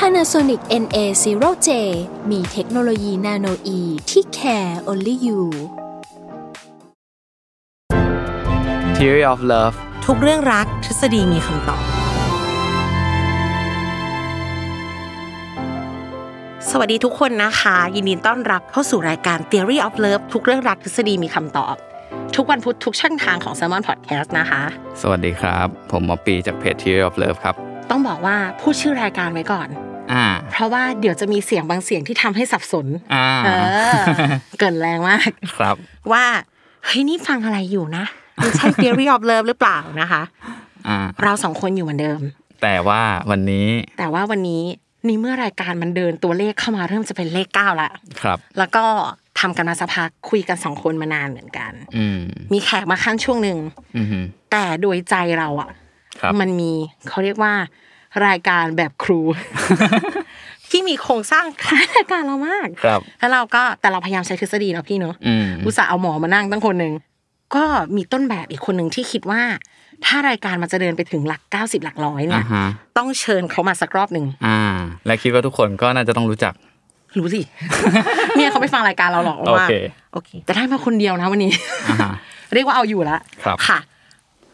Panasonic NA0J มีเทคโนโลยีนาโนอีที่ care only you Theory of Love ทุกเรื่องรักทฤษฎีมีคำตอบ สวัสดีทุกคนนะคะ ยินดีต้อนรับเข้าสู่รายการ Theory of Love ทุกเรื่องรักทฤษฎีมีคำตอบ ทุกวันพุธทุกช่องทางของ s ซ l m o n Podcast นะคะ สวัสดีครับ ผมหมอปีจากเพจ Theory of Love ครับ ต้องบอกว่าพูดชื่อรายการไว้ก่อน อ่า เพราะว่าเดี๋ยวจะมีเสียงบางเสียงที่ทำให้สับสน อ่า เออ เกินแรงมาก ครับ ว่า เฮ้ย นี่ฟังอะไรอยู่นะมันใช่ Theory of Love หรือเปล่านะคะ อ่า เราสองคนอยู่เหมือนเดิม แต่ว่าวันนี้ แต่ว่าวันนี้นี่เมื่อรายการมันเดินตัวเลขเข้ามาเริ่มจะเป็นเลขเก้าละ ครับ แล้วก็ทำกันมาสักพักคุยกันสองคนมานานเหมือนกัน อืม มีแขกมาขั้นช่วงหนึ่ง อืม แต่โดยใจเราอะ ครับ มันมีเขาเรียกว่ารายการแบบครู ที่มีโครงสร้างคล้ายรายการเรามาก ครับ แล้วเราก็แต่เราพยายามใช้ทฤษฎีเนาะพี่เนาะ อืม อุตส่าห์เอาหมอมานั่งตั้งคนหนึ่งก็มีต้นแบบอีกคนหนึ่งที่คิดว่า ถ้ารายการมันจะเดินไปถึงหลัก 90 หลักร้อยเนี่ อ่าย ฮะ ต้องเชิญเขามาสักรอบหนึ่ง อ่า และคิดว่าทุกคนก็น่าจะต้องรู้จัก รู้สิ เนี่ยเขาไม่ฟังรายการเราหรอก โอ ว่า เค โอเค แต่ได้มาคนเดียวนะวันนี้ อ่าฮะ เรียกว่าเอาอยู่ละ ครับ ค่ะ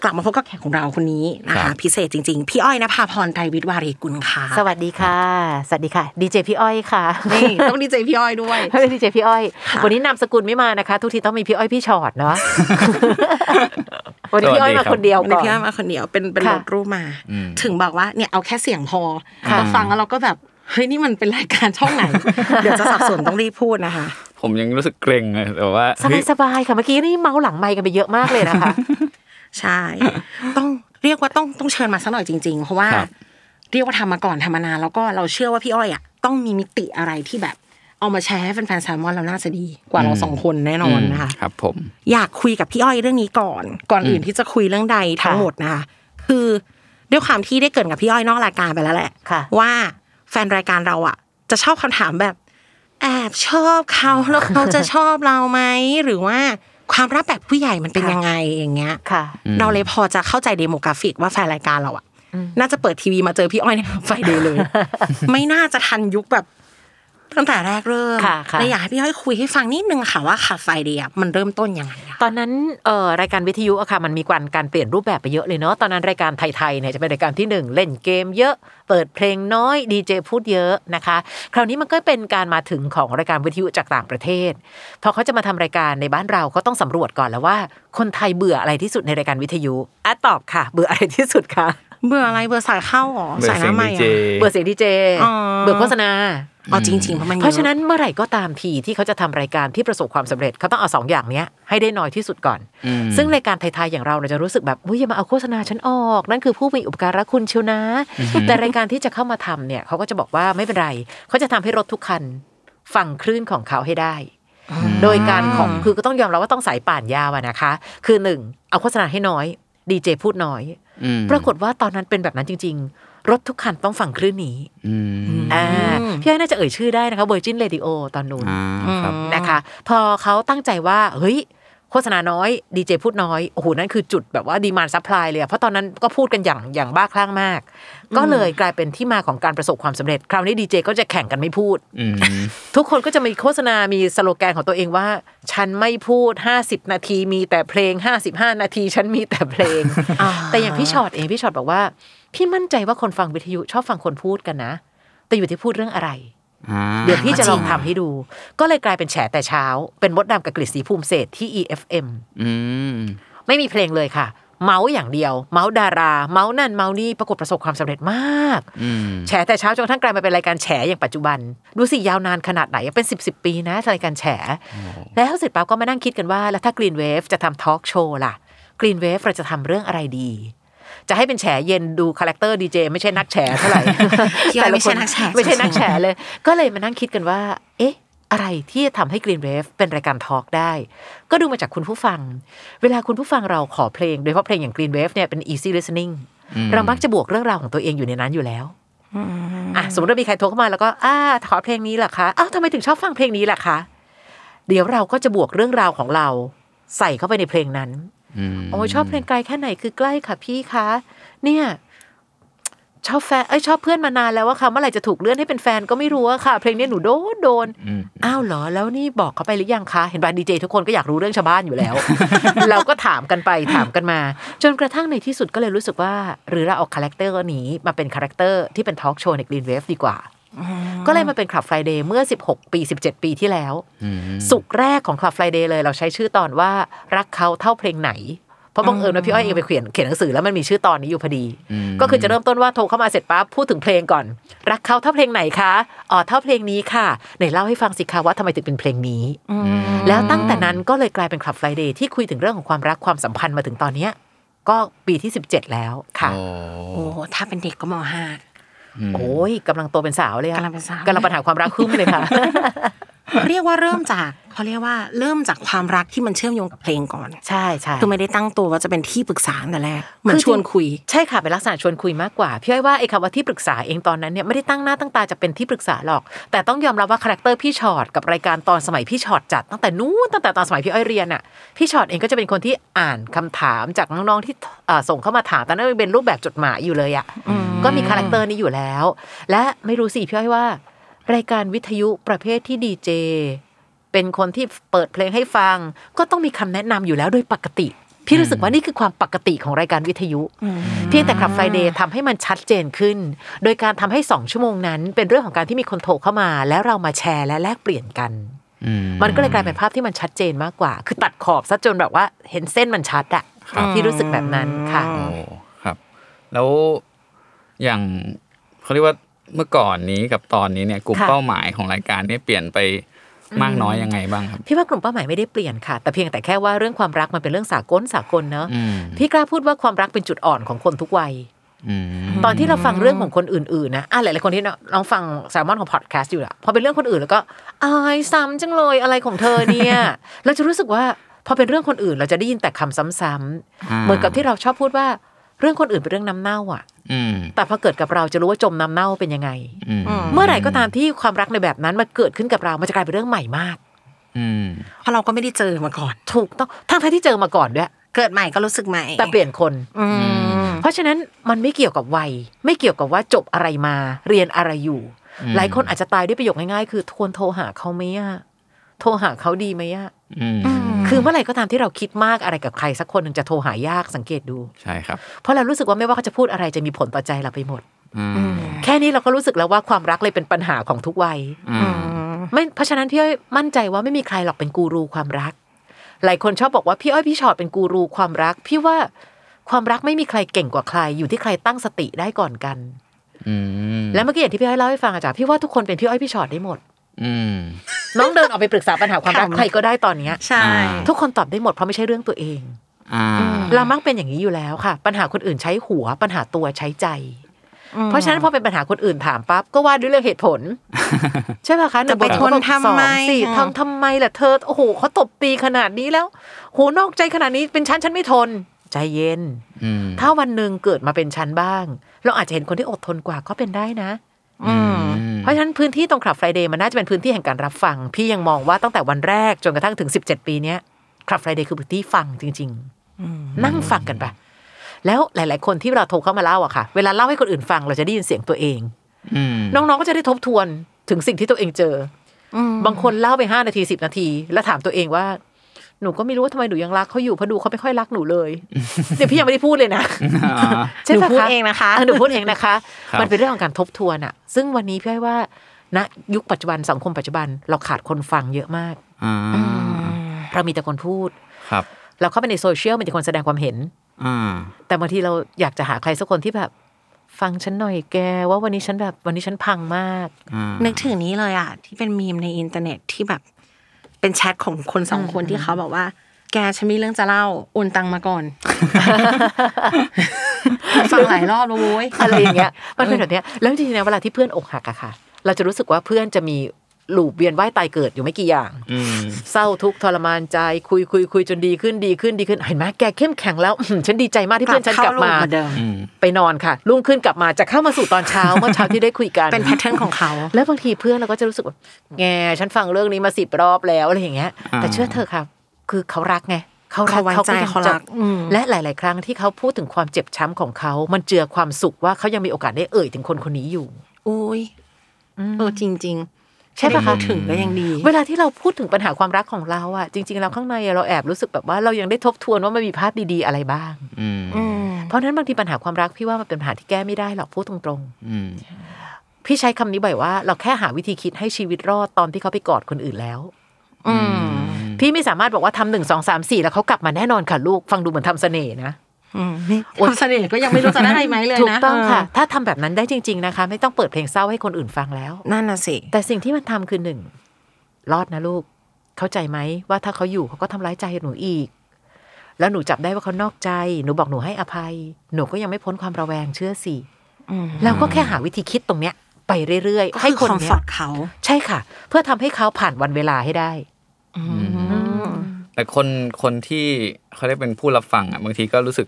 กลับมาพบกับแขกของเราคนนี้นะ ครั คะ บ พิเศษจริงๆ พี่อ้อยนภาพรไตรวิทย์วารีกุลค่ะ สวัสดีค่ะ สวัสดีค่ะ ดีเจพี่อ้อยค่ะ นี่ต้องดีใจพี่อ้อยด้วย เฮ้ยดี เจพี่อ้อย ค่ะ วันนี้นามสกุลไม่มานะคะ ทุกทีต้องมีพี่อ้อยพี่ชอดเนาะ วันนี้พี่อ้อยมาคนเดียว วันนี้ก่อน พี่อ้อยมาคนเดียวเป็นเป็นร ค่ะ ถรูปมา อืม ถึงบอกว่าเนี่ยเอาแค่เสียงพอ ค่ะ เราฟังแล้วเราก็แบบเฮ้ยนี่มันเป็นรายการช่อง ไหน เดี๋ยวจะสับสนต้องรีบพูดนะคะ ผมยังรู้สึกเกรงเลยแต่ว่า สบาย เฮ้ย สบายๆค่ะเมื่อกี้นี่เมาหลังไมค์กันไปเยอะมากเลยนะคะ ใช่ ต้องเรียกว่าต้องต้องเชิญมาสักหน่อยจริง ๆ เพราะว่า ครับ เรียกว่าทำมาก่อนทำมานานแล้วก็เราเชื่อว่าพี่อ้อยอ่ะต้องมีมิติอะไรที่แบบ เอามาแชร์ให้แฟนๆแซลมอนเราน่าจะดีกว่าเรา อืม สองคนแน่นอนนะคะ ครับ ผม อยากคุยกับพี่อ้อยเรื่องนี้ก่อน ก่อนอื่นที่จะคุยเรื่องใดทั้ง ค่ะ หมดนะคะคือด้วยความที่ได้เกรินกับพี่อ้อยนอกรายการไปแล้วแหละ ค่ะ ว่าแฟนรายการเราอ่ะ จะชอบคำถามแบบ แอบชอบเขาแล้วเขาจะชอบเราไหมหรือว่าความรักแบบผู้ใหญ่มันเป็นยังไงอย่างเงี้ย ค่ะ อืม เราเลยพอจะเข้าใจเดโมกราฟิกว่าแฟนรายการเราอะน่าจะเปิดทีวีมาเจอพี่อ้อยในไฟเดย์เลย ไม่น่าจะทันยุคแบบตั้งแต่แรกเริ่ม ค่ะค่ะ เลยอยากให้พี่อ้อยคุยให้ฟังนิดนึงค่ะว่าคาไฟเดย์มันเริ่มต้นยังไงอะ ตอนนั้นเอ่อรายการวิทยุอะค่ะมันมีการการเปลี่ยนรูปแบบไปเยอะเลยเนาะตอนนั้นรายการไทยๆเนี่ยจะเป็นรายการที่หนึ่งเล่นเกมเยอะเปิดเพลงน้อยดีเจพูดเยอะนะคะ คราวนี้มันก็เป็นการมาถึงของรายการวิทยุจากต่างประเทศพอเขาจะมาทำรายการในบ้านเราเขาต้องสำรวจก่อนแล้วว่า คนไทยเบื่ออะไรที่สุดในรายการวิทยุอ่ะตอบค่ะ เบื่ออะไรที่สุดคะ เบื่ออะไรเบื่อสายเข้าหรอ เบอ สา ร์ ย เสียง น้ำใหม่ ดีเจ อะ เบื่อเสียงดีเจ อ๋อ เบื่อโฆษณา เอาจริงๆเพราะมันยอ เพราะฉะนั้นเมื่อไหร่ก็ตามทีที่เขาจะทำรายการที่ประสบความสำเร็จเขาต้องเอาสองอย่างเนี้ยให้ได้น้อยที่สุดก่อน อืม ซึ่งรายการไทยๆอย่างเราเราจะรู้สึกแบบอุ้ยอย่ามาเอาโฆษณาฉันออก นั่นคือผู้มีอุปการะคุณเชียวนะ แต่รายการที่จะเข้ามาทำเนี่ยเขาก็จะบอกว่าไม่เป็นไรเขาจะทำให้รถทุกคันฟังคลื่นของเขาให้ได้ โดยการของคือก็ต้องยอมรับว่าต้องสายป่านยาวอะนะคะ คือหนึ่งเอาโฆษณาให้น้อยดีเจพูดน้อย อืม ปรากฏว่าตอนนั้นเป็นแบบนั้นจริง ๆ รถทุกคันต้องฟังคลื่นนี้ อืม อ่าพี่อ้อยน่าจะเอ่ยชื่อได้นะคะ Virgin Radio ตอนนู้น อ่าครับ นะคะ พอเขาตั้งใจว่า เฮ้ย โฆษณาน้อยดีเจพูดน้อย โอ้โห นั่นคือจุดแบบว่าดีมานซัพพลายเลยอะเพราะตอนนั้นก็พูดกันอย่างอย่างบ้าคลั่งมาก ก็เลยกลายเป็นที่มาของการประสบความสำเร็จ คราวนี้ดีเจก็จะแข่งกันไม่พูด อืม ทุกคนก็จะมีโฆษณา มีสโลแกนของตัวเองว่า ฉันไม่พูด 50 นาทีมีแต่เพลง 55 นาที ฉันมีแต่เพลง แต่อย่างพี่ชอตเองพี่ชอตบอกว่า พี่มั่นใจว่าคนฟังวิทยุชอบฟังคนพูดกันนะ แต่อยู่ที่พูดเรื่องอะไร อ่า เดี๋ยวพี่จะลองทำให้ดู ก็เลยกลายเป็นแฉแต่เช้า เป็นมดดำกับกฤษสีภูมิเศรษฐ์ที่ EFM อืม ไม่มีเพลงเลยค่ะ เมาส์อย่างเดียว เมาส์ดารา เมาส์นั่นเมาส์นี่ปรากฏประสบความสำเร็จมาก อืม แฉแต่เช้าจนกระทั้งกลายมาเป็นรายการแฉอย่างปัจจุบัน ดูสิยาวนานขนาดไหนเป็น 10บสปีนะรายการแฉ แล้วเสร็จปั๊บก็มานั่งคิดกันว่า แล้วถ้ากรีนเวฟจะทำทอล์กโชว์ล่ะกรีนเวฟเราจะทำเรื่องอะไรดี จะให้เป็นแฉเย็นดูคาแรคเตอร์ดีเจไม่ใช่นักแฉเท่าไหร่ พี่อ้อยไม่ใช่นักแฉ ไม่ใช่นัก แฉเลย ก็เลยมานั่งคิดกันว่า เอ๊ะ อะไรที่จะทำให้ Green Wave เป็นรายการทอล์กได้ ก็ดูมาจากคุณผู้ฟัง เวลาคุณผู้ฟังเราขอเพลง โดยเฉพาะเพลงอย่าง Green Wave เนี่ยเป็น easy listening อืม เรามักจะบวกเรื่องราวของตัวเองอยู่ในนั้นอยู่แล้วอ่ะสมมติว่ามีใครโทรเข้ามาแล้วก็อ่าขอเพลงนี้ล่ะคะอ้าวทำไมถึงชอบฟังเพลงนี้ล่ะคะ เดี๋ยวเราก็จะบวกเรื่องราวของเรา ใส่เข้าไปในเพลงนั้น ม โอ้ยชอบเพลงไกลแค่ไหนคือใกล้ค่ะพี่คะ เนี่ย ชอบแฟนเอ้ยชอบเพื่อนมานานแล้วว่าค่ะเมื่อไหร่จะถูกเลื่อนให้เป็นแฟนก็ไม่รู้อะค่ะ เพลงนี้หนูโดนโดน อืม อ้าวเหรอแล้วนี่บอกเขาไปหรือยังคะ เห็นป่ะดีเจทุกคนก็อยากรู้เรื่องชาวบ้านอยู่แล้ว เราก็ถามกันไปถามกันมา จนกระทั่งในที่สุดก็เลยรู้สึกว่า หรือเราเอาคาแรคเตอร์นี้มาเป็นคาแรคเตอร์ที่เป็นทอล์กโชว์ใน Green Wave ดีกว่า ก็เลยมาเป็น Club Friday เมื่อ 16 ปี 17 ปีที่แล้ว อืม สุกแรกของ Club Friday เลยเราใช้ชื่อตอนว่ารักเขาเท่าเพลงไหน เพราะบังเอิญว่าพี่อ้อยเองไปเขียนเขียนหนังสือแล้วมันมีชื่อตอนนี้อยู่พอดี ม ก็คือจะเริ่มต้นว่าโทรเข้ามาเสร็จปั๊บพูดถึงเพลงก่อน รักเขาเท่าเพลงไหนคะอ๋อเท่าเพลงนี้ค่ะไหนเล่าให้ฟังสิคะว่าทำไมถึงเป็นเพลงนี้ อืม แล้วตั้งแต่นั้นก็เลยกลายเป็น Club Friday ที่คุยถึงเรื่องของความรักความสัมพันธ์มาถึงตอนเนี้ยก็ปีที่ 17 แล้วค่ะ โอ้ โอ้ถ้าเป็นเด็กก็มห้า ม โอ้ยกำลังโตเป็นสาวเลยอะ กำลังเป็นสาว กำลังปัญหาความรักคุ้มเลยค่ะ เรียกว่าเริ่มจากเขาเรียกว่าเริ่มจากความรักที่มันเชื่อมโยงกับเพลงก่อน ใช่ใช่ คือไม่ได้ตั้งตัวว่าจะเป็นที่ปรึกษาตั้งแต่แรกเหมือนชวนคุย ใช่ค่ะเป็นลักษณะชวนคุยมากกว่าพี่อ้อยว่าไอ้คำว่าที่ปรึกษาเองตอนนั้นเนี่ยไม่ได้ตั้งหน้าตั้งตาจะเป็นที่ปรึกษาหรอก แต่ต้องยอมรับว่าคาแรคเตอร์พี่ชอตกับรายการตอนสมัยพี่ชอตจัดตั้งแต่นู้นตั้งแต่ตอนสมัยพี่อ้อยเรียนอ่ะพี่ชอตเองก็จะเป็นคนที่อ่านคำถามจากน้องๆที่เอ่อส่งเข้ามาถามตอนนั้นยังเป็นรูปแบบจดหมายอยู่เลยอ่ะก็มีคาแรคเตอร์นี้อยู่แล้ว และไม่รู้สิพี่อ้อยว่า รายการวิทยุประเภทที่ดีเจเป็นคนที่เปิดเพลงให้ฟัง ก็ต้องมีคำแนะนำอยู่แล้วโดยปกติ พี่รู้สึกว่านี่คือความปกติของรายการวิทยุ เพียงแต่คลับไฟเดย์ทำให้มันชัดเจนขึ้น โดยการทำให้ 2 ชั่วโมงนั้น เป็นเรื่องของการที่มีคนโทรเข้ามา แล้วเรามาแชร์และแลกเปลี่ยนกัน อื มันก็เลยกลายเป็นภาพที่มันชัดเจนมากกว่า คือตัดขอบซะจนแบบว่าเห็นเส้นมันชัดอะ ครับ ที่รู้สึกแบบนั้นค่ะ โอ้ครับ แล้วอย่างเขาเรียกว่าเมื่อก่อนนี้กับตอนนี้เนี่ยกลุ่ม ค่ะ เป้าหมายของรายการเนี่ยเปลี่ยนไปมากน้อยยังไงบ้างครับ พี่ว่ากลุ่มเป้าหมายไม่ได้เปลี่ยนค่ะ แต่เพียงแต่แค่ว่าเรื่องความรักมันเป็นเรื่องสากลสากลเนอะ อืม พี่กล้าพูดว่าความรักเป็นจุดอ่อนของคนทุกวัย อืม ตอนที่เราฟังเรื่องของคนอื่นๆนะอ่ะหลายๆคนที่น้องฟังแซลมอนของพอดแคสต์อยู่อะพอเป็นเรื่องคนอื่นแล้วก็อายซ้ำจังเลยอะไรของเธอเนี่ย เราจะรู้สึกว่าพอเป็นเรื่องคนอื่นเราจะได้ยินแต่คำซ้ำ า ๆเหมือนกับที่เราชอบพูดว่าเรื่องคนอื่นเป็นเรื่องน้ำเน่าอะ อืม แต่พอเกิดกับเราจะรู้ว่าจมน้ำเน่าเป็นยังไง อืม เมื่อไหร่ก็ตามที่ความรักในแบบนั้นมาเกิดขึ้นกับเรา มันจะกลายเป็นเรื่องใหม่มาก อืม เพราะเราก็ไม่ได้เจอมาก่อน ถูกต้องทั้งๆที่เจอมาก่อนด้วย เกิดใหม่ก็รู้สึกใหม่ แต่เปลี่ยนคน อืม เพราะฉะนั้นมันไม่เกี่ยวกับวัย ไม่เกี่ยวกับว่าจบอะไรมา เรียนอะไรอยู่ หลายคนอาจจะตายด้วยประโยคง่ายๆ คือควรโทรหาเขาไหมอะโทรหาเขาดีไหมอะ อืม คือเมื่อไหร่ก็ตามที่เราคิดมากอะไรกับใครสักคนหนึ่งจะโทรหายากสังเกตดู ใช่ครับ เพราะเรารู้สึกว่าไม่ว่าเขาจะพูดอะไรจะมีผลต่อใจเราไปหมด อืม แค่นี้เราก็รู้สึกแล้วว่าความรักเลยเป็นปัญหาของทุกวัย อืม ไม่เพราะฉะนั้นพี่อ้อยมั่นใจว่าไม่มีใครหรอกเป็นกูรูความรัก หลายคนชอบบอกว่าพี่อ้อยพี่ชอตเป็นกูรูความรัก พี่ว่าความรักไม่มีใครเก่งกว่าใคร อยู่ที่ใครตั้งสติได้ก่อนกัน อืม แล้วเมื่อกี้อย่างที่พี่อ้อยเล่าให้ฟังอาจารย์พี่ว่าทุกคนเป็นพี่อ้อยพี่ชอตได้หมด อืม น้องเดินออกไปปรึกษาปัญหาความรัก ค่ะ ใครก็ได้ตอนเนี้ย ใช่ ทุกคนตอบได้หมดเพราะไม่ใช่เรื่องตัวเอง อ่า เรามักเป็นอย่างนี้อยู่แล้วค่ะ ปัญหาคนอื่นใช้หัว ปัญหาตัวใช้ใจ เพราะฉะนั้นพอเป็นปัญหาคนอื่นถามปั๊บก็ว่าด้วยเรื่องเหตุผล ใช่ป่ะคะหนึ่งบวก จะไป สอง ทนทำ สอง ไม สี่ อ่ะ ทำทำไมล่ะเธอโอ้โหเขาตบตีขนาดนี้แล้วโหนอกใจขนาดนี้เป็นฉันฉันไม่ทน ใจเย็น อืม ถ้าวันหนึ่งเกิดมาเป็นฉันบ้าง เราอาจจะเห็นคนที่อดทนกว่าก็เป็นได้นะ อืม เพราะฉะนั้นพื้นที่ตรงคลับไฟเดย์มันน่าจะเป็นพื้นที่แห่งการรับฟัง พี่ยังมองว่าตั้งแต่วันแรกจนกระทั่งถึง 17 ปีเนี้ยคลับไฟเดย์คือพื้นที่ฟังจริงๆ นั่งฟังกันไปแล้วหลาย ๆ คนที่เราโทรเข้ามาเล่าอะค่ะ เวลาเล่าให้คนอื่นฟังเราจะได้ยินเสียงตัวเอง อืม น้อง ๆ ก็จะได้ทบทวนถึงสิ่งที่ตัวเองเจออ ม บางคนเล่าไปห้านาทีสิบนาที แล้วถามตัวเองว่า หนูก็ไม่รู้ว่าทำไมหนูยังรักเขาอยู่เพราะดูเขาไม่ค่อยรักหนูเลยเดี๋ยวพี่ยังไม่ได้พูดเลยนะ อ่า ใช่ หนู ปะ พูด คะ เองนะคะ หนูพูดเองนะคะ ครับ มันเป็นเรื่องของการทบทวนอะซึ่งวันนี้พี่อ้อยว่าณยุคปัจจุบันสังคมปัจจุบันเราขาดคนฟังเยอะมาก อ่า เรามีแต่คนพูด ครับ เราเข้าไปในโซเชียลมีแต่คนแสดงความเห็น อ่า แต่บางทีเราอยากจะหาใครสักคนที่แบบ ฟังฉันหน่อยแกว่าวันนี้ฉันแบบวันนี้ฉันพังมาก อ่า นึกถึงนี้เลยอ่ะ ที่เป็นมีมในอินเทอร์เน็ตที่แบบ เป็นแชทของคนสองคนที่เขาบอกว่า แกฉันมีเรื่องจะเล่าโอนตังมาก่อน ฟังหลายรอบแล้วโว้ย อะไรอย่างเงี้ย มันเป็นแบบเนี้ยแล้วจริงๆนะเวลาที่เพื่อนอกหักอะค่ะ เราจะรู้สึกว่าเพื่อนจะมีหลูบเวียนว่ายตายเกิดอยู่ไม่กี่อย่าง อืม เศร้าทุกข์ทรมานใจคุยคุยคุยจนดีขึ้นดีขึ้นดีขึ้นเห็นไหมแกเข้มแข็งแล้วอื้อหือฉันดีใจมากที่เพื่อนฉันกลับมา อืม ไปนอนค่ะรุ่งขึ้นกลับมาจะเข้ามาสู่ตอนเช้า เมื่อเช้าที่ได้คุยกัน เป็นแพทเทิร์นของเขา แล้วบางทีเพื่อนเราก็จะรู้สึกว่าแงฉันฟังเรื่องนี้มาสิบรอบแล้วอะไรอย่างเงี้ย อ่า แต่เชื่อเธอครับ คือเขารักไงเขารัก เขาไว้ใจ ก็ยัง เขารัก จะ อืม และหลาย ๆ ครั้งที่เขาพูดถึงความเจ็บช้ำของเขา มันเจือความสุขว่าเขายังมีโอกาสได้เอ่ยถึงคนคนนี้อยู่ อุ้ยเออจริง ๆ ใช่ปะได้คะพูดถึงก็ยังดี เวลาที่เราพูดถึงปัญหาความรักของเราอะจริง ๆ เราข้างในอะเราแอบรู้สึกแบบว่าเรายังได้ทบทวนว่ามันมีภาพดี ๆ อะไรบ้าง อืม อืม เพราะฉะนั้นบางทีปัญหาความรักพี่ว่ามันเป็นปัญหาที่แก้ไม่ได้หรอกพูดตรงๆ อืม พี่ใช้คำนี้บ่อยว่าเราแค่หาวิธีคิดให้ชีวิตรอดตอนที่เขาไปกอดคนอื่นแล้ว อืม พี่ไม่สามารถบอกว่าทำหนึ่งสองสามสี่แล้วเขากลับมาแน่นอนค่ะลูกฟังดูเหมือนทำเสน่ห์นะ อืม โอ๊ย ความเสน่ห์ก็ยังไม่รู้จะได้ไหมเลยนะ ถูกต้องค่ะ ถ้าทำแบบนั้นได้จริง ๆนะคะ ไม่ต้องเปิดเพลงเศร้าให้คนอื่นฟังแล้ว นั่นน่ะสิ แต่สิ่งที่มันทำคือหนึ่งรอดนะลูก เข้าใจไหมว่าถ้าเขาอยู่เขาก็ทำร้ายใจหนูอีก แล้วหนูจับได้ว่าเขานอกใจ หนูบอกหนูให้อภัย หนูก็ยังไม่พ้นความระแวงเชื่อสิ อืม เราก็แค่หาวิธีคิดตรงเนี้ย ไปเรื่อย ก็ ๆ ให้ ให้ ค คนน เนี้ เนี้ ย ย เขา ใช่ค่ะ เพื่อทำให้เขาผ่านวันเวลาให้ได้ แต่คนคนที่เขาได้เป็นผู้รับฟังอ่ะบางทีก็รู้สึก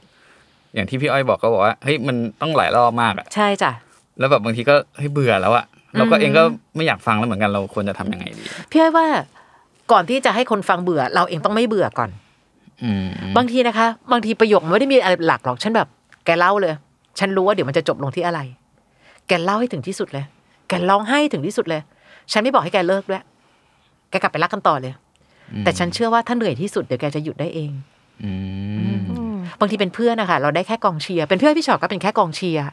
อย่างที่พี่อ้อยบอกก็บอกว่าเฮ้ยมันต้องหลายรอบมากอ่ะ ใช่จ้ะ แล้วแบบบางทีก็เฮ้ยเบื่อแล้วอ่ะเราก็เองก็ไม่อยากฟังแล้วเหมือนกันเราควรจะทำยังไงดี พี่อ้อยว่าก่อนที่จะให้คนฟังเบื่อ เราเองต้องไม่เบื่อก่อน อืม บางทีนะคะ บางทีประโยคมันไม่ได้มีอะไรหลักหรอกฉันแบบ แกเล่าเลย ฉันรู้ว่าเดี๋ยวมันจะจบลงที่อะไร แกเล่าให้ถึงที่สุดเลย แกร้องไห้ถึงที่สุดเลย ฉันไม่บอกให้แกเลิกด้วยแกกลับไปรักกันต่อเลย แต่ฉันเชื่อว่าถ้าเหนื่อยที่สุดเดี๋ยวแกจะหยุดได้เอง อืม บางทีเป็นเพื่อนนะคะเราได้แค่กองเชียร์เป็นเพื่อนพี่ชอตก็เป็นแค่กองเชียร์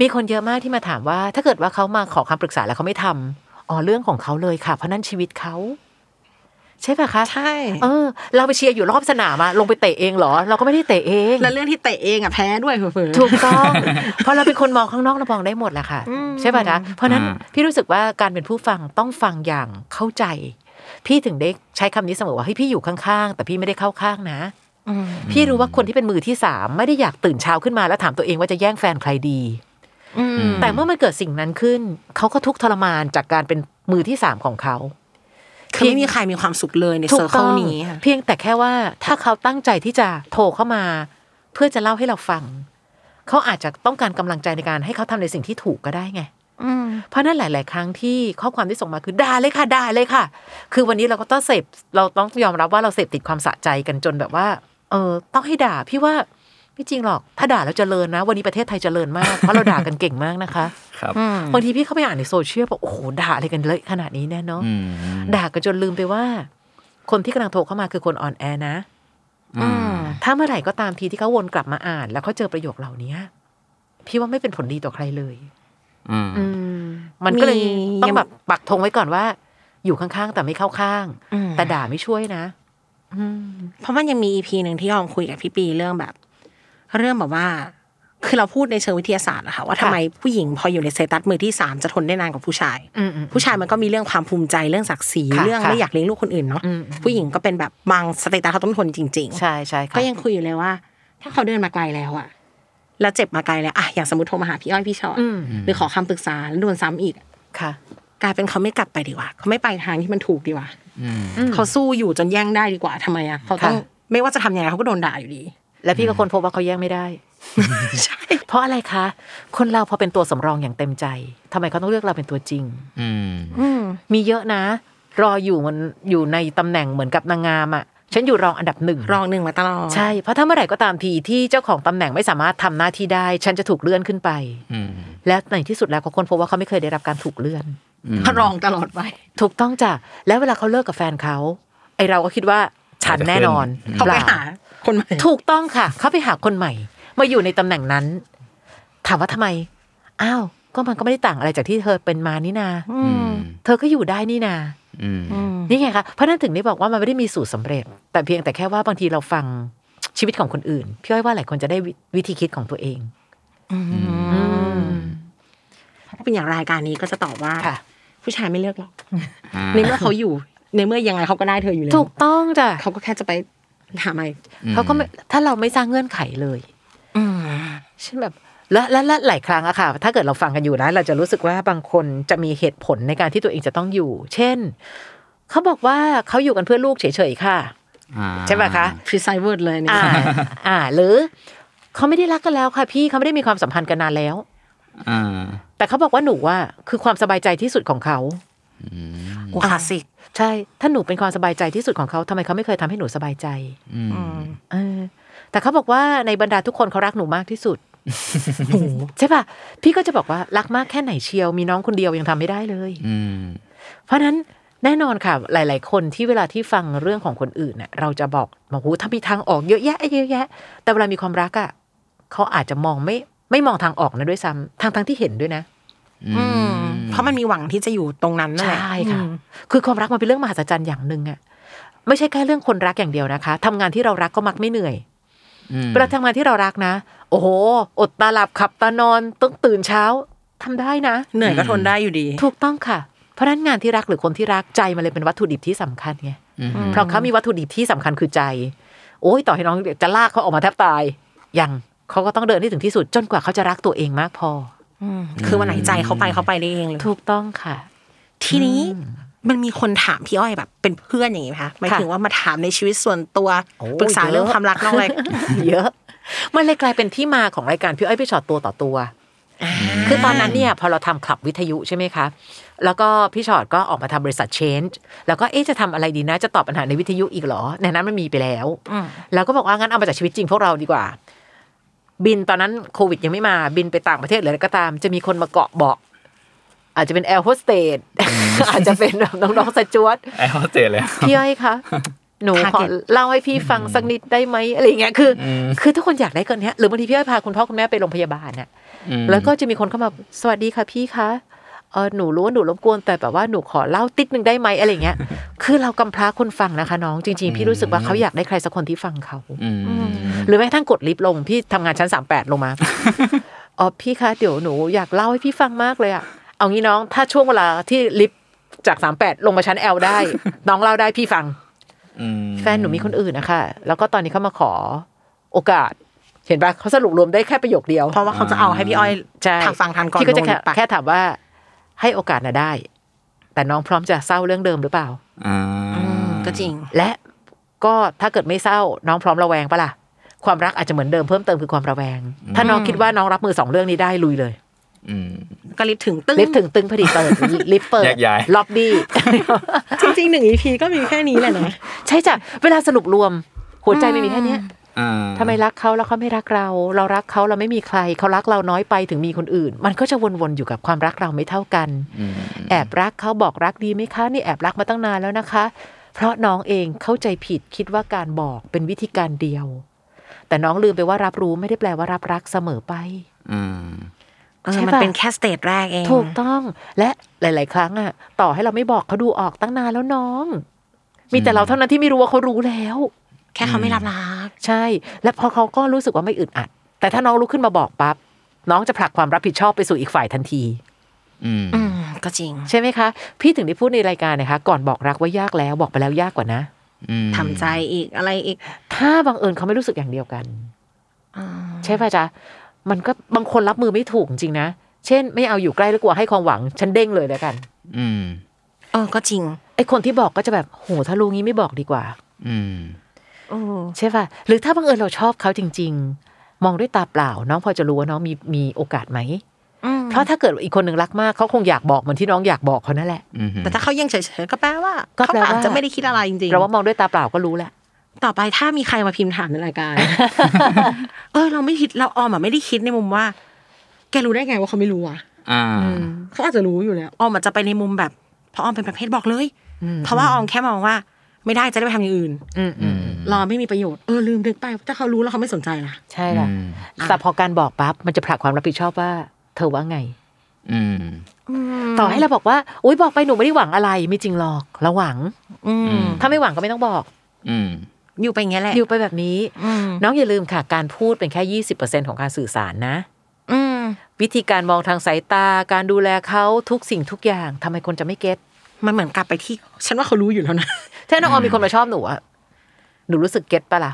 มีคนเยอะมากที่มาถามว่า ถ้าเกิดว่าเขามาขอคำปรึกษาแล้วเขาไม่ทำอ๋อเรื่องของเขาเลยค่ะ เพราะนั่นชีวิตเขา ใช่ปะคะ ใช่ เออ เราไปเชียร์อยู่รอบสนามอะลงไปเตะเองเหรอ เราก็ไม่ได้เตะเอง แล้วเรื่องที่เตะเองอ่ะแพ้ด้วยเผื่อๆ ถูกต้อง เพราะเราเป็นคนมองข้างนอกเรามองได้หมดแหละค่ะ ใช่ป่ะนะเพราะฉะนั้นพี่รู้สึกว่าการเป็นผู้ฟังต้องฟังอย่างเข้าใจ พี่ถึงได้ใช้คำนี้เสมอว่าเฮ้ยพี่อยู่ข้างๆ แต่พี่ไม่ได้เข้าข้างนะ อืม พี่รู้ว่าคนที่เป็นมือที่สามไม่ได้อยากตื่นเช้าขึ้นมาแล้วถามตัวเองว่าจะแย่งแฟนใครดี อืม แต่เมื่อมันเกิดสิ่งนั้นขึ้น เขาก็ทุกข์ทรมานจากการเป็นมือที่สามของเขา คือไม่มีใครมีความสุขเลยใน ถู เซอก ร์เคิ ต้ ล อง นี้อะ เพียงแต่แค่ว่าถ้าเขาตั้งใจที่จะโทรเข้ามา เพื่อจะเล่าให้เราฟัง เขาอาจจะต้องการกำลังใจในการให้เขาทำในสิ่งที่ถูกก็ได้ไงเพราะนั่นหลาย ๆ ครั้งที่ข้อความที่ส่งมาคือด่าเลยค่ะด่าเลยค่ะ คือวันนี้เราก็ต้องเสพเราต้องยอมรับว่าเราเสพติดความสะใจกันจนแบบว่า เออต้องให้ด่าพี่ว่าไม่จริงหรอก ถ้าด่าแล้วเจริญนะ วันนี้ประเทศไทยเจริญมากเพราะเราด่ากันเก่งมากนะคะ ครับ บางทีพี่เข้าไปอ่านในโซเชียลบอกโอ้โหด่าอะไรกันเลยขนาดนี้แน่ยเนาะ อืม ด่ากันจนลืมไปว่า คนที่กำลังโทรเข้ามาคือคนอ่อนแอนะ ถ้าเมื่อไหร่ก็ตามทีที่เขาวนกลับมาอ่าน แล้วเขาเจอประโยคเหล่านี้พี่ว่าไม่เป็นผลดีต่อใครเลย อืม มันก็เลยต้องแบบปักธงไว้ก่อนว่า อยู่ข้างๆ แต่ไม่เข้าข้าง อืม แต่ด่าไม่ช่วยนะ เพราะมันยังมีอีพีหนึ่งที่ยอมคุยกับพี่ปีเรื่องแบบ เรื่องแบบว่า คือเราพูดในเชิงวิทยาศาสตร์อะค่ะว่าทำไมผู้หญิงพออยู่ในสเซตัสมือที่สามจะทนได้นานกว่าผู้ชาย อืมอืม ผู้ชายมันก็มีเรื่องความภูมิใจเรื่องศักดิ์ศรี ค่ะ เรื่อง ค่ะ ไม่อยากเลี้ยงลูกคนอื่นเนาะ อืม ผู้หญิงก็เป็นแบบบางสเตตัสเขาต้องทนจริง ใช่ใช่ๆค่ะก็ยังคุยอยู่เลยว่า ถ้าเขาเดินมาไกลแล้วอะแล้วเจ็บมาไกลแล้วอะอย่างสมมติโทรมาหาพี่อ้อยพี่ชอต อืม หรือขอคำปรึกษาแล้วโดนซ้ำอีก ค่ะ กลายเป็นเขาไม่กลับไปดีกว่าเขาไม่ไปทางที่มันถูกดีกว่า อืม เขาสู้อยู่จนแย่งได้ดีกว่าทำไมอะเขาต้อง ค่ะ ไม่ว่าจะทำยังไงเขาก็โดนด่า อยู่ดี แล้วพี่ก็คนพบว่าเขาแย่งไม่ได้ ใช่ เพราะอะไรคะ คนเราพอเป็นตัวสำรองอย่างเต็มใจทำไมเขาต้องเลือกเราเป็นตัวจริง อืม มีเยอะนะ รออยู่มันอยู่ในตำแหน่งเหมือนกับนางงามอ่ะ ฉันอยู่รองอันดับหนึ่ง รองหนึ่งมาตลอด ใช่ เพราะถ้าเมื่อไหร่ก็ตามทีที่เจ้าของตำแหน่งไม่สามารถทำหน้าที่ได้ ฉันจะถูกเลื่อนขึ้นไป อืม และในที่สุดแล้วเขาค้นพบว่าเขาไม่เคยได้รับการถูกเลื่อน เขารองตลอดไป ถูกต้องจ้ะแล้วเวลาเขาเลิกกับแฟนเขาไอเราก็คิดว่าฉันแน่นอน เขาไป ล่ หาคนใหม่ ถูกต้องค่ะ เขาไปหาคนใหม่ มาอยู่ในตำแหน่งนั้น ถามว่าทำไม อ้าว ก็มันก็ไม่ได้ต่างอะไรจากที่เธอเป็นมานี่นา อืม เธอก็อยู่ได้นี่นา อืม นี่ไงคะ เพราะฉะนั้นถึงได้บอกว่ามันไม่ได้มีสูตรสำเร็จ แต่เพียงแต่แค่ว่าบางทีเราฟังชีวิตของคนอื่น พี่อ้อยว่าหลายคนจะได้วิวิธีคิดของตัวเอง ถ้าเป็นอย่างรายการนี้ก็จะตอบว่า ค่ะ ผู้ชายไม่เลือกหรอก อ่า ในเมื่อเขาอยู่ ในเมื่อยังไงเขาก็ได้เธออยู่แล้ว ถูกต้องจ้ะ เขาก็แค่จะไป ถามไม อืม เขาก็ไม่ถ้าเราไม่สร้างเงื่อนไขเลยใช่แบบและและและหลายครั้งอะค่ะ ถ้าเกิดเราฟังกันอยู่นะเราจะรู้สึกว่าบางคนจะมีเหตุผลในการที่ตัวเองจะต้องอยู่ เช่น เขาบอกว่าเขาอยู่กันเพื่อลูกเฉยๆค่ะ อ่า ใช่ไหมคะ พรีไซเวิร์ดเลยเนี่ย อ่า อ่า หรือเขาไม่ได้รักกันแล้วค่ะพี่เขาไม่ได้มีความสัมพันธ์กันนานแล้ว อ่า แต่เขาบอกว่าหนูว่าคือความสบายใจที่สุดของเขา โอ้คลาสสิก ใช่ ถ้าหนูเป็นความสบายใจที่สุดของเขาทำไมเขาไม่เคยทำให้หนูสบายใจ อืม เออแต่เขาบอกว่าในบรรดาทุกคนเขารักหนูมากที่สุดใช่ป่ะ พี่ก็จะบอกว่ารักมากแค่ไหนเชียว มีน้องคนเดียวยังทำไม่ได้เลย อืม เพราะฉะนั้นแน่นอนค่ะ หลาย ๆ คนที่เวลาที่ฟังเรื่องของคนอื่นเน่ะเราจะบอกบอกหูถ้ามีทางออกเยอะแยะเยอะแยะ แต่เวลามีความรักอ่ะเขาอาจจะมองไม่ไม่มองทางออกนะด้วยซ้ำทางทางๆที่เห็นด้วยนะ อืมเพราะมันมีหวังที่จะอยู่ตรงนั้นนั่นแหละ ใช่ค่ะ คือความรักมันเป็นเรื่องมหัศจรรย์อย่างหนึ่งอะไม่ใช่แค่เรื่องคนรักอย่างเดียวนะคะทำงานที่เรารักก็มักไม่เหนื่อย อืม เวลาทำงานที่เรารักนะ โอ้โห อดตาหลับขับตานอนต้องตื่นเช้าทำได้นะ เหนื่อยก็ทนได้อยู่ดี ถูกต้องค่ะ เพราะฉะนั้นงานที่รักหรือคนที่รักใจมันเลยเป็นวัตถุดิบที่สำคัญไง อืม เพราะเขามีวัตถุดิบที่สำคัญคือใจ โอ้ยต่อให้น้องจะลากเขาออกมาแทบตาย ยังเขาก็ต้องเดินให้ถึงที่สุดจนกว่าเขาจะรักตัวเองมากพอ คือวันไหนใจเขาไปเขาไปได้เองเลย ถูกต้องค่ะ ทีนี้มันมีคนถามพี่อ้อยแบบ เป็นเพื่อนอย่างนี้ไหมคะหมายถึงว่ามาถามในชีวิตส่วนตัว โอ้ ปรึกษาเรื่อง เยอะ ความรักน อกอะไร เยอะ มันเลยกลายเป็นที่มาของรายการพี่อ้อยพี่ชอตตัวต่อตัว า คือตอนนั้นเนี่ยพอเราทำคลับวิทยุใช่ไหมคะ แล้วก็พี่ชอตก็ออกมาทำบริษัท Change แล้วก็เอ๊ะจะทำอะไรดีนะ จะตอบปัญหาในวิทยุอีกเหรอ ในนั้นมันมีไปแล้ว อืม แล้วก็บอกว่างั้นเอามาจากชีวิตจริงพวกเราดีกว่า บินตอนนั้นโควิดยังไม่มาบินไปต่างประเทศหรืออะไรก็ตาม จะมีคนมาเกาะเบาะอาจจะเป็นแอร์โฮสเตสอาจจะเป็นแบบน้องๆสจวต ไอ้เขาเจเลย พี่อ้อยคะ หนูขอเล่าให้พี่ฟังสักนิดได้ไหมอะไรอย่างเงี้ย คือ อืม คือทุกคนอยากได้กันเนี้ย หรือบางทีพี่อ้อยพาคุณพ่อคุณแม่ไปโรงพยาบาลน่ะ อืม แล้วก็จะมีคนเข้ามา สวัสดีค่ะพี่คะเออหนูรู้ว่าหนูรบกวน แต่แบบว่าหนูขอเล่าติ๊กหนึ่งได้ไหมอะไรอย่างเงี้ย คือเรากำพร้าคนฟังนะคะ น้อง จริง ๆ พี่รู้สึกว่าเขาอยากได้ใครสักคนที่ฟังเขา อืม หรือแม้กระทั่งกดลิฟต์ลง พี่ทำงานชั้นสามแปดล งมา อ๋อพี่คะเดี๋ยวหนูอยากเล่าให้พี่ฟังมากเลยอะเอางี้น้องถ้าช่วงเวลาที่ลิฟต์จากสามแปดลงมาชั้นแอลได้ น้องเล่าได้พี่ฟัง อืม แฟนหนูมีคนอื่นนะคะ แล้วก็ตอนนี้เขามาขอโอกาส เห็นปะเขาสรุปรวมได้แค่ประโยคเดียว เพราะว่าเขาจะเอาให้พี่อ้อย ใช่ ทางฟังทันก่อน พี่ก็จะแค่ โดนป แค่ถามว่าให้โอกาสนะได้ แต่น้องพร้อมจะเศร้าเรื่องเดิมหรือเปล่า อ่า อืมก็จริง และก็ถ้าเกิดไม่เศร้า น้องพร้อมระแวงปะล่ะความรักอาจจะเหมือนเดิมเพิ่มเติมคือความระแวง ถ้าน้องคิดว่าน้องรับมือสองเรื่องนี้ได้ลุยเลย อืม ก็รีบถึงตึ้ง ลิฟต์ถึงตึงพอดีเปิ ดลิฟต์เปิด แยกย้าย ล็อบบี้ จริงๆหนึ่ง EP ก็มีแค่นี้แหละนะ ใช่จ้ะเวลาสรุปรวม หัวใจไม่มีแค่เนี้ย อ่า ทำไมรักเขาแล้วเขาไม่รักเรา เรารักเขาเราไม่มีใคร เขารักเราน้อยไปถึงมีคนอื่น มันก็จะวนๆอยู่กับความรักเราไม่เท่ากัน อืม แอบรักเขาบอกรักดีไหมคะนี่แอบรักมาตั้งนานแล้วนะคะ เพราะน้องเองเข้าใจผิดคิดว่าการบอกเป็นวิธีการเดียว แต่น้องลืมไปว่ารับรู้ไม่ได้แปลว่ารับรักเสมอไป อ่า เออ ใช่ปะ มันเป็นแค่สเตจแรกเอง ถูกต้องและหลาย ๆ ครั้งอะต่อให้เราไม่บอกเขาดูออกตั้งนานแล้วน้อง มีแต่เราเท่านั้นที่ไม่รู้ว่าเขารู้แล้ว แค่เขาไม่รับรัก ใช่ และพอเขาก็รู้สึกว่าไม่อึดอัด แต่ถ้าน้องลุกขึ้นมาบอกปั๊บน้องจะผลักความรับผิดชอบไปสู่อีกฝ่ายทันที อืม อืมก็จริง ใช่ไหมคะ พี่ถึงได้พูดในรายการนะคะ ก่อนบอกรักว่ายากแล้วบอกไปแล้วยากกว่านะ อืม ทำใจอีกอะไรอีก ถ้าบังเอิญเขาไม่รู้สึกอย่างเดียวกัน อ่า ใช่ป่ะจ๊ะมันก็บางคนรับมือไม่ถูกจริงนะ เช่น ไม่เอาอยู่ใกล้แล้วกลัวให้ความหวังฉันเด้งเลยแล้วกัน อืม เออก็จริง ไอคนที่บอกก็จะแบบโหถ้ารู้งี้ไม่บอกดีกว่า อืม เออ ใช่ป่ะหรือถ้าบังเอิญเราชอบเขาจริง ๆ มองด้วยตาเปล่า น้องพอจะรู้ว่าน้องมีมีโอกาสไหม อืม เพราะถ้าเกิดอีกคนหนึ่งรักมากเขาคงอยากบอกเหมือนที่น้องอยากบอกเขานั่นแหละ อืม แต่ถ้าเขายังเฉยๆก็แปลว่า ก็ เขา แปลว่า อาจจะไม่ได้คิดอะไรจริงๆ เราว่ามองด้วยตาเปล่าก็รู้แหละ ต่อไปถ้ามีใครมาพิมพ์ถามในราย การ เออเราไม่คิดเราออมอะไม่ได้คิดในมุมว่า แกรู้ได้ไงว่าเขาไม่รู้อ่ะ อ่า เขาอาจจะรู้อยู่แล้วออมอาจจะไปในมุมแบบเพราะออมเป็นประเภทบอกเลย อืม เพราะว่าออมแค่มองว่า ไม่ได้จะได้ไปทำอย่างอื่น อืมอืม รอไม่มีประโยชน์เออลืมดึกไปถ้าเขารู้แล้วเขาไม่สนใจล่ะ ใช่ อื ล่ะ ม แต่พอการบอกปั๊บมันจะผลักความรับผิดชอบว่า เธอว่าไง อืม ต่อให้เราบอกว่าอุ้ยบอกไปหนูไม่ได้หวังอะไรไม่จริงหรอกเราหวัง อืม ถ้าไม่หวังก็ไม่ต้องบอก อืม อยู่ไปอย่างเงี้ยแหละ อยู่ไปแบบนี้ อืม น้องอย่าลืมค่ะ การพูดเป็นแค่ยี่สิบเปอร์เซ็นของการสื่อสารนะ อืม วิธีการมองทางสายตา การดูแลเขาทุกสิ่งทุกอย่างทำไมคนจะไม่เก็ต มันเหมือนกลับไปที่ ฉันว่าเขารู้อยู่แล้วนะ ถ้าน้องออมมีคนมาชอบหนูอะ หนูรู้สึกเก็ตปะล่ะ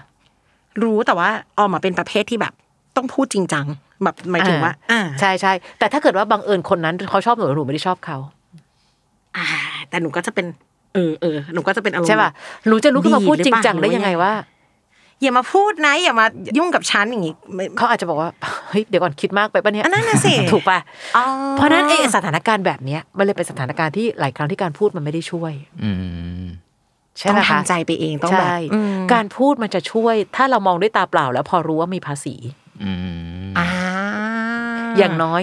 รู้แต่ว่าออมมาเป็นประเภทที่แบบ ต้องพูดจริงจังแบบหมายถึงว่า อ่า ใช่ใช่แต่ถ้าเกิดว่าบังเอิญคนนั้นเขาชอบหนูแล้วหนูไม่ได้ชอบเขา อ่า แต่หนูก็จะเป็นเออเออหนูก็จะเป็นอารมณ์ ใช่ป่ะ แบบ หนูจะรู้ขึ้นมาพูด ดีหรือจริ เป ง ล่า จังได้ หรือว่ายัไงยังงไงว่า อย่ามาพูดนะอย่ามายุ่งกับฉันอย่างงี้ไม่ เขาอาจจะบอกว่า เฮ้ยเดี๋ยวก่อนคิดมากไปปะเนี่ย อันนั้นน่ะสิ ถูกป่ะ อ๋อ เพราะฉะนั้นไอ้สถานการณ์แบบเนี้ยมันเลยเป็นสถานการณ์ที่หลายครั้งที่การพูดมันไม่ได้ช่วย อืม ใช่ ต้อ ไหม ง คะ ทำใจไปเองต้องแบบ ใช่ อืม การพูดมันจะช่วย ถ้าเรามองด้วยตาเปล่า แล้วพอรู้ว่ามีภาษี อืม อ่า อย่างน้อย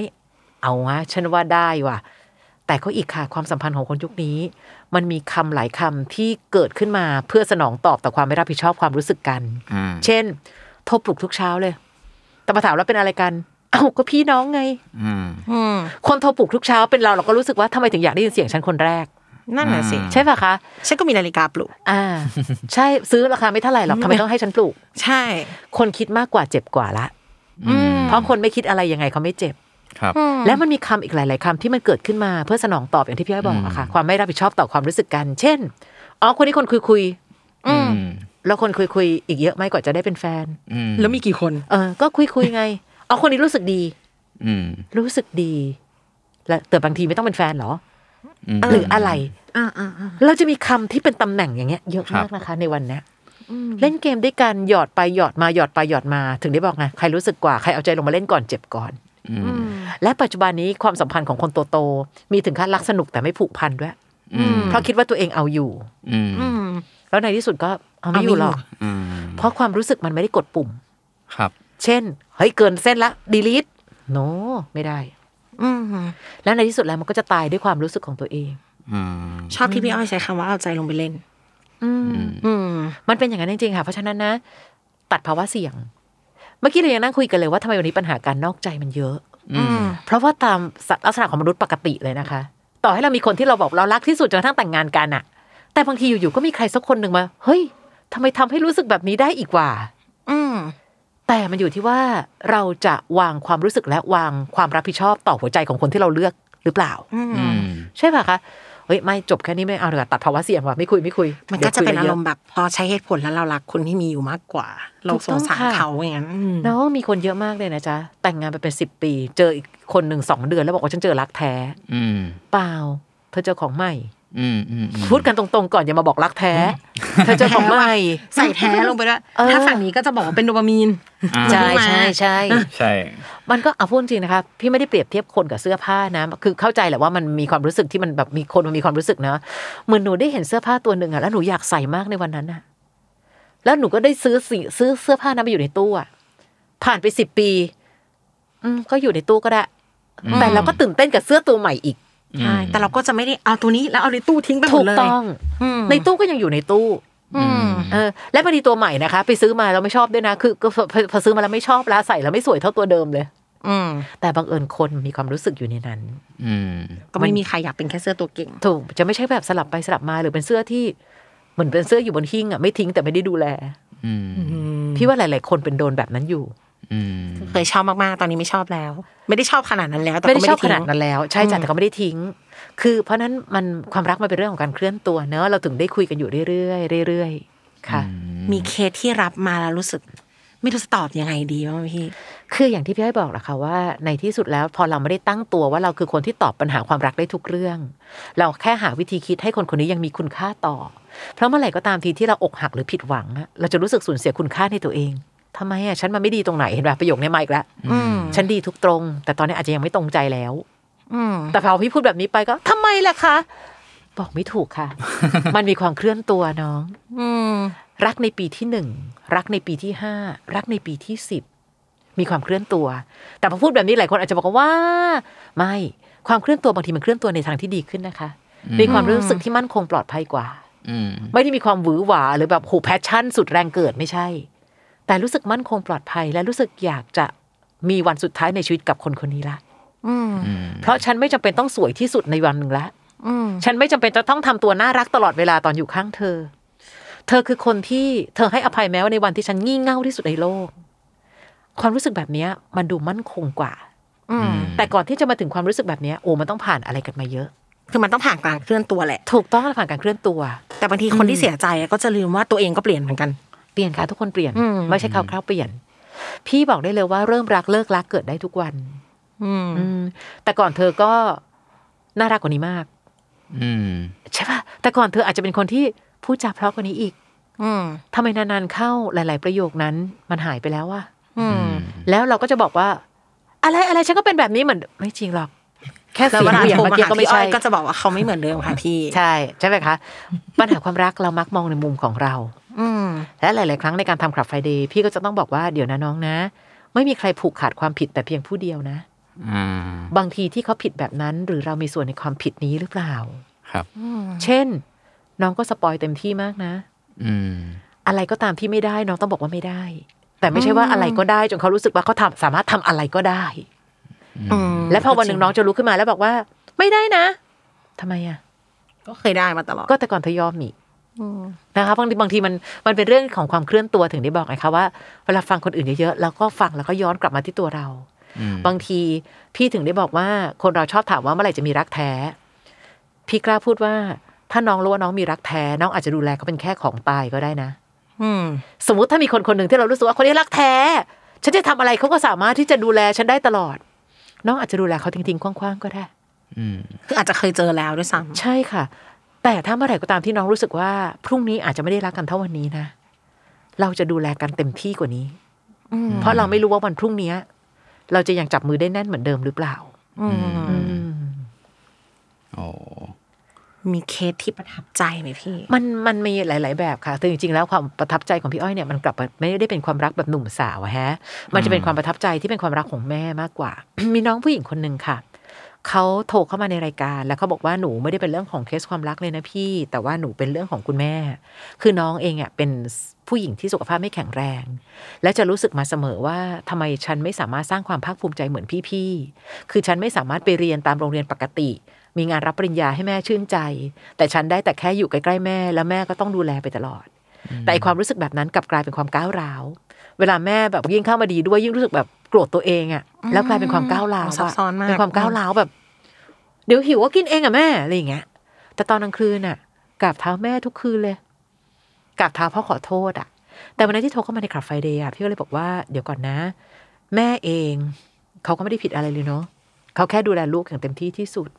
เอาวะฉันว่าได้ว่ะ แต่ก็อีกค่ะความสัมพันธ์ของคนยุคนี้ มันมีคำหลายคำที่เกิดขึ้นมาเพื่อสนองตอบต่อความไม่รับผิดชอบความรู้สึกกัน อ่า เช่น โทรปลุกทุกเช้าเลย แต่มาถามเราเป็นอะไรกัน เอ้าก็พี่น้องไง อ่า อืม คนโทรปลุกทุกเช้าเป็นเราเราก็รู้สึกว่าทำไมถึงอยากได้ยินเสียงฉันคนแรก นั่นแหละสิ อืม ใช่ป่ะคะ ฉันก็มีนาฬิกาปลุก อ่า ใช่ซื้อราคาไม่เท่าไห ร่หรอกทำไมต้องให้ฉันปลูก ใช่ คนคิดมากกว่าเจ็บกว่าละ อืม เพราะคนไม่คิดอะไรยังไงเขาไม่เจ็บ ครับ และมันมีคำอีกหลาย ๆคำที่มันเกิดขึ้นมาเพื่อสนองตอบอย่างที่พี่อ้อยบอกอะค่ะ ความไม่รับผิดชอบต่อความรู้สึกกัน เช่นอ๋อคนนี้คนคุยคุย อืม ๆแล้วคนคุยคุยๆอีกเยอะไหมกว่าจะได้เป็นแฟน อืม แล้วมีกี่คน เออ ก็คุยคุยๆไงอ๋อคนนี้รู้สึกดี อืม รู้สึกดี และแต่บางทีไม่ต้องเป็นแฟนเหรอ อืม หรืออะไร อ่าอ่าอ่า เราจะมีคำที่เป็นตำแหน่งอย่างเงี้ยเยอะมากนะคะ ในวันเนี้ยเล่นเกมด้วยกันหยอดไปหยอดมาหยอดไปหยอดมา ถึงได้บอกไงใครรู้สึกกว่าใครเอาใจลงมาเล่นก่อนเจ็บก่อน อืม และปัจจุบันนี้ความสัมพันธ์ของคนโตๆมีถึงขั้นรักสนุกแต่ไม่ผูกพันด้วย อืม เพราะคิดว่าตัวเองเอาอยู่ อืม แล้วในที่สุดก็เอาไม่อยู่หรอก อืม เพราะความรู้สึกมันไม่ได้กดปุ่ม ครับ เช่นเฮ้ยเกินเส้นละดีลิทโนไม่ได้ อืม แล้วในที่สุดแล้วมันก็จะตายด้วยความรู้สึกของตัวเอง อืม ชอบที่พี่อ้อยใช้คำว่าเอาใจลงไปเล่น อืม อืม มันเป็นอย่างนั้นจริงๆ ค่ะ เพราะฉะนั้นนะ ตัดภาวะเสี่ยง เมื่อกี้เรายังนั่งคุยกันเลยว่าทำไมวันนี้ปัญหาการนอกใจมันเยอะ อืม เพราะว่าตามลักษณะของมนุษย์ปกติเลยนะคะ ต่อให้เรามีคนที่เราบอกเรารักที่สุดจนกระทั่งแต่งงานกันอะแต่บางทีอยู่ๆก็มีใครสักคนหนึ่งมาเฮ้ยทำไมทำให้รู้สึกแบบนี้ได้อีกว่า อืม แต่มันอยู่ที่ว่าเราจะวางความรู้สึกและวางความรับผิดชอบต่อหัวใจของคนที่เราเลือกหรือเปล่า อืม ใช่ป่ะคะเฮ้ยไม่จบแค่นี้ไม่เอาเดี๋ยวาตัดภาวะเสี่ยงว่ะไม่คุยไม่คุย มันก็จะเป็นอา ดี๋ยวรคุยยมณ์แบบพอใช้เหตุผลแล้วเรารักคนที่มีอยู่มากกว่า เราสงสาร ถูกต้องค่ะ เขาอย่างนั้นอืม น้องมีคนเยอะมากเลยนะจ๊ะ แต่งงานไปเป็นสิบปี เจออีกคนหนึ่งสองเดือนแล้วบอกว่าฉันเจอรักแท้ อืม เปล่า เธอเจอของใหม่ อืมอืมอืม พูดกันตรงๆก่อนอย่ามาบอกรักแท้ เธอเจอของใหม่ ใส่แท้ลงไปด้วย เออ ถ้าฝั่งนี้ก็จะบอกว่าเป็นโดปามีน อ่า ใช่ มา ใช่ใช่ ใช่ มันก็เอาพูดจริงนะคะ พี่ไม่ได้เปรียบเทียบคนกับเสื้อผ้านะ คือเข้าใจแหละว่ามันมีความรู้สึกที่มันแบบมีคนมันมีความรู้สึกเนอะเหมือนหนูได้เห็นเสื้อผ้าตัวหนึ่งอะแล้วหนูอยากใส่มากในวันนั้นอะแล้วหนูก็ได้ซื้อสิซื้อเสื้อผ้านั้นไปอยู่ในตู้อะผ่านไปสิบปี อืมก็อยู่ในตู้ก็ได้ แต่เราก็ตื่นเต้นกับเสื้อตัวใหม่อีก ใช่แต่เราก็จะไม่ได้เอาตัวนี้แล้วเอาในตู้ทิ้งไปหม ถู ด ก เลย ต้อง ในตู้ก็ยังอยู่ในตู้ อืม เออและบางทีตัวใหม่นะคะ ไปซื้อมาเราไม่ชอบด้วยนะ คือก็พอพอพอซื้อมาแล้วไม่ชอบแล้วใส่แล้วไม่สวยเท่าตัวเดิมเลย อืม แต่บังเอิญคนมีความรู้สึกอยู่ในนั้น อืม ก็ไม่มีใครอยากเป็นแค่เสื้อตัวเก่ง ถูกจะไม่ใช่แบบสลับไปสลับมาหรือเป็นเสื้อที่เหมือนเป็นเสื้ออยู่บนหิ้งอ่ะไม่ทิ้งแต่ไม่ได้ดูแล อืม พี่ว่าหลาย ๆ คนเป็นโดนแบบนั้นอยู่ อืม เคยชอบมากๆ ตอนนี้ไม่ชอบแล้ว ไม่ได้ชอบขนาดนั้นแล้ว แต่ ไม่ ก็ ได้ ไม่ ช ได้ อบข ทิ้ นาด ง นั้นแล้ว ใช่จ้ะแต่ก็ไม่ได้ทิ้ง คือเพราะนั้นมันความรักมันเป็นเรื่องของการเคลื่อนตัวเนอะเราถึงได้คุยกันอยู่เรื่อยๆเรื่อยๆค่ะ มีเคสที่รับมาแล้วรู้สึก ไม่รู้จะตอบยังไงดีว่างพี่ คืออย่างที่พี่ให้อยบอกแหละค่ะว่าในที่สุดแล้วพอเราไม่ได้ตั้งตัวว่าเราคือคนที่ตอบปัญหาความรักได้ทุกเรื่อง เราแค่หาวิธีคิดให้คนคนนี้ยังมีคุณค่าต่อ เพราะเมื่อไหร่ก็ตามทีที่เราอกหักหรือผิดหวังอะเราจะรู้สึกสูญเสียคุณค่าในตัวเองทำไมอะฉันมันไม่ดีตรงไหนเห็นป่ะประโยคนี้มาอีกแล้ว อืม ฉันดีทุกตรง แต่ตอนนี้อาจจะยังไม่ตรงใจแล้ว อืม แต่พอพี่พูดแบบนี้ไปก็ทำไมล่ะคะ บอกไม่ถูกค่ะ มันมีความเคลื่อนตัวน้อง อืม รักในปีที่หนึ่งรักในปีที่ห้ารักในปีที่สิบมีความเคลื่อนตัว แต่พอพูดแบบนี้หลายคนอาจจะบอกว่า ไม่ความเคลื่อนตัวบางทีมันเคลื่อนตัวในทางที่ดีขึ้นนะคะ มีความรู้สึกที่มั่นคงปลอดภัยกว่า อืม ไม่ได้มีความหวือหวาหรือแบบโหแพชชั่น สุดแรงเกิดไม่ใช่ แต่รู้สึกมั่นคงปลอดภัย และรู้สึกอยากจะมีวันสุดท้ายในชีวิตกับคนคนนี้ละ อืม อืม เพราะฉันไม่จำเป็นต้องสวยที่สุดในวันหนึ่งละ อืม ฉันไม่จำเป็นจะต้องทำตัวน่ารักตลอดเวลาตอนอยู่ข้างเธอ เธอคือคนที่เธอให้อภัยแม้ว่าในวันที่ฉันงี่เง่าที่สุดในโลก ความรู้สึกแบบเนี้ยมันดูมั่นคงกว่า อืม แต่ก่อนที่จะมาถึงความรู้สึกแบบเนี้ยโอ้มันต้องผ่านอะไรกันมาเยอะ คือมันต้องผ่านการเคลื่อนตัวแหละ ถูกต้องผ่านการเคลื่อนตัว แต่บางทีคนที่เสียใจก็จะลืมว่าตัวเองก็เปลี่ยนเหมือนกัน เปลี่ยนค่ะทุกคนเปลี่ยน อืม ไม่ใช่คร่าวๆเปลี่ยน พี่บอกได้เลยว่าเริ่มรักเลิกรักเกิดได้ทุกวัน อืม อืมแต่ก่อนเธอก็น่ารักกว่านี้มาก อืม ใช่ปะแต่ก่อนเธออาจจะเป็นคนที่พูดจาเพราะกว่านี้อีก อืม ทำไมนานๆเข้าหลาย ๆ ประโยคนั้นมันหายไปแล้วอะ อืม แล้วเราก็จะบอกว่า อะไรอะไรฉันก็เป็นแบบนี้เหมือนไม่จริงหรอก แค่ แล้ เสี วยเว ง ลา เปลี่ยน โทร เมื่อ มา กี้ หา ก็ไม่ พี่อ้ ใช่ อยก็จะบอกว่าเขาไม่เหมือนเดิมค่ะพี่ ใช่ใช่ไหมคะปัญหาความรักเรามักมองในมุมของเรา อืม และหลาย ๆ ครั้งในการทำคลับไฟเดย์พี่ก็จะต้องบอกว่าเดี๋ยวนะน้องนะ ไม่มีใครผูกขาดความผิดแต่เพียงผู้เดียวนะ อ่า บางทีที่เขาผิดแบบนั้น หรือเรามีส่วนในความผิดนี้หรือเปล่า ครับ เช่น น้องก็สปอยเต็มที่มากนะ อืม อะไรก็ตามที่ไม่ได้น้องต้องบอกว่าไม่ได้ แต่ไม่ใช่ว่าอะไรก็ได้จนเขารู้สึกว่าเขาทำสามารถทำอะไรก็ได้ อืม และพอวันหนึ่งน้องจะลุกขึ้นมาแล้วบอกว่า ไม่ได้นะทำไมอ่ะ ก็เคยได้มาตลอด ก็แต่ก่อนเธอยอมอีกนะคะบางทีบางทีมันมันเป็นเรื่องของความเคลื่อนตัวถึงได้บอกไงคะว่าเวลาฟังคนอื่นเยอะๆแล้วก็ฟังแล้วก็ย้อนกลับมาที่ตัวเรา อืม บางทีพี่ถึงได้บอกว่าคนเราชอบถามว่าเมื่อไหร่จะมีรักแท้ พี่กล้าพูดว่า ถ้าน้องรู้ว่าน้องมีรักแท้ น้องอาจจะดูแลเขาเป็นแค่ของตายก็ได้นะ อืม สมมติถ้ามีคนคนหนึ่งที่เรารู้สึกว่าคนนี้รักแท้ ฉันจะทำอะไรเขาก็สามารถที่จะดูแลฉันได้ตลอด น้องอาจจะดูแลเขาทิ้งๆคว้างๆก็ได้ อืม คืออาจจะเคยเจอแล้วด้วยซ้ำ ใช่ค่ะ แต่ถ้าเมื่อไหร่ก็ตามที่น้องรู้สึกว่า พรุ่งนี้อาจจะไม่ได้รักกันเท่าวันนี้นะ เราจะดูแลกันเต็มที่กว่านี้เพราะเราไม่รู้ว่าวันพรุ่งเนี้ย เราจะยังจับมือได้แน่นเหมือนเดิมหรือเปล่า อืม โอ้ มีเคสที่ประทับใจไหมพี่ มันมันมีหลาย ๆ แบบค่ะแต่จริง ๆ แล้วความประทับใจของพี่อ้อยเนี่ยมันกลับมาไม่ได้เป็นความรักแบบหนุ่มสาวอะฮะ มันจะเป็นความประทับใจที่เป็นความรักของแม่มากกว่า มีน้องผู้หญิงคนหนึ่งค่ะ เขาโทรเข้ามาในรายการ แล้วเขาบอกว่าหนูไม่ได้เป็นเรื่องของเคสความรักเลยนะพี่ แต่ว่าหนูเป็นเรื่องของคุณแม่ คือน้องเองอ่ะเป็นผู้หญิงที่สุขภาพไม่แข็งแรง และจะรู้สึกมาเสมอว่าทำไมฉันไม่สามารถสร้างความภาคภูมิใจเหมือนพี่ๆ คือฉันไม่สามารถไปเรียนตามโรงเรียนปกติ มีงานรับปริญญาให้แม่ชื่นใจ แต่ฉันได้แต่แค่อยู่ใกล้ๆแม่ แล้วแม่ก็ต้องดูแลไปตลอด แต่ไอ้ความรู้สึกแบบนั้นกลับกลายเป็นความก้าวร้าว เวลาแม่แบบยิ่งเข้ามาดีด้วยยิ่งรู้สึกแบบโกรธตัวเองอะ่ะแล้วกลายเป็นความก้าวร้าวะ ซับซ้อนมาก เป็นความก้าวร้าวแบบ เดี๋ยวหิวก็กินเองอะแม่อะไรอย่างเงี้ย แต่ตอนกลางคืนน่ะกราบเท้าแม่ทุกคืนเลยกราบเท้าพ่อขอโทษอ่ะ แต่วันนั้นที่โทรเข้ามาในคลับไฟเดย์อ่ะพี่ก็เลยบอกว่าเดี๋ยวก่อนนะ แม่เองเขาก็ไม่ได้ผิดอะไรเลยเนาะเขาแค่ดูแลลูกอย่างเต็มที่ที่สุด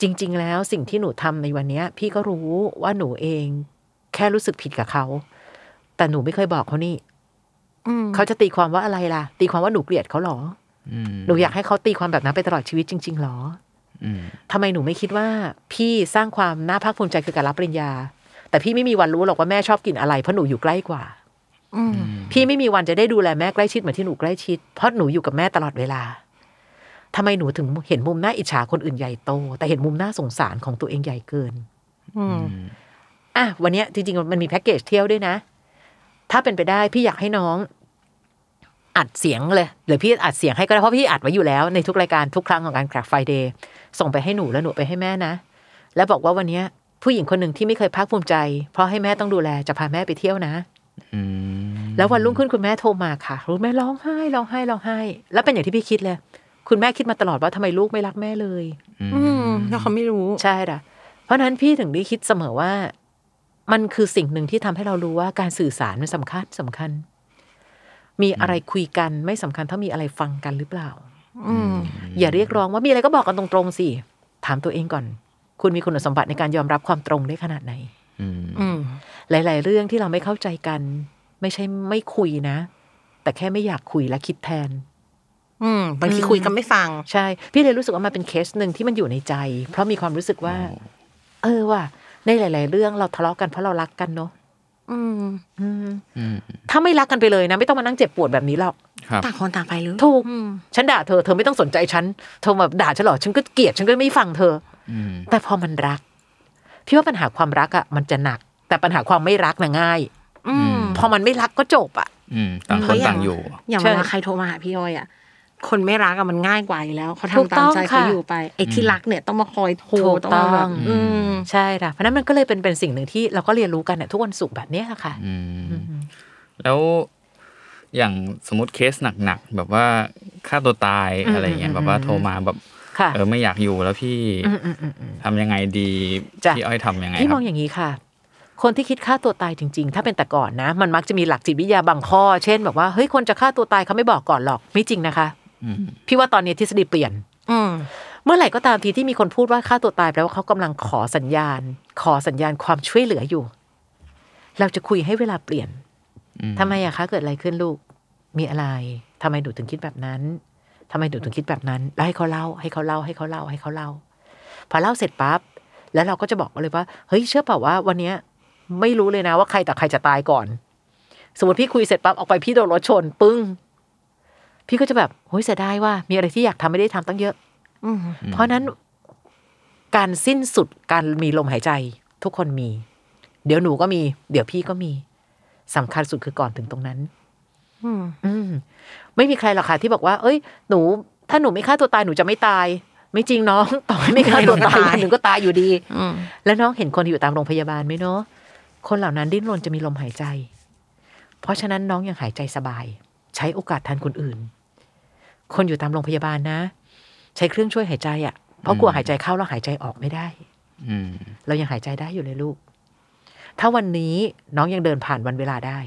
จริง ๆ แล้วสิ่งที่หนูทำในวันเนี้ย พี่ก็รู้ว่าหนูเองแค่รู้สึกผิดกับเขา แต่หนูไม่เคยบอกเขานี่เขาจะตีความว่าอะไรล่ะ ตีความว่าหนูเกลียดเขาเหรอ อืม หนูอยากให้เขาตีความแบบนั้นไปตลอดชีวิตจริงๆเหรอ อืม ทำไมหนูไม่คิดว่าพี่สร้างความน่าภาคภูมิใจคือการรับปริญญา แต่พี่ไม่มีวันรู้หรอกว่าแม่ชอบกินอะไรเพราะหนูอยู่ใกล้กว่า พี่ไม่มีวันจะได้ดูแลแม่ใกล้ชิดเหมือนที่หนูใกล้ชิด เพราะหนูอยู่กับแม่ตลอดเวลาทำไมหนูถึงเห็นมุมน่าอิจฉาคนอื่นใหญ่โต แต่เห็นมุมน่าสงสารของตัวเองใหญ่เกิน อืม อ่ะวันเนี้ยจริงๆ มันมีแพ็กเกจเที่ยวด้วยนะ ถ้าเป็นไปได้พี่อยากให้น้อง อัดเสียงเลยหรือพี่อัดเสียงให้ก็ได้เพราะพี่อัดไว้อยู่แล้วในทุกรายการทุกครั้งของการกราฟไฟเดย์ส่งไปให้หนูแล้วหนูไปให้แม่นะ แล้วบอกว่าวันเนี้ยผู้หญิงคนหนึ่งที่ไม่เคยภาคภูมิใจ เพราะให้แม่ต้องดูแลจะพาแม่ไปเที่ยวนะ อืม แล้ววันรุ่งขึ้นคุณแม่โทรมาค่ะรู้แม่ร้องไห้ร้องไห้ร้องไห้ แล้วเป็นอย่างที่พี่คิดเลย คุณแม่คิดมาตลอดว่าทำไมลูกไม่รักแม่เลย อืมแล้วเขาไม่รู้ ใช่ล่ะ เพราะฉะนั้นพี่ถึงได้คิดเสมอว่า มันคือสิ่งหนึ่งที่ทำให้เรารู้ว่าการสื่อสารมันสำคัญสำคัญ มีอะไรคุยกันไม่สำคัญเท่ามีอะไรฟังกันหรือเปล่า อืม อย่าเรียกร้องว่ามีอะไรก็บอกกันตรงๆสิ ถามตัวเองก่อน คุณมีคุณสมบัติในการยอมรับความตรงได้ขนาดไหน อืม อืม หลาย ๆ เรื่องที่เราไม่เข้าใจกัน ไม่ใช่ไม่คุยนะ แต่แค่ไม่อยากคุยและคิดแทน อืม บางทีคุยกันไม่ฟัง ใช่ พี่เลยรู้สึกว่ามันเป็นเคสหนึ่งที่มันอยู่ในใจ เพราะมีความรู้สึกว่า เออว่ะในหลาย ๆ เรื่องเราทะเลาะกันเพราะเรารักกันเนอะ อืม อืม อืม ถ้าไม่รักกันไปเลยนะ ไม่ต้องมานั่งเจ็บปวดแบบนี้หรอก ครับ ต่างคนต่างไปหรือ ถูกฉันด่าเธอเธอไม่ต้องสนใจฉันเธอมาด่าฉันเหรอฉันก็เกลียดฉันก็ไม่ฟังเธอ อืม แต่พอมันรักพี่ว่าปัญหาความรักอะมันจะหนัก แต่ปัญหาความไม่รักน่ะง่าย อืม พอมันไม่รักก็จบอะ อืม ต่างคนต่างอยู่ อย่าง ใช่ เวลาใครโทรมาหาพี่ย้อยอ่ะ คนไม่รักอะมันง่ายกว่าอยู่แล้วเขา ถูก ทำตา ต้ ม อง ใจเขา ค่ะ อยู่ไปไอ้ที่รักเนี่ยต้องมาคอยโทรต้องมาแบบ อื อื ม ม ใช่ค่ะเพราะฉะนั้นมันก็เลยเป็นเป็นสิ่งหนึ่งที่เราก็เรียนรู้กันเนี่ยทุกวันศุกร์แบบเนี้ยค่ะ อืม อืม แล้วอย่างสมมติเคสหนักๆแบบว่าฆ่าตัวตาย อืม อะไรเงี้ย อืม แบบว่าโทรมาแบบ ค่ะ เออไม่อยากอยู่แล้วพี่ อืมอืมอืมอืม ทำยังไงดี จ้ะ พี่อ้อยทำยังไง พี่ ค ม รั อบ งอย่างนี้ค่ะ คนที่คิดฆ่าตัวตายจริง ๆ ถ้าเป็นแต่ก่อนนะ มันมักจะมีหลักจิตวิทยาบางข้อ เช่นแบบว่าเฮ้ยคนจะฆ่าตัวตายเขาไม่บอกก่อนหรอกไม่จริงนะคะ อืม พี่ว่าตอนนี้ทฤษฎีเปลี่ยน อืม เมื่อไหร่ก็ตามทีที่มีคนพูดว่าฆ่าตัวตายแปลว่าเขากำลังขอสัญญาณ ขอสัญญาณความช่วยเหลืออยู่ เราจะคุยให้เวลาเปลี่ยน อืม ทำไมอะคะ เกิดอะไรขึ้นลูก มีอะไรทำไมหนูถึงคิดแบบนั้นทำไมหนูถึงคิดแบบนั้น แล้วให้เขาเล่า ให้เขาเล่าให้เขาเล่าให้เขาเล่า พอเล่าเสร็จปั๊บแล้วเราก็จะบอกเลยว่าเฮ้ยเชื่อเปล่าว่าวันเนี้ย ไม่รู้เลยนะว่าใครแต่ใครจะตายก่อน สมมติพี่คุยเสร็จปั๊บออกไปพี่โดนรถชนปึ้ง พี่ก็จะแบบโฮ้ยเสียดายว่ามีอะไรที่อยากทำไม่ได้ทำตั้งเยอะ อืม อืม เพราะฉะนั้นการสิ้นสุดการมีลมหายใจ ทุกคนมี เดี๋ยวหนูก็มี เดี๋ยวพี่ก็มีสำคัญสุดคือก่อนถึงตรงนั้น อืม อืมไม่มีใครหรอกค่ะที่บอกว่า เอ้ย หนู ถ้าหนูไม่ฆ่าตัวตายหนูจะไม่ตาย ไม่จริงน้อง ต่อให้ไม่ฆ่าตัวตาย ไม่ตาย หนูก็ตายอยู่ดี อืม แล้วน้องเห็นคนที่อยู่ตามโรงพยาบาลไหมเนาะคนเหล่านั้นดิ้นรนจะมีลมหายใจ เพราะฉะนั้นน้องยังหายใจสบาย ใช้โอกาสแทันคนอื่น คนอยู่ตามโรงพยาบาลนะ ใช้เครื่องช่วยหายใจอะ่ะเพราะกลัวหายใจเข้าแล้วหายใจออกไม่ได้ อืม เรายังหายใจได้อยู่เลยลูก ถ้าวันนี้น้องยังเดินผ่านวันเวลาได้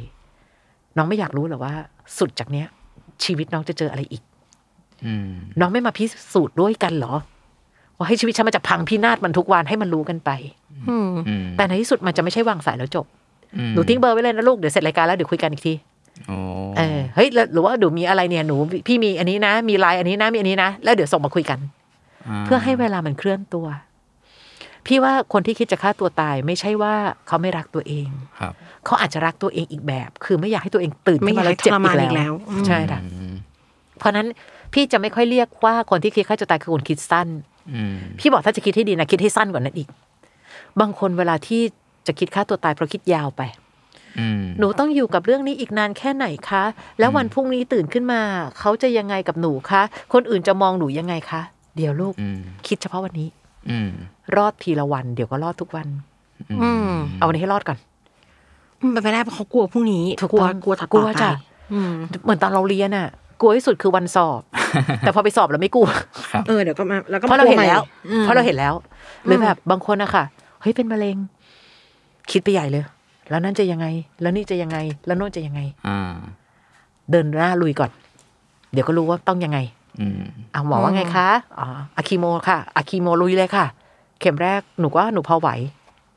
น้องไม่อยากรู้หรอว่า สุดจากเนี้ย ชีวิตน้องจะเจออะไรอีก อืม น้องไม่มาพิสูจน์ด้วยกันเหรอ ว่าให้ชีวิตฉันมันจะพังพินาศมันทุกวันให้มันรู้กันไป อืม อืม แต่ในที่สุดมันจะไม่ใช่วางสายแล้วจบ อืม หนูทิ้งเบอร์ไว้เลยนะลูก เดี๋ยวเสร็จรายการแล้วเดี๋ยวคุยกันอีกที โอ้ เออ เฮ้ยแล้วหรือว่าหนูมีอะไรเนี่ย หนูพี่มีอันนี้นะ มีไลน์อันนี้นะ มีอันนี้นะ แล้วเดี๋ยวส่งมาคุยกัน า เพื่อให้เวลามันเคลื่อนตัว พี่ว่าคนที่คิดจะฆ่าตัวตายไม่ใช่ว่าเขาไม่รักตัวเอง ครับ เขาอาจจะรักตัวเองอีกแบบ คือไม่อยากให้ตัวเองตื่น ไม่ ขึ้น อยาม ากให้ทรมานแล้วเจ็บอีก อีก แล้ แล้ว ว ใช่ค่ะ อืม เพราะนั้นพี่จะไม่ค่อยเรียกว่าคนที่คิดฆ่าตัวตายคือคนคิดสั้น อืม พี่บอกถ้าจะคิดให้ดีนะคิดให้สั้นกว่านั้นอีก บางคนเวลาที่จะคิดฆ่าตัวตายเพราะคิดยาวไป อืม หนูต้องอยู่กับเรื่องนี้อีกนานแค่ไหนคะ แล้ววันพรุ่งนี้ตื่นขึ้นมา เขาจะยังไงกับหนูคะ คนอื่นจะมองหนูยังไงคะ เดี๋ยวลูก อืม คิดเฉพาะวันนี้ อืม รอดทีละวัน เดี๋ยวก็รอดทุกวัน อืม เอาวันนี้ให้รอดก่อน มันไปไม่ได้เพราะเขากลัวพรุ่งนี้ ถูก กลัว ต้อง กลัวถัด กลัว ไป จ้ะ อืม เหมือนตอนเราเรียนอะกลัวที่สุดคือวันสอบ แต่พอไปสอบแล้วไม่กลัว ครับ เออเดี๋ยวก็มาแล้วก็ เพราะเราเห็นแล้ว อืม เพราะเราเห็นแล้ว หรือแบบบางคนอะค่ะ เฮ้ยเป็นมะเร็ง คิดไปใหญ่เลย แล้วนั่นจะยังไง แล้วนี่จะยังไง แล้วโน่นจะยังไง อ่า เดินหน้าลุยก่อน เดี๋ยวก็รู้ว่าต้องยังไง อืม เอาหมอว่าไงคะ อ๋ออะคีโมค่ะอะคีโมลุยเลยค่ะ เข็มแรกหนูก็หนูพอไหว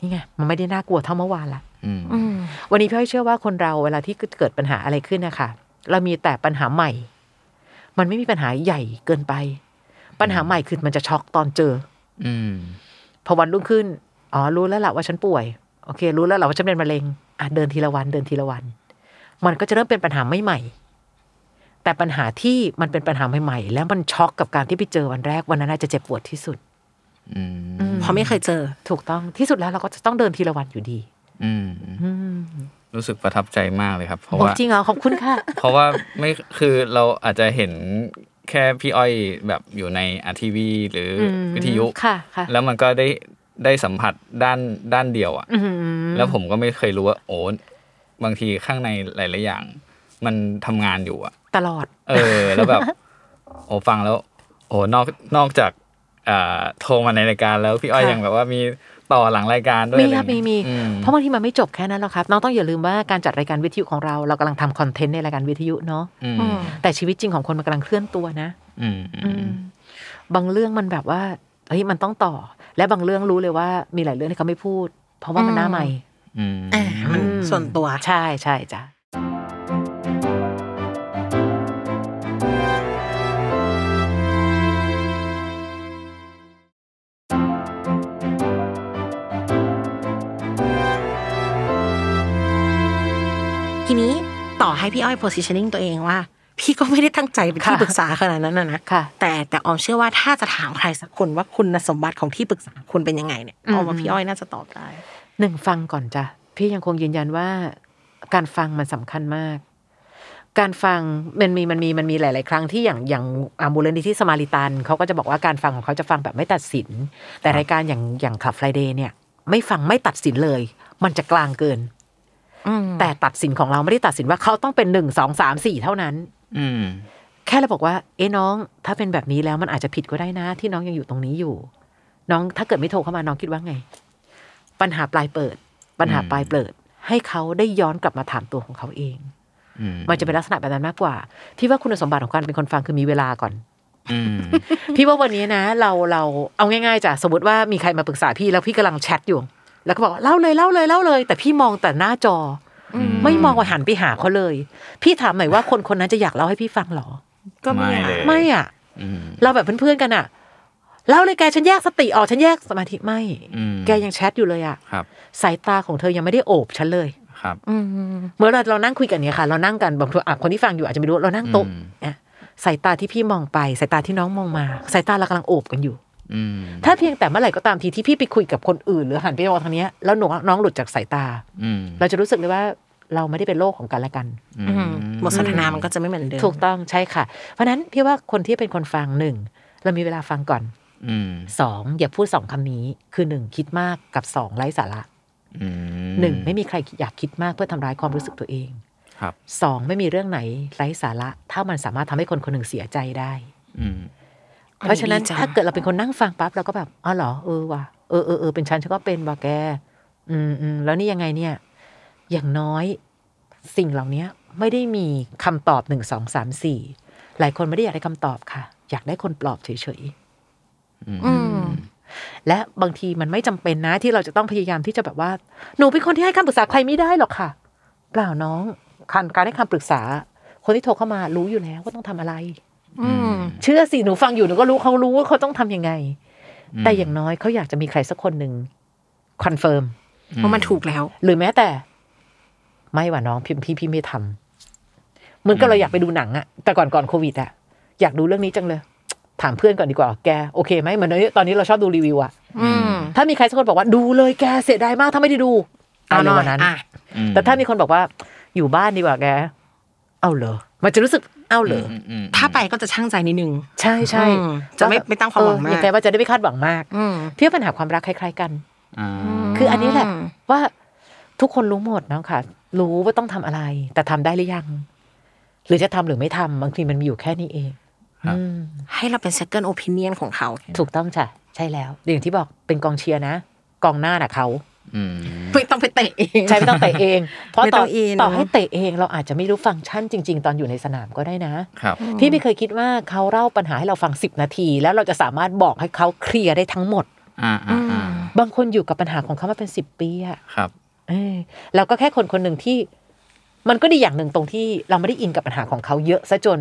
นี่ไง มันไม่ได้น่ากลัวเท่าเมื่อวานละ อืม อืม วันนี้พี่อ้อยเชื่อว่าคนเราเวลาที่เกิดปัญหาอะไรขึ้นนะคะ เรามีแต่ปัญหาใหม่ มันไม่มีปัญหาใหญ่เกินไป ปัญหาใหม่คือมันจะช็อกตอนเจอ อืม พอวันรุ่งขึ้น อ๋อ รู้แล้วแหละว่าฉันป่วย โอเค รู้แล้วแหละว่าฉันเป็นมะเร็ง อ่ะ เดินทีละวัน เดินทีละวัน มันก็จะเริ่มเป็นปัญหาไม่ใหม่ แต่ปัญหาที่มันเป็นปัญหาใหม่ๆ แล้วมันช็อกกับการที่ไปเจอวันแรก วันนั้นน่าจะเจ็บปวดที่สุด อืม เพราะไม่เคยเจอ ถูกต้อง ที่สุดแล้วเราก็จะต้องเดินทีละวันอยู่ดี อืม อืม รู้สึกประทับใจมากเลยครับ เพราะ โอ้ ว่า จริงเหรอ ขอบคุณค่ะ เพราะว่าไม่คือเราอาจจะเห็นแค่พี่อ้อยแบบอยู่ในอาทีวีหรืออ ม วิทยุ ค่ะค่ะ แล้วมันก็ได้ได้สัมผัสด้านด้านเดียวอ่ะ อืม แล้วผมก็ไม่เคยรู้ว่าโอ้บางทีข้างในหลาย ๆ อย่าง มันทำงานอยู่อ่ะ ตลอด เออ แล้วแบบ โอ้ฟังแล้ว โอ้นอกนอกจากอ่าโทรมาในรายการแล้วพี่อ้อย ค่ะ ยังแบบว่ามีต่อหลังรายการด้วย มี อะ ค ไร รับมีมี อืม เพราะบางทีมันไม่จบแค่นั้นหรอกครับ น้องต้องอย่าลืมว่าการจัดรายการวิทยุของเรา เรากำลังทำคอนเทนต์ในรายการวิทยุเนาะ อืม แต่ชีวิตจริงของคนมันกำลังเคลื่อนตัวนะ อืมอืม บางเรื่องมันแบบว่าเฮ้ยมันต้องต่อ และบางเรื่องรู้เลยว่ามีหลายเรื่องที่เขาไม่พูด เพราะว่ามันหน้าใหม่ อืม อ่ามัน อืม ส่วนตัว ใช่ใช่จ้ะ ทีนี้ต่อให้พี่อ้อย positioning ตัวเองว่า พี่ก็ไม่ได้ตั้งใจเป็นที่ปรึกษาขนาดนั้นนะนะ ค่ะ แต่แต่ออมเชื่อว่าถ้าจะถามใครสักคนว่าคุณสมบัติของที่ปรึกษาคุณเป็นยังไงเนี่ย อืม ออมว่าพี่อ้อยน่าจะตอบได้ หนึ่งฟังก่อนจ้ะพี่ยังคงยืนยันว่า การฟังมันสำคัญมาก การฟังมันมีมันมีมันมีหลาย ๆ ครั้งที่อย่างอย่างอ่ามูลนิธิสมาริตันเขาก็จะบอกว่าการฟังของเขาจะฟังแบบไม่ตัดสิน แต่รายการอย่างอย่างขับไฟเดย์เนี่ย ไม่ฟังไม่ตัดสินเลย มันจะกลางเกิน อืม แต่ตัดสินของเราไม่ได้ตัดสินว่าเขาต้องเป็นหนึ่งสองสามสี่เท่านั้น อืม แค่เราบอกว่า เอ้น้อง ถ้าเป็นแบบนี้แล้วมันอาจจะผิดก็ได้นะ ที่น้องยังอยู่ตรงนี้อยู่ น้องถ้าเกิดไม่โทรเข้ามาน้องคิดว่าไง ปัญหาปลายเปิด ปัญหา อืม ปลายเปิด ให้เขาได้ย้อนกลับมาถามตัวของเขาเอง อื มันจะเป็นลักษณะแบบนั้นมากกว่า พี่ว่าคุณสมบัติของการเป็นคนฟังคือมีเวลาก่อน อืม พี่ว่าวันนี้นะ เราเราเอาง่ายๆจ้ะสมมติว่ามีใครมาปรึกษาพี่แล้วพี่กำลังแชทอยู่ แล้วก็บอกว่าเล่าเลยเล่าเลยเล่าเลย แต่พี่มองแต่หน้าจออ ม ไม่มองว่าหันไปหาเขาเลย พี่ถามหน่อยว่าคนคนนั้นจะอยากเล่าให้พี่ฟังเหรอ ก็ไม่ ไม่ อะ เลย ไม่อ่ะ อืม เราแบบเพื่อนๆกันอ่ะเล่าเลยแกฉันแยกสติออกฉันแยกสมาธิไม่ อืม แกยังแชทอยู่เลยอ่ะ ครับ สายตาของเธอยังไม่ได้โอบฉันเลย ครับ อืม เมื่อเราเรานั่งคุยกันเนี่ยค่ะ เรานั่งกันบางทีอ่ะคนที่ฟังอยู่อาจจะไม่รู้เรานั่งโต๊ะ อืม เนี่ยสายตาที่พี่มองไปสายตาที่น้องมองมาสายตาเรากำลังโอบกันอยู่ อืม ถ้าเพียงแต่เมื่อไหร่ก็ตามทีที่พี่ไปคุยกับคนอื่น หรือหันไปมองทางเนี้ยแล้วหนูน้องหลุดจากสายตา อืม เราจะรู้สึกเลยว่าเราไม่ได้เป็นโลกของกันและกัน อืม บทสนทนามันก็จะไม่เหมือนเดิม ถูกต้องใช่ค่ะ เพราะฉะนั้นพี่ว่าคนที่เป็นคนฟังหนึ่งเรามีเวลาฟังก่อน อืม สองอย่าพูดสองคำนี้คือหนึ่งคิดมากกับสองไร้สาระ อืม หนึ่งไม่มีใครอยากคิดมากเพื่อทำร้ายความรู้สึกตัวเอง ครับ สองไม่มีเรื่องไหนไร้สาระ ถ้ามันสามารถทำให้คนคนหนึ่งเสียใจได้ อืม เพราะฉะนั้น ดีจัง ถ้าเกิดเราเป็นคนนั่งฟังปั๊บเราก็แบบอ๋อเหรอเออว่ะเออเออเออเป็นฉันฉันก็เป็นว่ะแก อืมอืมแล้วนี่ยังไงเนี่ย อย่างน้อยสิ่งเหล่านี้ไม่ได้มีคำตอบหนึ่งสองสามสี่หลายคนไม่ได้อยากได้คำตอบค่ะ อยากได้คนปลอบเฉย อืม ๆและบางทีมันไม่จำเป็นนะที่เราจะต้องพยายามที่จะแบบว่า หนูเป็นคนที่ให้คำปรึกษาใครไม่ได้หรอกค่ะ เปล่าน้องการการให้คำปรึกษา คนที่โทรเข้ามารู้อยู่แล้วว่าต้องทำอะไร อืม เชื่อสิหนูฟังอยู่หนูก็รู้เขารู้ว่าเขาต้องทำยังไง แต่อย่างน้อยเขาอยากจะมีใครสักคนหนึ่งคอนเฟิร์ม เพราะมันถูกแล้ว หรือแม้แต่ ไม่ว่าน้องพี่พี่พี่ไม่ทำเหมือนกับเราอยากไปดูหนังอะแต่ก่อนก่อนโควิดอะอยากดูเรื่องนี้จังเลย ถามเพื่อนก่อนดีกว่า แกโอเคไหมเหมือนตอนนี้เราชอบดูรีวิวอะ อืม ถ้ามีใครสักคนบอกว่าดูเลยแกเสียดายมากถ้าไม่ได้ดู เอาห เล น่ ย อ วั ย นนั้น อ่ะ อืม แต่ถ้ามีคนบอกว่า อยู่บ้านดีกว่าแก เอาเหรอมันจะรู้สึกเอาเหรอ มมอืม ถ้าไปก็จะช่างใจนิดนึง ใช่ใช่ อืมจะไม่ไม่ตั้งความหวังมาก เอออย่าแกว่าจะได้ไม่คาดหวังมาก อืม เพี่ว่าปัญหาความรักคล้ายๆกัน อ่า คืออันนี้แหละ อืม ว่าทุกคนรู้หมดเนาะค่ะ รู้ว่าต้องทำอะไร แต่ทำได้หรือยัง หรือจะทำหรือไม่ทำบางทีมันมีอยู่แค่นี้เองอืม ให้เราเป็น second opinion ของเขา ถูกต้องจ้ะใช่แล้วอย่างที่บอกเป็นกองเชียร์นะกองหน้าน่ะเขา อืม ไม่ต้องไปเตะเอง ใช่ไม่ต้องเตะเอง เพราะ ไม่ ต่ ต้ อ องอิน ต่อให้เตะเองเราอาจจะไม่รู้ฟังก์ชันจริง ๆ ตอนอยู่ในสนามก็ได้นะ ครับ พี่ไม่เคยคิดว่าเขาเล่าปัญหาให้เราฟังสิบนาที แล้วเราจะสามารถบอกให้เขาเคลียร์ได้ทั้งหมด อ่าอ่าอ่า บางคนอยู่กับปัญหาของเขามาเป็นสิบปีอะ ครับ เออเราก็แค่คนคนหนึ่งที่ มันก็ดีอย่างหนึ่งตรงที่เราไม่ได้อินกับปัญหาของเขาเยอะซะจน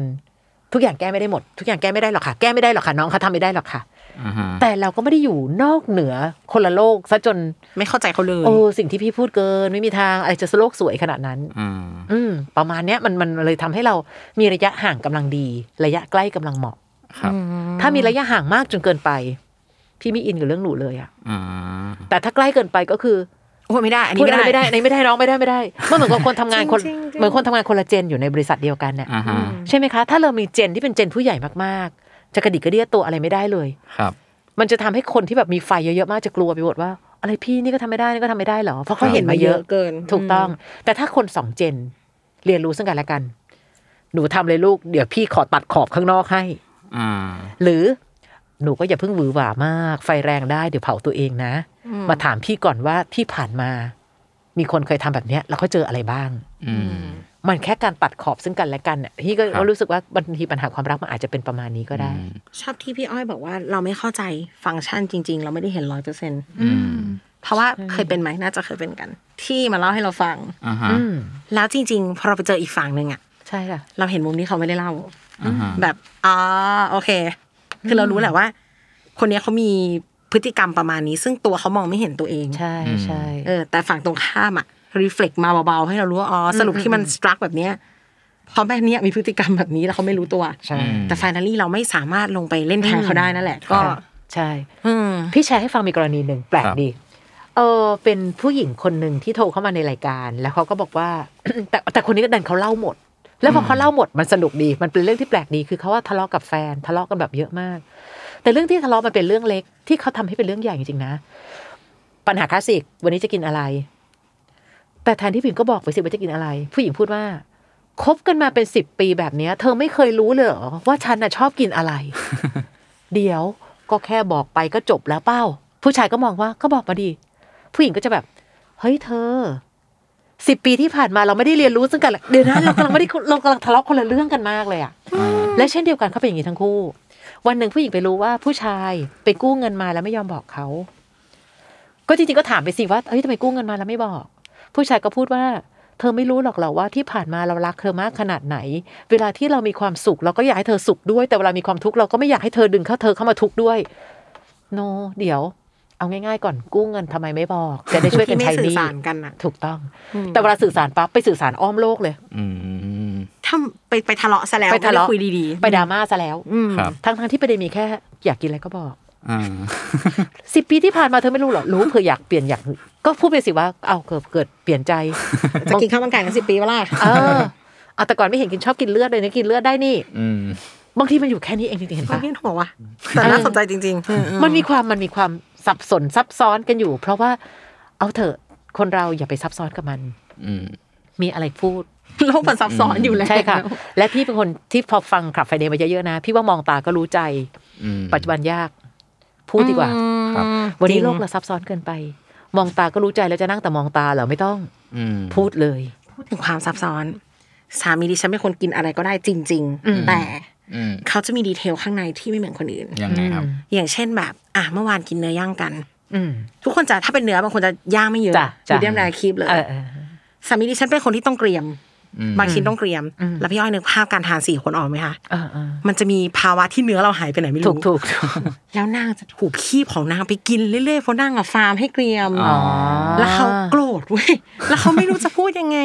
ทุกอย่างแก้ไม่ได้หมด ทุกอย่างแก้ไม่ได้หรอกค่ะ แก้ไม่ได้หรอกค่ะน้องเขาทำไม่ได้หรอกค่ะ อ่าฮะ แต่เราก็ไม่ได้อยู่นอกเหนือคนละโลกซะจน ไม่เข้าใจเขาเลย โอ้สิ่งที่พี่พูดเกิน ไม่มีทางอะไรจะโลกสวยขนาดนั้น อ่า อืม ประมาณเนี้ยมันมันมันเลยทำให้เรามีระยะห่างกำลังดี ระยะใกล้กำลังเหมาะ ครับ ถ้ามีระยะห่างมากจนเกินไป พี่ไม่อินกับเรื่องหนูเลยอะ อ่า แต่ถ้าใกล้เกินไปก็คือ โอ้ยไม่ได้ อันนี้ พูด ไม่ อะไร ได้ ไม่ได้อันนี้ไม่ได้น้องไม่ได้ไม่ได้มันเหมือนกับคนทำงานคน จริงๆจริง เหมือนคนทำงานคนละเจนอยู่ในบริษัทเดียวกันเนี่ย อ่าฮะ ใช่ไหมคะ ถ้าเรามีเจนที่เป็นเจนผู้ใหญ่มากๆ จะกระดิกกระเดี้ยตัวอะไรไม่ได้เลย ครับ มันจะทำให้คนที่แบบมีไฟเยอะๆมากจะกลัวไปหมดว่า อะไรพี่นี่ก็ทำไม่ได้นี่ก็ทำไม่ได้เหรอเพราะเขาเห็นมาเยอะ เกิน ถูกต้อง แต่ถ้าคนสองเจนเรียนรู้ซึ่งกันและกัน หนูทำเลยลูกเดี๋ยวพี่ขอตัดขอบข้างนอกให้ อ่า หรือหนูก็อย่าเพิ่งหวือหวามาก ไฟแรงได้เดี๋ยวเผาตัวเองนะ มาถามพี่ก่อนว่าที่ผ่านมา มีคนเคยทำแบบเนี้ยแล้วเขาเจออะไรบ้าง อืม มันแค่การตัดขอบซึ่งกันและกันน่ะพี่ก็ ครับ รู้สึกว่าบางทีปัญหาความรักมันอาจจะเป็นประมาณนี้ก็ได้ ชอบที่พี่อ้อยบอกว่าเราไม่เข้าใจฟังก์ชันจริง ๆ เราไม่ได้เห็นร้อยเปอร์เซ็นต์ อืม เพราะว่าเคยเป็นไหมน่าจะเคยเป็นกัน ที่มาเล่าให้เราฟัง อ่าฮะ อืม แล้วจริงๆพอเราไปเจออีกฝั่งหนึ่งอะ ใช่ค่ะ เราเห็นมุมที่เขาไม่ได้เล่า อ่าฮะ แบบอ๋อโอเค คือเรารู้แหละว่า คนเนี้ยเขามีพฤติกรรมประมาณนี้ ซึ่งตัวเขามองไม่เห็นตัวเอง ใช่ใช่ เออแต่ฝั่งตรงข้ามอะรีเฟล็กมาเบาๆให้เรารู้ว่าอ๋อสรุปที่มันสตรักแบบเนี้ยเพราะแม่เนี้ยมีพฤติกรรมแบบนี้แล้วเขาไม่รู้ตัว ใช่ อืม แต่ฟ i น a ลี่เราไม่สามารถลงไปเล่นแทนเขาได้นั่นแหละ ก็ ค่ะใช่ อืม พี่แชร์ให้ฟังมีกรณีหนึ่งแปลกดี เออเป็นผู้หญิงคนหนึ่งที่โทรเข้ามาในรายการ แล้วเขาก็บอกว่า แต่แต่คนนี้ก็ดันเขาเล่าหมด แล้วพอเขาเล่าหมดมันสนุกดี มันเป็นเรื่องที่แปลกดีคือเขาว่าทะเลาะกับแฟนทะเลาะกันแบบเยอะมาก แต่เรื่องที่ทะเลาะมันเป็นเรื่องเล็กที่เขาทำให้เป็นเรื่องใหญ่จริงๆนะ ปัญหาคลาสสิกวันนี้จะกินอะไร แต่แทนที่ผู้หญิงก็บอกไปสิว่าจะกินอะไร ผู้หญิงพูดว่าคบกันมาเป็นสิบปีแบบเนี้ย เธอไม่เคยรู้เลยเหรอว่าฉันน่ะชอบกินอะไร เดี๋ยวก็แค่บอกไปก็จบแล้วเป้า ผู้ชายก็มองว่าก็บอกมาดี ผู้หญิงก็จะแบบ เฮ้ยเธอสิบปีที่ผ่านมาเราไม่ได้เรียนรู้ซึ่งกันและเดี๋ยวนะเรากำลังไม่ได้เรากำลังทะเลาะคนละเรื่องกันมากเลยอะ อ่า และเช่นเดียวกันเขาเป็นอย่างนี้ทั้งคู่ วันหนึ่งผู้หญิงไปรู้ว่าผู้ชายไปกู้เงินมาแล้วไม่ยอมบอกเขา ก็จริงๆก็ถามไปสิว่าเฮ้ยทำไมกู้เงินมาแล้วไม่บอก ผู้ชายก็พูดว่า เธอไม่รู้หรอกเหรอว่าที่ผ่านมาเรารักเธอมากขนาดไหน เวลาที่เรามีความสุข เราก็อยากให้เธอสุขด้วย แต่เวลามีความทุกข์เราก็ไม่อยากให้เธอดึงเข้าเธอเข้ามาทุกข์ด้วย โน เดี๋ยว เอาง่ายๆ ก่อนกู้เงินทำไมไม่บอก จะได้ช่วยกัน ที่ไม่ ใช้ หสื่อ นี้ สารกันอะ ถูกต้อง แต่เวลาสื่อสารปั๊บไปสื่อสารอ้อมโลกเลย อืม ถ้าไปไปทะเลาะซะแล้ว ไปทะม่เลาะด้คุยดีๆ ไปดราม่าซะแล้ว อืม ครับ ทั้งทั้งๆที่ประเด็นมีแค่อยากกินอะไรก็บอก อ่า สิบปีที่ผ่านมาเธอไม่รู้เหรอ รู้เผื่ออยากเปลี่ยนอยากก็พูดไปสิว่าเอาเกิดเกิดเปลี่ ยนใจ จะกินข้าวมันไก่กันสิบปีวะล่ะ เออเอาแต่ก่อนไม่เห็นกินชอบกินเลือดเลยนะกินเลือดได้นี่ อืม บางทีมันอยู่แค่นี้เองจริงๆเห็น ไม่ ปะ เล่นหัววะแต่น่าสนใจจริงๆ มันมีความมันมีความสับสนซับซ้อนกันอยู่ เพราะว่าเอาเถอะคนเราอย่าไปซับซ้อนกับมัน อืม มีอะไรพูด โลกมันซับซ้อนอยู่แล้ว ใช่ค่ะ และพี่เป็นคนที่พอฟังขับไฟเดย์มาเยอะๆนะ พี่ว่ามองตาก็รู้ใจ อืม ปัจจุบันยาก พูดดีกว่า ครับ วันนี้โลกเราซับซ้อนเกินไป มองตาก็รู้ใจแล้วจะนั่งแต่มองตาเหรอไม่ต้อง อืม พูดเลย พูดถึงความซับซ้อน สามีดิฉันเป็นคนกินอะไรก็ได้จริง อืม ๆ แต่ อืม เขาจะมีดีเทลข้างในที่ไม่เหมือนคนอื่น ยังไงครับ อย่างเช่นแบบ อ่ะเมื่อวานกินเนื้อย่างกัน อืม ทุกคนจะถ้าเป็นเนื้อบางคนจะย่างไม่เยอะ จ้ะ มี จ้ะ เดียมแรคีบเลย เออเออ สามีดิฉันเป็นคนที่ต้องเกรียม อืม บางชิ้นต้องเกรียม อืม แล้วพี่อ้อยนึกภาพการทานสี่คนออกไหมคะ เออเออ มันจะมีภาวะที่เนื้อเราหายไปไหนไม่รู้ ถูกถูกถูก แล้วนางจะถูกคีบของนางไปกินเรื่อยๆเพราะนางอะฟาร์มให้เกรียม อ๋อ แล้วเขาโกรธเว้ย แล้วเขาไม่รู้จะพูดยังไง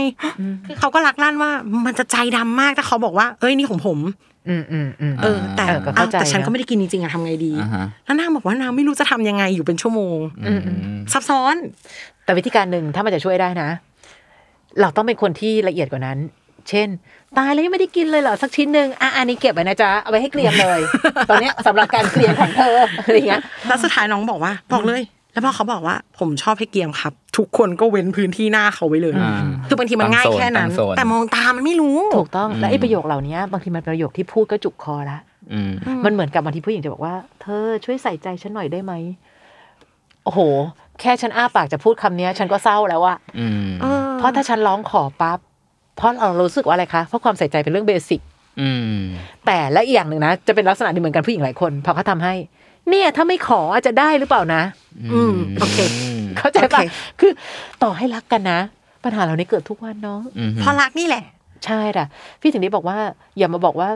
คือเขาก็รักลั่นว่ามันจะใจดำมากถ้าเขาบอกว่า เอ้ยนี่ของผม อืมอืมอืม เออ แต่ เออก็ เอา เข้าใจ แต่ฉัน นะ ก็ไม่ได้กินจริงๆอะทำไงดี อ่าฮะ แล้วนางบอกว่านางไม่รู้จะทำยังไงอยู่เป็นชั่วโมง อืมอืม ซับซ้อน แต่วิธีการหนึ่งถ้ามันจะช่วยได้นะ เราต้องเป็นคนที่ละเอียดกว่านั้น เช่น ตายแล้วยังไม่ได้กินเลยเหรอสักชิ้นหนึ่งอ่ะอันนี้เก็บไว้นะจ๊ะเอาไว้ให้เกลียมเลย ตอนเนี้ยสำหรับการเกลียมของเธออะไรเงี้ย แล้วสุดท้ายน้องบอกว่า บอกเลย แล้วพอเขาบอกว่าผมชอบให้เกรียมครับ ทุกคนก็เว้นพื้นที่หน้าเขาไว้เลย อ่า คือบางทีมันง่ายแค่นั้น ตั้โซ แต่มองตามันไม่รู้ ถูกต้องและไอ้ประโยคเหล่านี้บางทีมันเป็นประโยคที่พูดก็จุกคอละ อืม มันเหมือนกับบางทีผู้หญิงจะบอกว่า เธอช่วยใส่ใจฉันหน่อยได้ไหม โอ้โห แค่ฉันอ้าปากจะพูดคำเนี้ย ฉันก็เศร้าแล้วอะ อืม เออ เพราะถ้าฉันร้องขอปั๊บ เพราะเรารู้สึกว่าอะไรคะ เพราะความใส่ใจเป็นเรื่องเบสิก อืม แต่และอีกอย่างหนึ่งนะ จะเป็นลักษณะเดียวเหมือนกันผู้หญิงหลายคนพอเขาทำให้ เนี่ยถ้าไม่ขอจะได้หรือเปล่านะ อืมโอเค เข้าใจปะ โอเค คือต่อให้รักกันนะ ปัญหาเหล่านี้เกิดทุกวันน้อง อืม เพราะรักนี่แหละ ใช่ค่ะพี่ถึงได้บอกว่าอย่ามาบอกว่า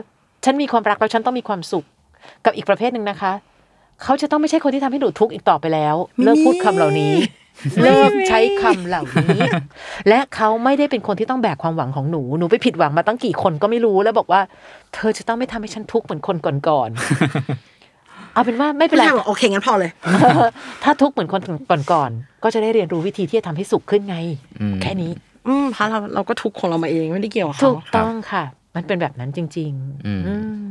ฉันมีความรักแล้วฉันต้องมีความสุข กับอีกประเภทหนึ่งนะคะ เขาจะต้องไม่ใช่คนที่ทำให้หนูทุกข์อีกต่อไปแล้ว เลิกพูดคำเหล่านี้ เลิกใช้คำเหล่านี้ และเขาไม่ได้เป็นคนที่ต้องแบกความหวังของหนูหนูไปผิดหวังมาตั้งกี่คนก็ไม่รู้แล้วบอกว่า เธอจะต้องไม่ทำให้ฉันทุกข์เหมือนคนก่อน ๆ เอาเป็นว่าไม่เป็ ไม่ นไร ใช่บอกโอเคงั้นพอเลย ถ้าทุกข์เหมือนคนก่อนๆก็จะได้เรียนรู้วิธีที่จะทำให้สุขขึ้นไง อืม แค่นี้ อืมเพราะเราเราก็ทุกข์ของเรามาเองไม่ได้เกี่ยวกับเขา ถูกต้องค่ะ มันเป็นแบบนั้นจริง ๆ อืม อืม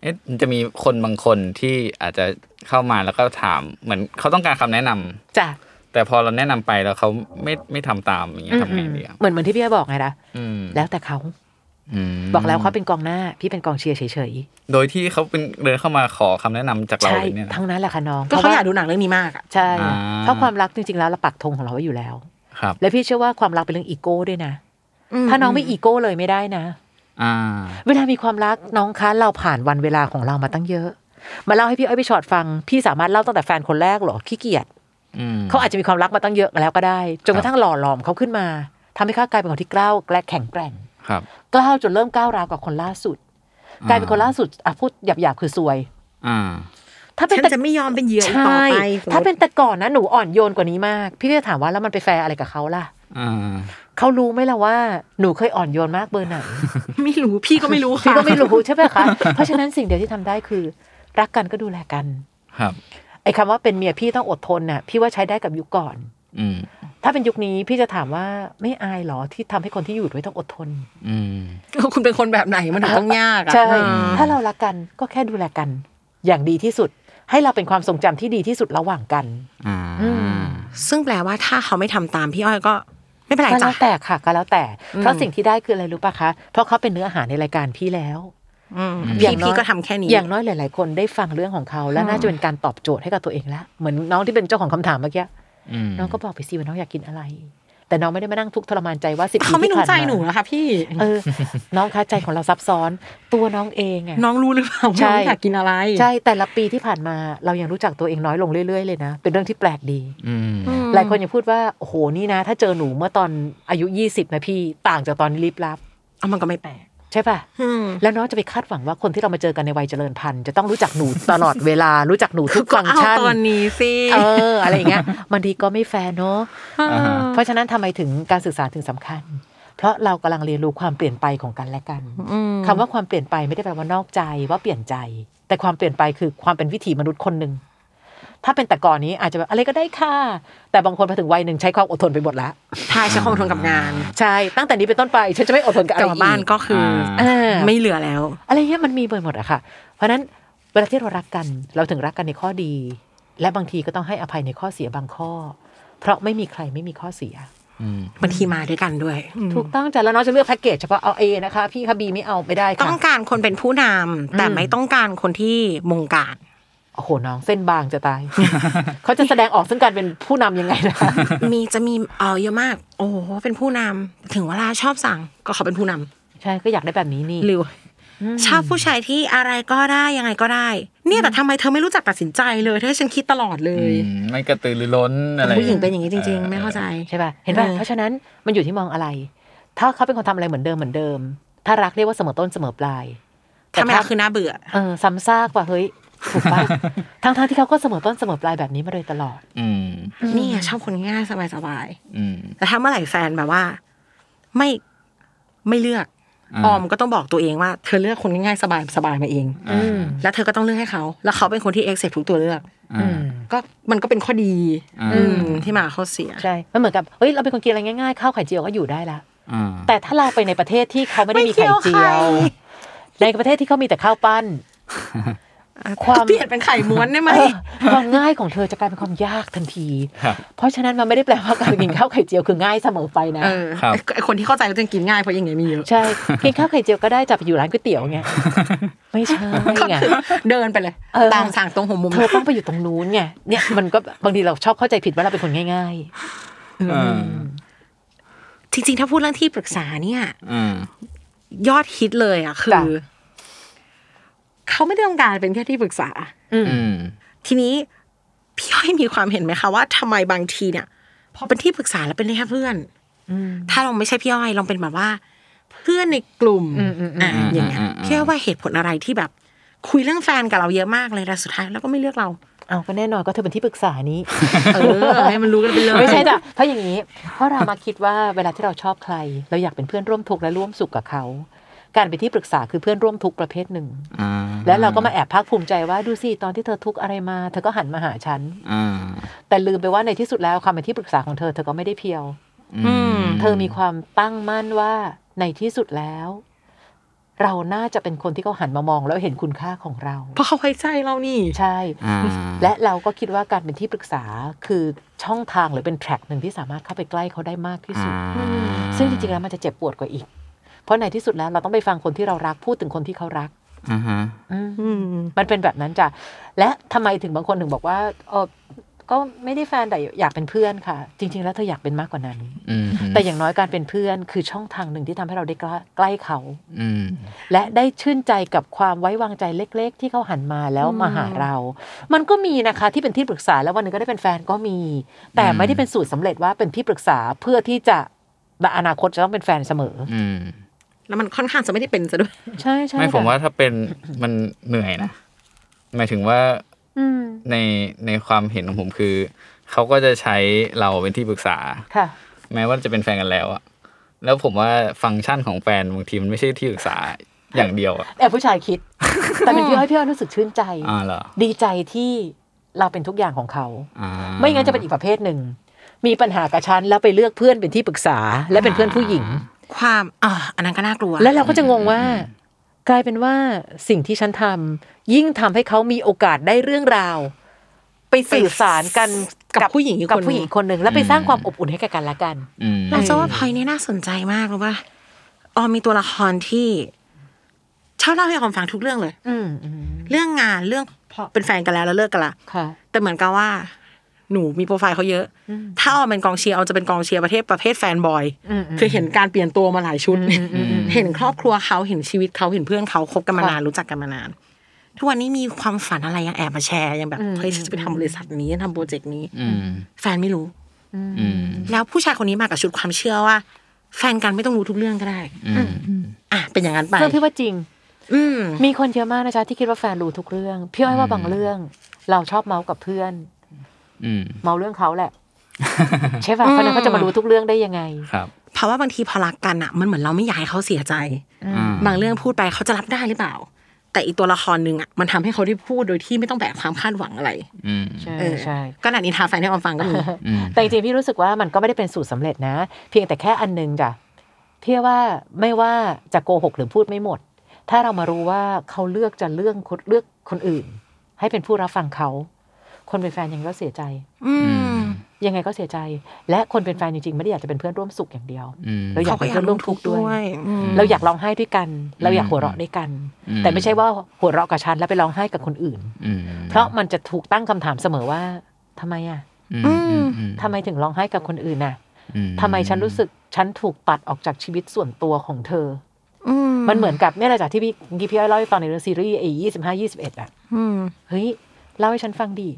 เอ๊ะมันจะมีคนบางคนที่อาจจะเข้ามาแล้วก็ถามเหมือนเขาต้องการคำแนะนำ จ้ะ แต่พอเราแนะนำไปแล้วเขาไม่ไม่ทำตามอย่างเงี้ยทำไงดีอ่ะ เหมือนเหมือนที่พี่บอกไงนะ อืม แล้วแต่เขา ม บอกแล้วเขาเป็นกองหน้า พี่เป็นกองเชียร์เฉย โดยที่เขาเป็นเดินเข้ามาขอคำแนะนำจาก ๆ เรา ใช่ เลยเนี่ยนะ ทั้งนั้นแหละค่ะน้อง ก็ พ เขา ระอว่ยากดูหนังเรื่องนี้มากอะ ใช่ อ่า เพราะความรักจริงๆแล้วเราปักธงของเราไว้อยู่แล้ว ครับ และพี่เชื่อว่าความรักเป็นเรื่องอีโก้ด้วยนะ ถ้าน้องไม่อีโก้เลยไม่ได้นะ อ่า เวลามีความรักน้องคะเราผ่านวันเวลาของเรามาตั้งเยอะ มาเล่าให้พี่อ้อยพี่ชอดฟัง พี่สามารถเล่าตั้งแต่แฟนคนแรกเหรอขี้เกียจ อืม เขาอาจจะมีความรักมาตั้งเยอะแล้วก็ได้จนกระทั่งหล่อหลอมเขาขึ้นมาทำให้เขากลายเป็นคนที่กล้าวและแข็งแกร่ง ครับ กล้าวจนเริ่มก้าวร้าวกับคนล่าสุด อ่า กลายเป็นคนล่าสุดอ่ะพูดหยาบๆคือซวย อ่า ถ้าเป็น ฉัน แต่ จะไม่ยอมเป็นเหยื่ออีกต่อ ใช่ ไป ถ้าเป็นแต่ก่อนนะหนูอ่อนโยนกว่านี้มาก พี่ก็จะถามว่าแล้วมันไปแฟร์อะไรกับเขาล่ะ อ่า เขารู้ไหมล่ะว่าหนูเคยอ่อนโยนมากเบอร์ไหน ไม่รู้พี่ก็ไม่รู้ค่ะ พี่ก็ไม่รู้ใช่ไหมคะ เพราะฉะนั้นสิ่งเดียวที่ทำได้คือ รักกันก็ดูแลกัน ครับ ไอ้คำว่าเป็นเมียพี่ต้องอดทนน่ะพี่ว่าใช้ได้กับยุคก่อน อืม ถ้าเป็นยุคนี้พี่จะถามว่าไม่อายเหรอที่ทำให้คนที่อยู่ด้วยต้องอดทน อืม เออคุณเป็นคนแบบไหนมันถึงต้องยากอะ ใช่ เออ ถ้าเรารักกันก็แค่ดูแลกัน อย่างดีที่สุด ให้เราเป็นความทรงจำที่ดีที่สุดระหว่างกัน อ่า อืม ซึ่งแปลว่าถ้าเขาไม่ทำตามพี่อ้อยก็ ไม่เป็นไร ก็แล้ จ้ะ วแต่ค่ะก็แล้วแต่ อืม เพราะสิ่งที่ได้คืออะไรรู้ปะคะ เพราะเขาเป็นเนื้ออาหารในรายการพี่แล้ว อืม อ พี่ ย่างน้อย พี่ก็ทำแค่นี้ อย่างน้อยหลาย ๆ คนได้ฟังเรื่องของเขา และน่าจะเป็นการตอบโจทย์ให้กับตัวเองแล้วเหมือนน้องที่เป็นเจ้าของคำถามเมื่อกี้ ม น้องก็บอกไปสิว่าน้องอยากกินอะไร แต่น้องไม่ได้มานั่งทุกข์ทรมานใจว่าสิบปี เขาไม่ ที่ รู้ ผ่าน ใจ มา หนูนะคะพี่ เออ น้องคะใจของเราซับซ้อนตัวน้องเองอะ น้องรู้หรือเปล่าว่า ใช่ น้องอยากกินอะไร ใช่แต่ละปีที่ผ่านมาเรายังรู้จักตัวเองน้อยลงเรื่อยๆเลยนะ เป็นเรื่องที่แปลกดี อืม อืม หลายคนยังพูดว่า โอ้โหนี่นะ ถ้าเจอหนูเมื่อตอนอายุ 20 นะพี่ ต่างจากตอนนี้ลิบลับ เอามันก็ไม่แปลก ใช่ป่ะ อืม แล้วน้องจะไปคาดหวังว่าคนที่เรามาเจอกันในวัยเจริญพันธุ์จะต้องรู้จักหนูตลอดเวลา รู้จักหนูทุกฟังก์ชัน เอาตอนนี้สิ เอออะไรอย่างเงี้ยมันดีก็ไม่แฟร์เนาะ อ่าฮะ เพราะฉะนั้นทำไมถึงการศึกษาถึงสำคัญ เพราะเรากำลังเรียนรู้ความเปลี่ยนไปของกันและกัน ม คำว่าความเปลี่ยนไปไม่ได้แปลว่านอกใจว่าเปลี่ยนใจ แต่ความเปลี่ยนไปคือความเป็นวิถีมนุษย์คนหนึ่งถ้าเป็นแต่ก่อนนี้อาจจะแบบอะไรก็ได้ค่ะ แต่บางคนพอถึงวัยหนึ่งใช้ความอดทนไปหมดละ ทายใช้ความอดทนกับงาน ใช่ตั้งแต่นี้เป็นต้นไปฉันจะไม่อดทนกับอะ ก ไร ลับ อีก มาบ้านก็คืออา ไม่เหลือแล้ว อะไรเงี้ยมันมีไปหมดอะค่ะ เพราะฉะนั้นเวลาที่เรารักกันเราถึงรักกันในข้อดี และบางทีก็ต้องให้อภัยในข้อเสียบางข้อ เพราะไม่มีใครไม่มีข้อเสีย อืม บางทีมาด้วยกันด้วย ถูกต้องจ้ะแล้วน้องจะเลือกแพ็กเกจเฉพาะเอาเอนะคะ พี่คะบีไม่เอาไม่ได้ ต้ ค่ะ องการคนเป็นผู้นำแต่ อืม ไม่ต้องการคนที่มงการ โอ้โหน้องเส้นบางจะ ตาย เขาจะแสดงออกซึ่งการเป็นผู้นำยังไงนะคะ มีจะมีเออเยอะมาก โอ้โหเป็นผู้นำถึงเวลาชอบสั่งก็เขาเป็นผู้น ใช่ก็อยากได้แบบนี้นี่ ำหรือชอบผู้ชายที่อะไรก็ได้ยังไงก็ได้ เนี่ยแต่ทำไมเธอไม่รู้จักตัดสินใจเลยเธอให้ฉันคิดตลอดเล อื ย มไม่กระตือรือร้นอะไร ผู้หญิงเป็นอย่างนี้จริง ๆ ไม่เข้าใจ ใช่ป่ะเห็นป่ะ เออ เพราะฉะนั้นมันอยู่ที่มองอะไร ถ้าเขาเป็นคนทำอะไรเหมือนเดิมเหมือนเดิม ถ้ารักเรียกว่าเสมอต้นเสมอปลาย ถ้าไม่รักคือน่าเบื่อ เออซ้ำซากว่ะเฮ้ยถูก ปะ ทั้งทั้งๆที่เขาก็เสมอต้นเสมอปลายแบบนี้มาโดยตลอด อืม นี่ไงชอบคนง่ายสบาย อืม ๆแต่ถ้าเมื่อไหร่แฟนแบบว่า ไม่ไม่เลือก า ออมก็ต้องบอกตัวเองว่า เธอเลือกคนง่ายๆสบายสบายมาเอง อ่า แล้วเธอก็ต้องเลือกให้เขา แล้วเขาเป็นคนที่เอ็กเซปทุกตัวเลือก อ่า ก็มันก็เป็นข้อดี อ่า อืมที่มาข้อเสีย ใช่มันเหมือนกับเฮ้ยเราเป็นคนกินอะไรง่ายๆข้าวไข่เจียวก็อยู่ได้ละ อ่า แต่ถ้าเราไปในประเทศที่เขาไม่ได้มี ไม่ ไข่ เจี เจี ย ยว ว ในประเทศที่เขามีแต่ข้าวปั้น ความ เปลี่ยนเป็นไข่ม้วนได้ไหม เออความง่ายของเธอจะกลายเป็นความยากทันที ครับ เพราะฉะนั้นมันไม่ได้แปลว่าการกินข้าวไข่เจียวคือง่ายเสมอไปนะ เออ ครับ ไอ้คนที่เข้าใจก็จะกินง่ายเพราะอยังไงมีเยอะ ใช่กินข้าวไข่เจียวก็ได้จับไปอยู่ร้านก๋วยเตี๋ยวไงไม่ใช่ไง เดินไปเลย เออ ตามสั่งตรงหัวมุม เธอต้องไปอยู่ตรงนู้นไงเนี่ยมันก็บางทีเราชอบเข้าใจผิดว่าเราเป็นคนง่าย อ่า จริง ๆ ถ้าพูดเรื่องที่ปรึกษาเนี่ย อ่าย อดฮิตเลยอ่ะคื จ้ะ อเขาไม่ได้ต้องการเป็นแค่ที่ปรึกษา ๆอืม อืม ทีนี้พี่ย้อยมีความเห็นไหมคะว่าทำไมบางทีเนี่ยพอเป็นที่ปรึกษาแล้วเป็นแค่เพื่อน อืม ถ้าเราไม่ใช่พี่ย้อยลองเป็นแบบว่า เพื่อนในกลุ่ม อืมอืมอืม อ่ะอย่างเงี้ยพี่ย้อยว่าเหตุผลอะไรที่แบบ คุยเรื่องแฟนกับเราเยอะมากเลยแต่สุดท้ายแล้วก็ไม่เลือกเรา เอาก็แน่นอนก็เธอเป็นที่ปรึกษานี้ เออให้มันรู้กันไปเลย ไม่ใช่จ้ะเพราะอย่างนี้ เพราะเรามาคิดว่าเวลาที่เราชอบใคร เราอยากเป็นเพื่อนร่วมทุกข์และร่วมสุขกับเขา การเป็นที่ปรึกษาคือเพื่อนร่วมทุกข์ประเภทหนึ่ง อ่า แล้วเราก็มาแอบภาคภูมิใจว่าดูสิตอนที่เธอทุกข์อะไรมา เธอก็หันมาหาฉัน อ่า แต่ลืมไปว่าในที่สุดแล้วความเป็นที่ปรึกษาของเธอเธอก็ไม่ได้เพียว อืม เธอมีความตั้งมั่นว่าในที่สุดแล้ว เราน่าจะเป็นคนที่เขาหันมามองแล้วเห็นคุณค่าของเรา เพราะเขาไว้ใจเรานี่ ใช่ อ่า และเราก็คิดว่าการเป็นที่ปรึกษาคือช่องทางหรือเป็นแทร็กหนึ่งที่สามารถเข้าไปใกล้เขาได้มากที่สุด อ่า ซึ่งจริงๆแล้วมันจะเจ็บปวดกว่าอีก เพราะในที่สุดแล้วเราต้องไปฟังคนที่เรารักพูดถึงคนที่เขารัก อ่าฮะ อืม อืม มันเป็นแบบนั้นจ้ะ และทำไมถึงบางคนถึงบอกว่าเออก็ไม่ได้แฟนแต่อยากเป็นเพื่อนค่ะ จริง ๆ แล้วเธออยากเป็นมากกว่านั้น อืม แต่อย่างน้อยการเป็นเพื่อนคือช่องทางหนึ่งที่ทำให้เราได้ใกล้ใกล้เขา อืม และได้ชื่นใจกับความไว้วางใจเล็ก ๆ ที่เขาหันมาแล้วมาหาเรา มันก็มีนะคะที่เป็นที่ปรึกษาแล้ววันหนึงก็ได้เป็นแฟนก็มี แต่ อืม ไม่ได้เป็นสูตรสำเร็จว่าเป็นที่ปรึกษาเพื่อที่จะแบบอนาคตจะต้องเป็นแฟนเสมอ อืม แล้วมันค่อนข้างจะไม่ได้เป็นซะด้วย ใช่ใช่ ไม่ผม ค่ะ ว่าถ้าเป็นมันเหนื่อยนะหมายถึงว่า อืม ในในความเห็นของผมคือ เขาก็จะใช้เราเป็นที่ปรึกษา ค่ะ แม้ว่าจะเป็นแฟนกันแล้วอะแล้วผมว่าฟังก์ชันของแฟนบางทีมันไม่ใช่ที่ปรึกษาอย่างเดียวอะ แอบผู้ชายคิด แต่เป็นพี่อ้อยพี่อ้อยรู้สึกชื่นใจ อ่าเหรอ ดีใจที่เราเป็นทุกอย่างของเขา อ่า ไม่งั้นจะเป็นอีกประเภทหนึ่ง มีปัญหากับฉันแล้วไปเลือกเพื่อนเป็นที่ปรึกษา และเป็นเพื่อนผู้หญิง ความอ่าอันนั้นก็น่ากลัว แล้วเราก็จะงงว่า กลายเป็นว่าสิ่งที่ฉันทำยิ่งทำให้เขามีโอกาสได้เรื่องราว ไปสื่อสารกัน กับผู้หญิงอีก กับ คน ผู้หญิงคนหนึ่งแล้วไปสร้างความอบอุ่นให้แก่กันและกัน อืม เราจะว่าพลอยนี่น่าสนใจมากรู้ป่ะออมมีตัวละครที่ชอบเล่าให้ออมฟังทุกเรื่องเลย อืมอืม เรื่องงานเรื่องพอเป็นแฟนกันแล้วแล้วเลิกกันละ ค่ะ แต่เหมือนกับว่า หนูมีโปรไฟล์เขาเยอะ ถ้าออมเป็นกองเชียร์ออมจะเป็นกองเชียร์ประเทศประเภทแฟนบอย คือเห็นการเปลี่ยนตัวมาหลายชุด เห็นครอบครัวเขาเห็นชีวิตเขาเห็นเพื่อนเขาคบกันมานานรู้จักกันมานาน ทุกวันนี้มีความฝันอะไรยังแอบมาแชร์ยังแบบเฮ้ยฉันจะไปทำบริษัทนี้ทำโปรเจกต์นี้ อืม แฟนไม่รู้ อืม แล้วผู้ชายคนนี้มากับชุดความเชื่อว่า แฟนกันไม่ต้องรู้ทุกเรื่องก็ได้ อืม อ่ะเป็นอย่างนั้นไป เพื่อพี่ว่าจริง อืม มีคนเยอะมากนะจ๊ะที่คิดว่าแฟนรู้ทุกเรื่อง พี่อ้อยว่าบางเรื่อง เราชอบเมาส์กับเพื่อน อืม เมาเรื่องเขา แหละ ใช่ป่ะเพราะนั้นเขาจะมารู้ทุกเรื่องได้ยังไง ครับ เพราะว่าบางทีพอรักกันอ่ะ มันเหมือนเราไม่อยากให้เขาเสียใจ อ่ บางเรื่องพูดไปเขาจะรับได้หรือเปล่า แต่อีกตัวละครหนึ่งอ่ะมันทำให้เขาได้พูดโดยที่ไม่ต้องแบกความคาดหวังอะไร อืม ใช่ เออ ใช่ ก็นันอินทาแฟนให้ออมฟังก็มี อืม แต่จริงๆพี่รู้สึกว่ามันก็ไม่ได้เป็นสูตรสำเร็จนะ เพียงแต่แค่อันนึงจ้ะพี่ว่าไม่ว่าจะโกหกหรือพูดไม่หมด ถ้าเรามารู้ว่าเขาเลือกจะเลือกคนเลือกคนอื่น ให้เป็นผู้รับฟังเขา คนเป็นแฟนยังไงก็เสียใจ อืม ยังไงก็เสียใจ และคนเป็นแฟนจริงๆไม่ได้อยากจะเป็นเพื่อนร่วมสุขอย่างเดียว อืม เราอยากเป็นเพื่อนร่วมทุกข์ด้วย อืม เราอยากร้องไห้ด้วยกัน เราอยากหัวเราะด้วยกัน อืม แต่ไม่ใช่ว่าหัวเราะกับฉันแล้วไปร้องไห้กับคนอื่น อืม เพราะมันจะถูกตั้งคำถามเสมอว่าทำไมอ่ะ อืมอืมอื ทำไมถึงร้องไห้กับคนอื่นน่ะ อื ทำไมฉันรู้สึกฉันถูกตัดออกจากชีวิตส่วนตัวของเธอ อื มันเหมือนกับเนี่ยแหละจากที่พี่กี้พี่อ้อยเล่าให้ฟังในเรื่องซีรีส์ไอ้ยี่สิบห้ายี่สิบเอ็ดอะ อืม เฮ้ยเล่าให้ฉันฟังดี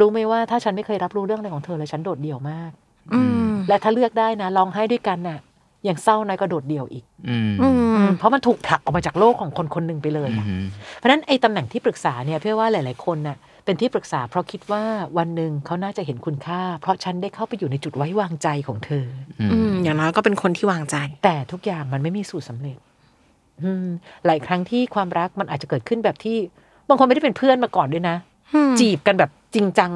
รู้ไหมว่าถ้าฉันไม่เคยรับรู้เรื่องอะไรของเธอเลยฉันโดดเดี่ยวมาก อืม และถ้าเลือกได้นะร้องไห้ด้วยกันน่ะอย่างเศร้าในก็โดดเดี่ยวอีก อืม อืม เพราะมันถูกผลักออกมาจากโลกของคนคนหนึ่งไปเลยอะ อืม เพราะฉะนั้นไอ้ตำแหน่งที่ปรึกษาเนี่ยพี่ว่าหลาย ๆ คนน่ะเป็นที่ปรึกษาเพราะคิดว่าวันหนึ่งเขาน่าจะเห็นคุณค่า เพราะฉันได้เข้าไปอยู่ในจุดไว้วางใจของเธอ อืมอย่างน้อยก็เป็นคนที่วางใจ แต่ทุกอย่างมันไม่มีสูตรสำเร็จ อืม หลายครั้งที่ความรักมันอาจจะเกิดขึ้นแบบที่บางคนไม่ได้เป็นเพื่อนมาก่อนด้วยนะ จีบกันแบบจริงจัง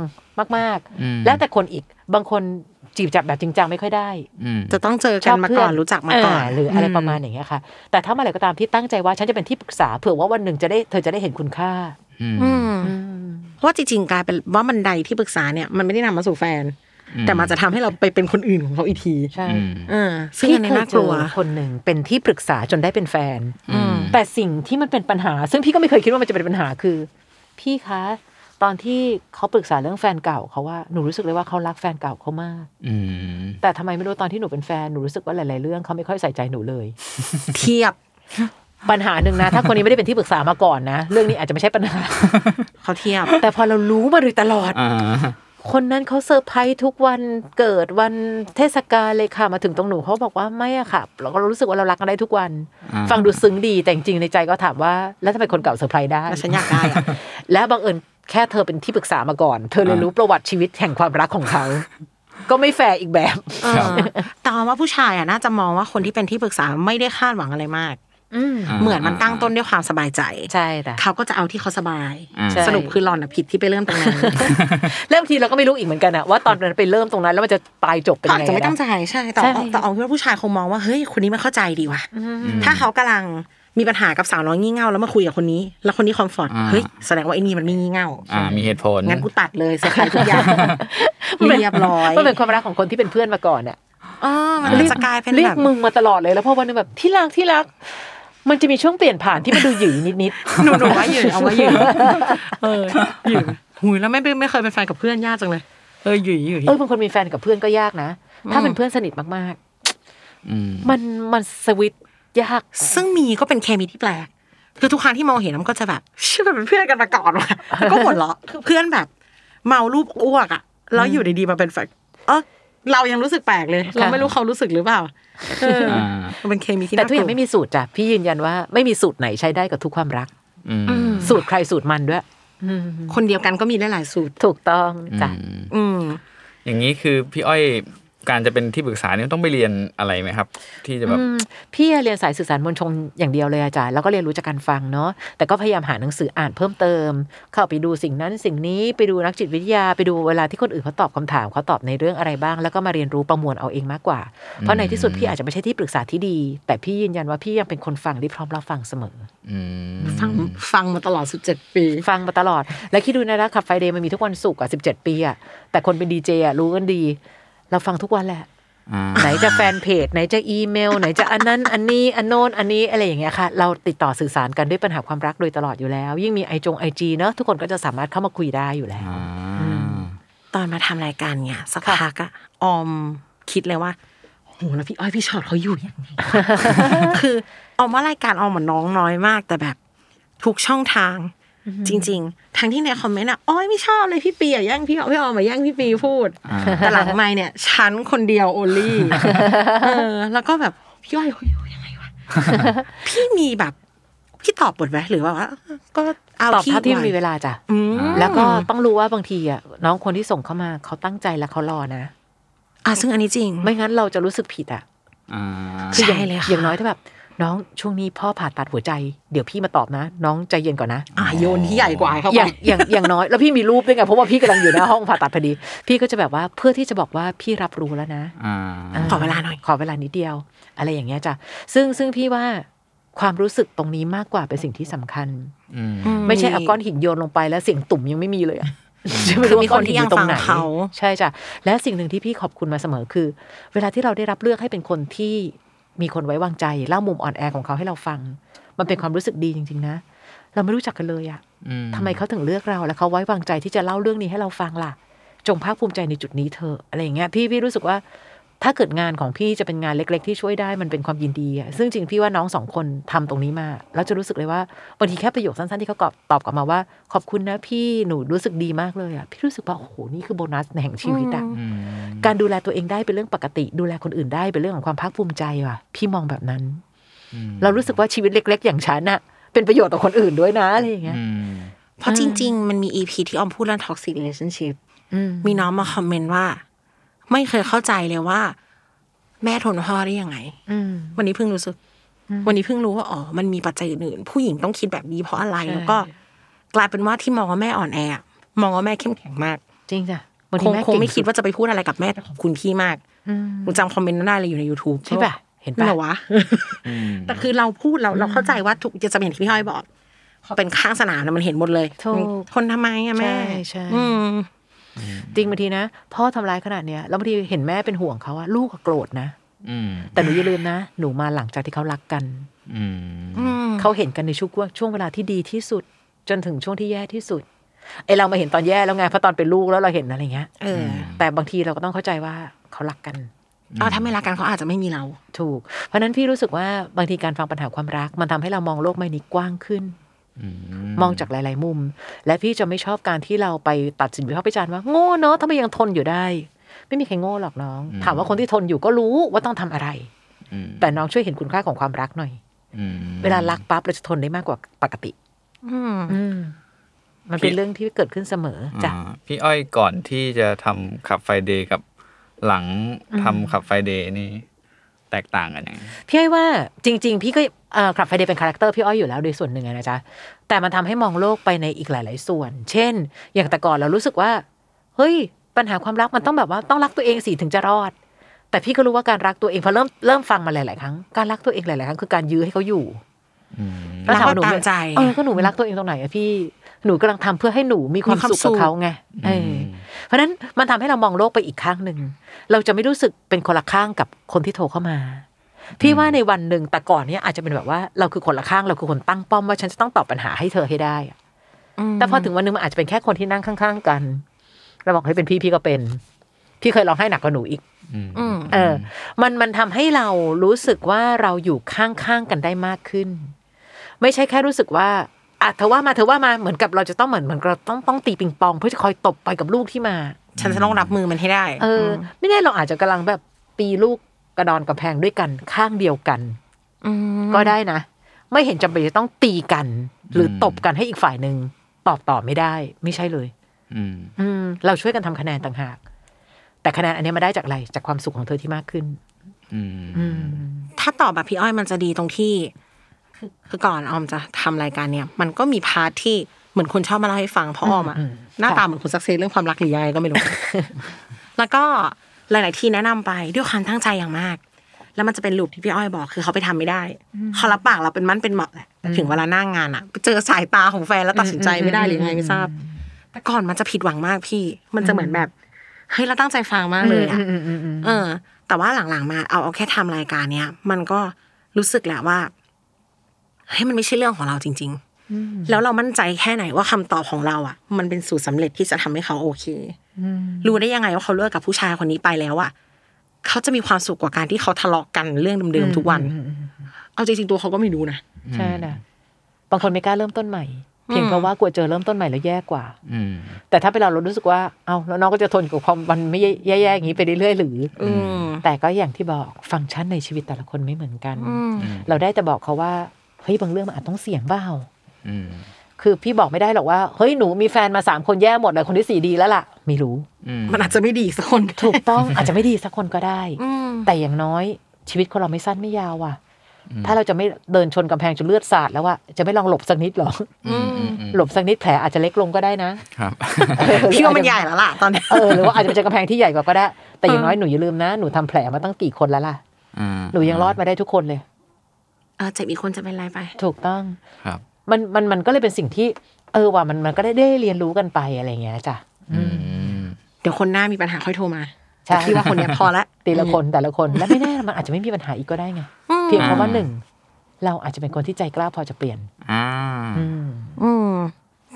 มาก อืม ๆ แล้วแต่คนอีกบางคนจีบจับแบบจริงจังไม่ค่อยได้ อืม จะต้องเจอ ช กั อบ นมา เพื่ ก่อนรู้จักมาก่อน เหรืออะไรประมาณอย่างเงี้ยค่ะ แต่ถ้าเมื่อไหร่ก็ตามที่ตั้งใจว่าฉันจะเป็นที่ปรึกษาเผื่อว่าวันหนึ่งจะได้เธอจะได้เห็นคุณค่า อืมเพราะว่าจริงๆกลายเป็นว่าบันไดที่ปรึกษาเนี่ยมันไม่ได้นำมาสู่แฟน อืม แต่มันจะทำให้เราไปเป็นคนอื่นของเขาอีกที ใช่ อืม เออซึ่งอั พี่ น เค นี้ ย น่า เจ กลั อ ว คนหนึ่งเป็นที่ปรึกษาจนได้เป็นแฟน อืม แต่สิ่งที่มันเป็นปัญหา ซึ่งพี่ก็ไม่เคยคิดว่ามันจะเป็นปัญหาคือ พี่คะ ตอนที่เขาปรึกษาเรื่องแฟนเก่าเขาว่าหนูรู้สึกเลยว่าเขารักแฟนเก่าเขามาก อืม แต่ทำไมไม่รู้ตอนที่หนูเป็นแฟนหนูรู้สึกว่าหลาย ๆ เรื่องเขาไม่ค่อยใส่ใจหนูเลย เทียบ ปัญหาหนึ่งนะ ถ้าคนนี้ไม่ได้เป็นที่ปรึกษามาก่อนนะ เรื่องนี้อาจจะไม่ใช่ปัญหา เขาเทียบ แต่พอเรารู้มาโดยตลอด อ่า คนนั้นเขาเซอร์ไพรส์ทุกวันเกิดวันเทศกาลเลยค่ะมาถึงตรงหนูเขาบอกว่าไม่อะค่ะเราก็รู้สึกว่าเรารักกันได้ทุกวัน อ่า ฟังดูซึ้งดีแต่จริงๆในใจก็ถามว่า แล้วทำไมคนเก่าเซอร์ไพรส์ได้ แล้วฉันอยากได้อะ และบังเอิญแค่เธอเป็นที่ปรึกษามาก่อน เธอเลยรู้ประวัติชีวิตแห่งความรักของเขา ก็ไม่แฟร์อีกแบบ ครับ เออแต่ว่าผู้ชายอ่ะน่าจะมองว่าคนที่เป็นที่ปรึกษาไม่ได้คาดหวังอะไรมาก เหมือนมันตั้งต้นด้วยความสบายใจ ใช่แต่ เขาก็จะเอาที่เขาสบาย อ่า ใช่ สรุปคือหลอนอะผิดที่ไปเริ่มตรงนั้น แล้วบางทีเราก็ไม่รู้อีกเหมือนกันอะว่าตอนนั้นไปเริ่มตรงนั้นแล้วมันจะปลายจบเป็น ก็ ยั อาจ งไง จะไม่ตั้ง นะ ใจใช่แต่ ใช่ เอาแต่เอาคิดว่าผู้ชายคงมองว่าเฮ้ยคนนี้ไม่เข้าใจดีว่ะถ้าเขากำลังมีปัญหากับสาวน้อยงี่เง่าแล้วมาคุยกับคนนี้ แล้วคนนี้คอมฟอร์ต อ่า เฮ้ยแสดงว่าไอ้นี่มันไม่งี่เง่า อ่า มีเหตุผล งั้นกูตัดเลยเสียหายทุกอย่างเรียบร้อย มันเป็นความรักของคนที่เป็นเพื่อนมาก่อนอะ อ๋อมัน เรียก จะกลายเป็น เรีย แบ ก บ มึงมาตลอดเลยแล้วพอวันหนึงแบบที่รักที่รัก มันจะมีช่วงเปลี่ยนผ่านที่มัน ดูหยิ่นิดนิดๆ หนูหนูว่าอยู่เอาว่าอยู่เออ อยู่หุยแล้วไม่ไม่เคยเป็นแฟนกับเพื่อนยากจังเลยเอออยู่อยู่ เออบางคนมีแฟนกับเพื่อนก็ยากนะ ถ้าเป็นเพื่อนสนิทมาก อืม ๆ มันมันสวิตช์ยาก ซึ่งมีก็เป็นเคมีที่แปลก คือทุกครั้งที่มองเห็นมันก็จะแบบเชื่อมันเป็นเพื่อนกันมาก่อน ว่ะแล้วก็หมดเหรอคือเพื่อนแบบ เมารูปอ้วกอ่ะแล้วอยู่ดีๆมาเป็นแฟนเออเรายังรู้สึกแปลกเลย เราไม่รู้เขารู้สึกหรือเปล่าเออ อ่า มันเป็นเคมีที่ แต่ทุกอย่างไม่ น่ลัว มีสูตรจ้ะพี่ยืนยันว่าไม่มีสูตรไหนใช้ได้กับทุกความรัก อืม สูตรใครสูตรมันด้วย คนเดียวกันก็มีหลายๆสูตร ถูกต้องจ้ะ อืม อย่างนี้คือพี่อ้อยการจะเป็นที่ปรึกษาเนี่ยต้องไปเรียนอะไรไหมครับ ที่จะแบบ อืมพี่เรียนสายสื่อสารมวลชนอย่างเดียวเลยอาจารย์แล้วก็เรียนรู้จากการฟังเนาะแต่ก็พยายามหาหนังสืออ่านเพิ่มเติม เข้าไปดูสิ่งนั้นสิ่งนี้ไปดูนักจิตวิทยาไปดูเวลาที่คนอื่นเขาตอบคำถามเขาตอบในเรื่องอะไรบ้าง แล้วก็มาเรียนรู้ประมวลเอาเองมากกว่า เพราะในที่สุดพี่อาจจะไม่ใช่ที่ปรึกษาที่ดี แต่พี่ยืนยันว่าพี่ยังเป็นคนฟังที่พร้อมรับฟังเสมอ อืม ฟังฟังมาตลอดสิบเจ็ดปี ฟังมาตลอด แล้วคิดดูนะนะขับไฟเดย์มันมีทุกวันศุกร์อ่ะสิบเจ็ดปีอ่ะแต่คนเป็นดีเจอ่ะรู้กันดี เราฟังทุกวันแหละ อ่า ไหนจะแฟนเพจ ไหนจะอีเมล ไหนจะอันนั้น อันนี้อันโน้นอันนี้อะไรอย่างเงี้ยค่ะ เราติดต่อสื่อสารกันด้วยปัญหาความรักโดยตลอดอยู่แล้ว ยิ่งมีไอจงไอจีเนอะทุกคนก็จะสามารถเข้ามาคุยได้อยู่แล้ว อ่า ตอนมาทำรายการเนี่ยสัก ค่ะ พักอะออมคิดเลยว่าโหแล้วพี่อ้อยพี่ชอตเขาอยู่ ยังไง คือออมว่ารายการออมเหมือนน้องน้อยมาก แต่แบบทุกช่องทาง จริง ๆ ทั้งที่ในคอมเมนต์อะอ้อยไม่ชอบเลยพี่ปีอะแย่งพี่ออมพี่ออมมาแย่งพี่ปีพูด อ่า แต่หลังไม่เนี่ยฉันคนเดียวโอ ลี่เออ แล้วก็แบบพี่อ้อยโอ้ยโอ้ยยังไง วะ พี่มีแบบ พี่ตอบบทไหมหรือว่า ก็เอา ตอบเท่าที่ ไว้ มีเวลาจ้ะ อืม แล้วก็ต้องรู้ว่าบางทีอ่ะน้องคนที่ส่งเข้ามาเขาตั้งใจและเขารอนะ อ่ะซึ่งอันนี้จริง ไม่งั้นเราจะรู้สึกผิดอ่ะ อ่า คืออย่าง ใช่เลยค่ะ อย่างน้อยถ้าแบบ น้องช่วงนี้พ่อผ่าตัดหัวใจ เดี๋ยวพี่มาตอบนะ น้องใจเย็นก่อนนะ อ่ะโยนที่ใหญ่กว่าเข้า อ ไป ย่างอย่างอย่างน้อยแล้วพี่มีรูปด้วยไงเพราะว่าพี่กำลังอยู่หน้าห้องผ่าตัดพอดี พี่ก็จะแบบว่าเพื่อที่จะบอกว่าพี่รับรู้แล้วนะ อ่า ขอเวลาหน่อย ขอเวลานิดเดียว อะไรอย่างเงี้ยจ้ะซึ่งซึ่งพี่ว่าความรู้สึกตรงนี้มากกว่าเป็นสิ่งที่สำคัญ อืม ไม่ใช่เอาก้อนหินโยนลงไปแล้วเสียงตุ่มยังไม่มีเลยอะ คือมีคนที่ยัง ไม่รู้ว่าก้อหิอตร ฟัง ไหน เขา ใช่จ้ะและสิ่งหนึ่งที่พี่ขอบคุณมาเสมอคือ เวลาที่เราได้รับเลือกให้เป็นคนที่มีคนไว้วางใจเล่ามุมอ่อนแอของเขาให้เราฟัง มันเป็นความรู้สึกดีจริง ๆ นะ เราไม่รู้จักกันเลยอะ ทำไมเขาถึงเลือกเราและเขาไว้วางใจที่จะเล่าเรื่องนี้ให้เราฟังล่ะ จงภาคภูมิใจในจุดนี้เธอะอะไรอย่างเงี้ยพี่พี่รู้สึกว่า ถ้าเกิดงานของพี่จะเป็นงานเล็ก ๆ ที่ช่วยได้มันเป็นความยินดีอะซึ่งจริงพี่ว่าน้องสองคนทำตรงนี้มา แล้วจะรู้สึกเลยว่าบางทีแค่ประโยคสั้นๆที่เขาตอบตอบกลับมาว่า ขอบคุณนะพี่หนูรู้สึกดีมากเลยอะพี่รู้สึกว่าโอ้โหนี่คือโบนัสแห่งชีวิตอะ อืม การดูแลตัวเองได้เป็นเรื่องปกติ ดูแลคนอื่นได้เป็นเรื่องของความภาคภูมิใจว่ะ พี่มองแบบนั้น อืม เรารู้สึกว่าชีวิตเล็ก ๆ อย่างฉันอะเป็นประโยชน์ต่อคนอื่นด้วยนะอะไรอย่างเงี้ย อืม เพราะจริง ๆ มันมีอีพีที่ออมพูดเรื่อง toxic relationship อืม มีน้องมาคอมเมนต์ว่า ไม่เคยเข้าใจเลยว่า แม่ทนพ่อได้ยังไง อืม วันนี้เพิ่งรู้สึก วันนี้เพิ่งรู้ว่าอ๋อ มันมีปัจจัยอื่นๆ ผู้หญิงต้องคิดแบบนี้เพราะอะไร ใช่ แล้วก็ กลายเป็นว่าที่มองว่าแม่อ่อนแออะมองว่าแม่เข้มแข็งมาก จริงจ้ะบาง ค ที ง แม่ คงไม่คิด เก่สุ ว่าจะไปพูดอะไรกับแม่แต่ขอบคุณพี่มาก อืม หนูจำคอมเมนต์นั้นได้เลยอยู่ใน YouTube ใช่ป่ะ เห็น ไม่ ป่ะ เหรอวะ อืม แต่คือเราพูดเราเราเข้าใจว่าทุกจะจะเป็นอย่างที่พี่ห้อยบอกพอเป็นข้างสนามนะมันเห็นหมดเลย ถูก ทนทำไมอะแม่ ใช่ใช่ อืม จริงบางทีนะ พ่อทำร้ายขนาดเนี้ยแล้วบางทีเห็นแม่เป็นห่วงเขาอะลูกก็โกรธนะ อืม แต่หนูอย่าลืมนะ หนูมาหลังจากที่เขารักกัน อืม อืม เขาเห็นกันในช่วงว่าช่วงเวลาที่ดีที่สุด จนถึงช่วงที่แย่ที่สุดไอเรามาเห็นตอนแย่แล้วไงเพราะตอนเป็นลูกแล้วเราเห็นอะไรเงี้ย เออ แต่บางทีเราก็ต้องเข้าใจว่าเขารักกัน อเอาถ้าไม่รักกันเขาอาจจะไม่มีเรา ถูก เพราะฉะนั้นพี่รู้สึกว่าบางทีการฟังปัญหาความรัก มันทำให้เรามองโลกใบนี้กว้างขึ้น มองจากหลาย ๆ มุม และพี่จะไม่ชอบการที่เราไปตัดสินวิพากษ์วิจารณ์ว่าโง่เนาะทำไมยังทนอยู่ได้ ไม่มีใครโง่หรอกน้อง อืม ถามว่าคนที่ทนอยู่ก็รู้ว่าต้องทำอะไร อืม แต่น้องช่วยเห็นคุณค่าของความรักหน่อย อืม เวลารักปั๊บเราจะทนได้มากกว่าปกติ อืม อืมมันเป็น พี่ เรื่องที่เกิดขึ้นเสมอจ้ะ อ่าพี่อ้อยก่อนที่จะทำขับไฟเดย์กับหลังทำขับไฟเดย์นี่ แตกต่างกันยังไง พี่อ้อยว่าจริง ๆ พี่ก็ขับไฟเดย์เป็นคาแรคเตอร์พี่อ้อยอยู่แล้วโดยส่วนหนึ่งอะนะจ๊ะ แต่มันทำให้มองโลกไปในอีกหลาย ๆ ส่วน เช่น อย่างแต่ก่อนเรารู้สึกว่า เฮ้ย ปัญหาความรักมันต้องแบบว่าต้องรักตัวเองสิถึงจะรอด แต่พี่ก็รู้ว่าการรักตัวเองพอเริ่มเริ่มฟังมาหลาย ๆ ครั้งการรักตัวเองหลาย ๆ ครั้งคือการยื้อให้เขาอยู่ แล้ว ถว่ ก็ตามใจ เออก็หนูไม่รักตัวเองตรงไหนอะพี่หนูกำลังทำเพื่อให้หนูมีความ มีความ สุข สุ กับ ข เขาไงเอออ ม เพราะฉะนั้นมันทำให้เรามองโลกไปอีกข้างหนึ่งเราจะไม่รู้สึกเป็นคนละข้างกับคนที่โทรเข้ามา พี่ว่าในวันหนึ่งแต่ก่อนเนี้ยอาจจะเป็นแบบว่าเราคือคนละข้างเราคือคนตั้งป้อมว่าฉันจะต้องตอบปัญหาให้เธอให้ได้อะแต่พอถึงวันหนึ่งมันอาจจะเป็นแค่คนที่นั่งข้าง ๆ กันเราบอกให้ยเป็นพี่พี่ก็เป็น พี่เคยร้องไห้หนักกว่าหนูอีก อืม อืม เออ มันมันทำให้เรารู้สึกว่าเราอยู่ข้างๆกันได้มากขึ้น ไม่ใช่แค่รู้สึกว่าอ่ะเธอว่ามาเธอว่ามาเหมือนกับเราจะต้องเหมือนเหมือนเราต้องต้องตีปิงปอง เพื่อจะคอยตบไปกับลูกที่มา ฉันจะต้องรับมือมันให้ได้ เออ ไม่แน่เราอาจจะกำลังแบบปีลูกกระดอนกระแพงด้วยกันข้างเดียวกัน ม ก็ได้นะ ไม่เห็นจำเป็นจะต้องตีกัน หรืออ ม ตบกันให้อีกฝ่ายหนึ่งตอบต่อไม่ได้ ไม่ใช่เลย อืม อืมเราช่วยกันทำคะแนนต่างหาก แต่คะแนนอันเนี้ยมาได้จากอะไรจากความสุขของเธอที่มากขึ้น อืม อืม ถ้าตอบแบบพี่อ้อยมันจะดีตรงที่ คือก่อนออมจะทำรายการเนี่ย มันก็มีพาร์ทที่เหมือนคนชอบมาเล่าให้ฟังเพราะออมอะ อืมอืม หน้าตาเหมือนคนสักเซสเรื่องความรักหรือยังไงก็ไม่รู้ แล้วก็หลาย ๆ ที่แนะนำไปด้วยความตั้งใจอย่างมาก แล้วมันจะเป็นลูปที่พี่อ้อยบอกคือเขาไปทำไม่ได้เขารับปากเราเป็นมั่นเป็นเหมาะแหละแต่ถึงเวลาหนั่งงานอะไปเจอสายตาของแฟนแล้วตัดสินใจไม่ได้หรือยังไงไม่ทราบ แต่ก่อนมันจะผิดหวังมากพี่ มันจะเหมือนแบบเฮ้ยเราตั้งใจฟังมากเลยอะ เออ แต่ว่าหลังๆมาเอาเอาแค่ทำรายการเนี้ยมันก็รู้สึกแหละว่าเฮ้ยมันไม่ใช่เรื่องของเราจริง ๆ แล้วเรามั่นใจแค่ไหนว่าคำตอบของเราอ่ะ มันเป็นสูตรสำเร็จที่จะทำให้เขาโอเค รู้ได้ยังไงว่าเขาเลิกกับผู้ชายคนนี้ไปแล้วอ่ะเขาจะมีความสุขกว่าการที่เขาทะเลาะกันเรื่องเดิมๆทุกวัน เอาจริงๆตัวเขาก็ไม่รู้นะ ใช่นะบางคนไม่กล้าเริ่มต้นใหม่ เพียงเพราะว่ากลัวเจอเริ่มต้นใหม่แล้วแย่กว่า อืม แต่ถ้าเป็นเราเรารู้สึกว่าเอาแล้วน้องก็จะทนกับความมันไม่แย่ๆอย่างนี้ไปเรื่อยๆหรือ อืม แต่ก็อย่างที่บอกฟังก์ชันในชีวิตแต่ละคนไม่เหมือนกัน อืม เราได้แต่บอกเขาว่าเฮ้ยบางเรื่องมันอาจต้องเสี่ยงเปล่า อืม คือพี่บอกไม่ได้หรอกว่าเฮ้ยหนูมีแฟนมาสามคนแย่หมดเลยคนที่สี่ดีแล้วล่ะไม่รู้ อืม มันอาจจะไม่ดีสักคน ถูกต้อง อาจจะไม่ดีสักคนก็ได้ อืม แต่อย่างน้อยชีวิตคนเราไม่สั้นไม่ยาวอ่ะ ถ้าเราจะไม่เดินชนกำแพงจนเลือดสาดแล้วอ่ะจะไม่ลองหลบสักนิดหรอ อืมอืมอืม หลบสักนิดแผลอาจจะเล็กลงก็ได้ นะครับ พี่ว่ามันใหญ่แล้วล่ะตอนนี้ เออหรือว่าอาจจะไปเจอกำแพงที่ใหญ่กว่าก็ได้ แต่อย่างน้อยหนูอย่าลืมนะ หนูทำแผลมาตั้งกี่คนแล้วล่ะ อ่า หนูยังรอดมาได้ทุกคนเลย เออเจ็บอีกคนจะเป็นไรไป ถูกต้อง ครับ มันมันมันก็เลยเป็นสิ่งที่เออว่ามันมันก็ได้ได้เรียนรู้กันไปอะไรอย่างเงี้ยจ้ะ อืม เดี๋ยวคนหน้ามีปัญหาค่อยโทรมา ใช่ แต่พี่ว่าคนเนี้ยพอละ แต่ละคนแต่ละคนและไม่แน่มันอาจจะไม่มีปัญหาอีกก็ได้ไงเพียงเพราะว่าหนึ่งเราอาจจะเป็นคนที่ใจกล้าพอจะเปลี่ยน อ่า อืม อืม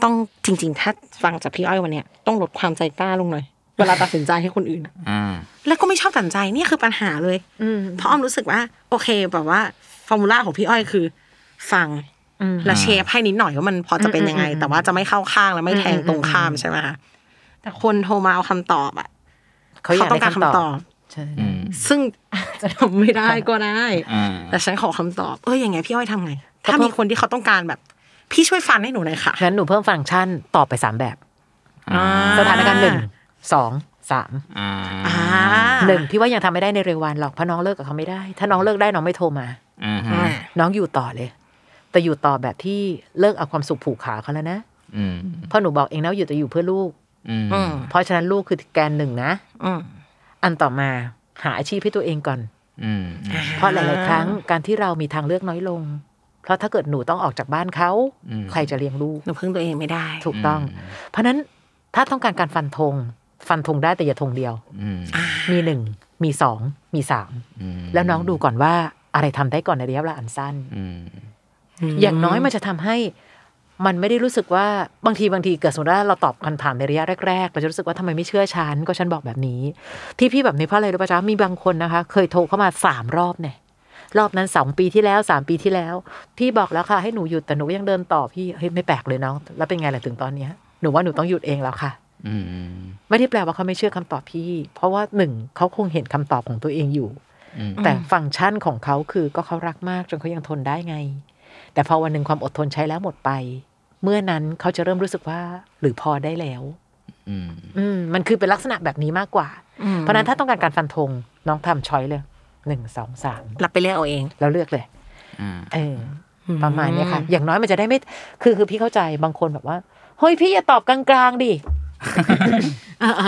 ต้องจริง ๆ ถ้าฟังจากพี่อ้อยวันเนี้ยต้องลดความใจกล้าลงหน่อย เวลาตัดสินใจให้คนอื่น อ่า แล้วก็ไม่ชอบตัดสินใจเนี่ยคือปัญหาเลย เพราะอ้อมรู้สึกว่า โอเคแบบว่าฟอร์มูล่าของพี่อ้อยคือ ฟัง อืม แล้วเชฟให้นิดหน่อยว่ามันพอจะเป็นยังไง แต่ว่าจะไม่เข้าข้างและไม่แทงตรงข้ามใช่ไหมคะแต่คนโทรมาเอาคำตอบอ่ะ เขาอยาก ต้องได้การคำคำต ต อ อ บบ ใช่ อืม ซึ่งจะทำไม่ได้ก็ได้ อ่า แต่ฉันขอคำตอบ เอ้ยยังไงพี่อ้อยทำไง ถ้ามีคนที่เขาต้องการแบบ พี่ช่วยฟันให้หนูหน่อยค่ะ งั้นหนูเพิ่มฟังก์ชันตอบไปสามแบบ อ่า สถานการณ์หนึ่งสองสาม อ่า อ่า หนึ่งพี่ว่ายังทำไม่ได้ในเร็ววันหรอกเพราะน้องเลิกกับเขาไม่ได้ ถ้าน้องเลิกได้น้องไม่โทรมา อ่าฮะ อ่า น้องอยู่ต่อเลย แต่อยู่ต่อแบบที่เลิกเอาความสุขผูกขาเขาแล้วนะ อืม เพราะหนูบอกเองนะว่าอยู่แต่อยู่เพื่อลูก อืม อืม เพราะฉะนั้นลูกคือแกนหนึ่งนะ อืม อันต่อมาหาอาชีพให้ตัวเองก่อน อืม เพราะหลาย ๆ ครั้งการที่เรามีทางเลือกน้อยลง เพราะถ้าเกิดหนูต้องออกจากบ้านเขา อืม ใครจะเลี้ยงลูก หนูพึ่งตัวเองไม่ได้ ถูกต้อง เพราะฉะนั้นถ้าต้องการการฟันธงฟันธงได้แต่อย่าธงเดียว อืม มีหนึ่งมีสองมีสาม อืม แล้วน้องดูก่อนว่าอะไรทำได้ก่อนในระยะเวลาอันสั้น อืม อย่างน้อยมันจะทำให้มันไม่ได้รู้สึกว่าบางทีบางทีเกิดสมมติว่าเราตอบคำถามในระยะแรกๆ เราจะรู้สึกว่าทำไมไม่เชื่อฉันก็ฉันบอกแบบนี้ ที่พี่แบบนี้เพราะอะไรรู้ป่ะจ๊ะมีบางคนนะคะ เคยโทรเข้ามาสามรอบเนี่ยรอบนั้นสองปีที่แล้วสามปีที่แล้ว พี่บอกแล้วค่ะให้หนูหยุดแต่หนูยังเดินต่อพี่เฮ้ยไม่แปลกเลยน้องแล้วเป็นไงล่ะถึงตอนเนี้ยหนูว่าหนูต้องหยุดเองแล้วค่ะ อืม ไม่ได้แปลว่าเขาไม่เชื่อคำตอบพี่ เพราะว่าหนึ่งเขาคงเห็นคำตอบของตัวเองอยู่ อืม แต่ฟังก์ชันของเขาคือก็เขารักมากจนเขายังทนได้ไง แต่พอวันหนึ่งความอดทนใช้แล้วหมดไป เมื่อนั้นเขาจะเริ่มรู้สึกว่าหรือพอได้แล้ว อืม อืมมันคือเป็นลักษณะแบบนี้มากกว่า เพราะฉะนั้นถ้าต้องการการฟันธงน้องทำช้อยเลยหนึ่งสองสาม รับไปเลือกเอาเอง แล้วเลือกเลย อ่า เอออประมาณเนี้ยค่ะ อย่างน้อยมันจะได้ไม่คือคือพี่เข้าใจบางคนแบบว่าเฮ้ยพี่อย่าตอบกลางๆดิ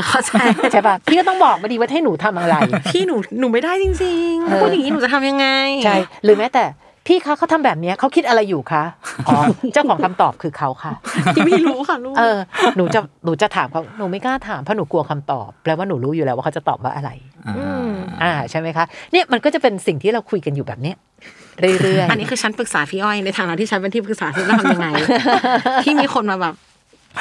เข้าใจ ใช่ปะพี่ก็ต้องบอกมาดีว่าให้หนูทำอะไร พี่หนูหนูไม่ได้จริง เออ ๆพูดอย่างนี้หนูจะทำยังไง ใช่หรือแม้แต่พี่คะเขาทำแบบเนี้ยเขาคิดอะไรอยู่คะอ๋อ เจ้าของคำตอบคือเขาค่ะ ที่ไม่รู้ค่ะลูก เออหนูจะหนูจะถามเขาหนูไม่กล้าถามเพราะหนูกลัวคำตอบแปลว่าหนูรู้อยู่แล้วว่าเขาจะตอบว่าอะไร อ่า อ่าใช่ไหมคะเนี่ยมันก็จะเป็นสิ่งที่เราคุยกันอยู่แบบเนี้ยเรื่อย อันนี้คือฉันปรึกษาพี่อ้อยในฐานะที่ฉันเป็นที่ปรึกษาที่จะทำยังไง ที่มีคนมาแบบ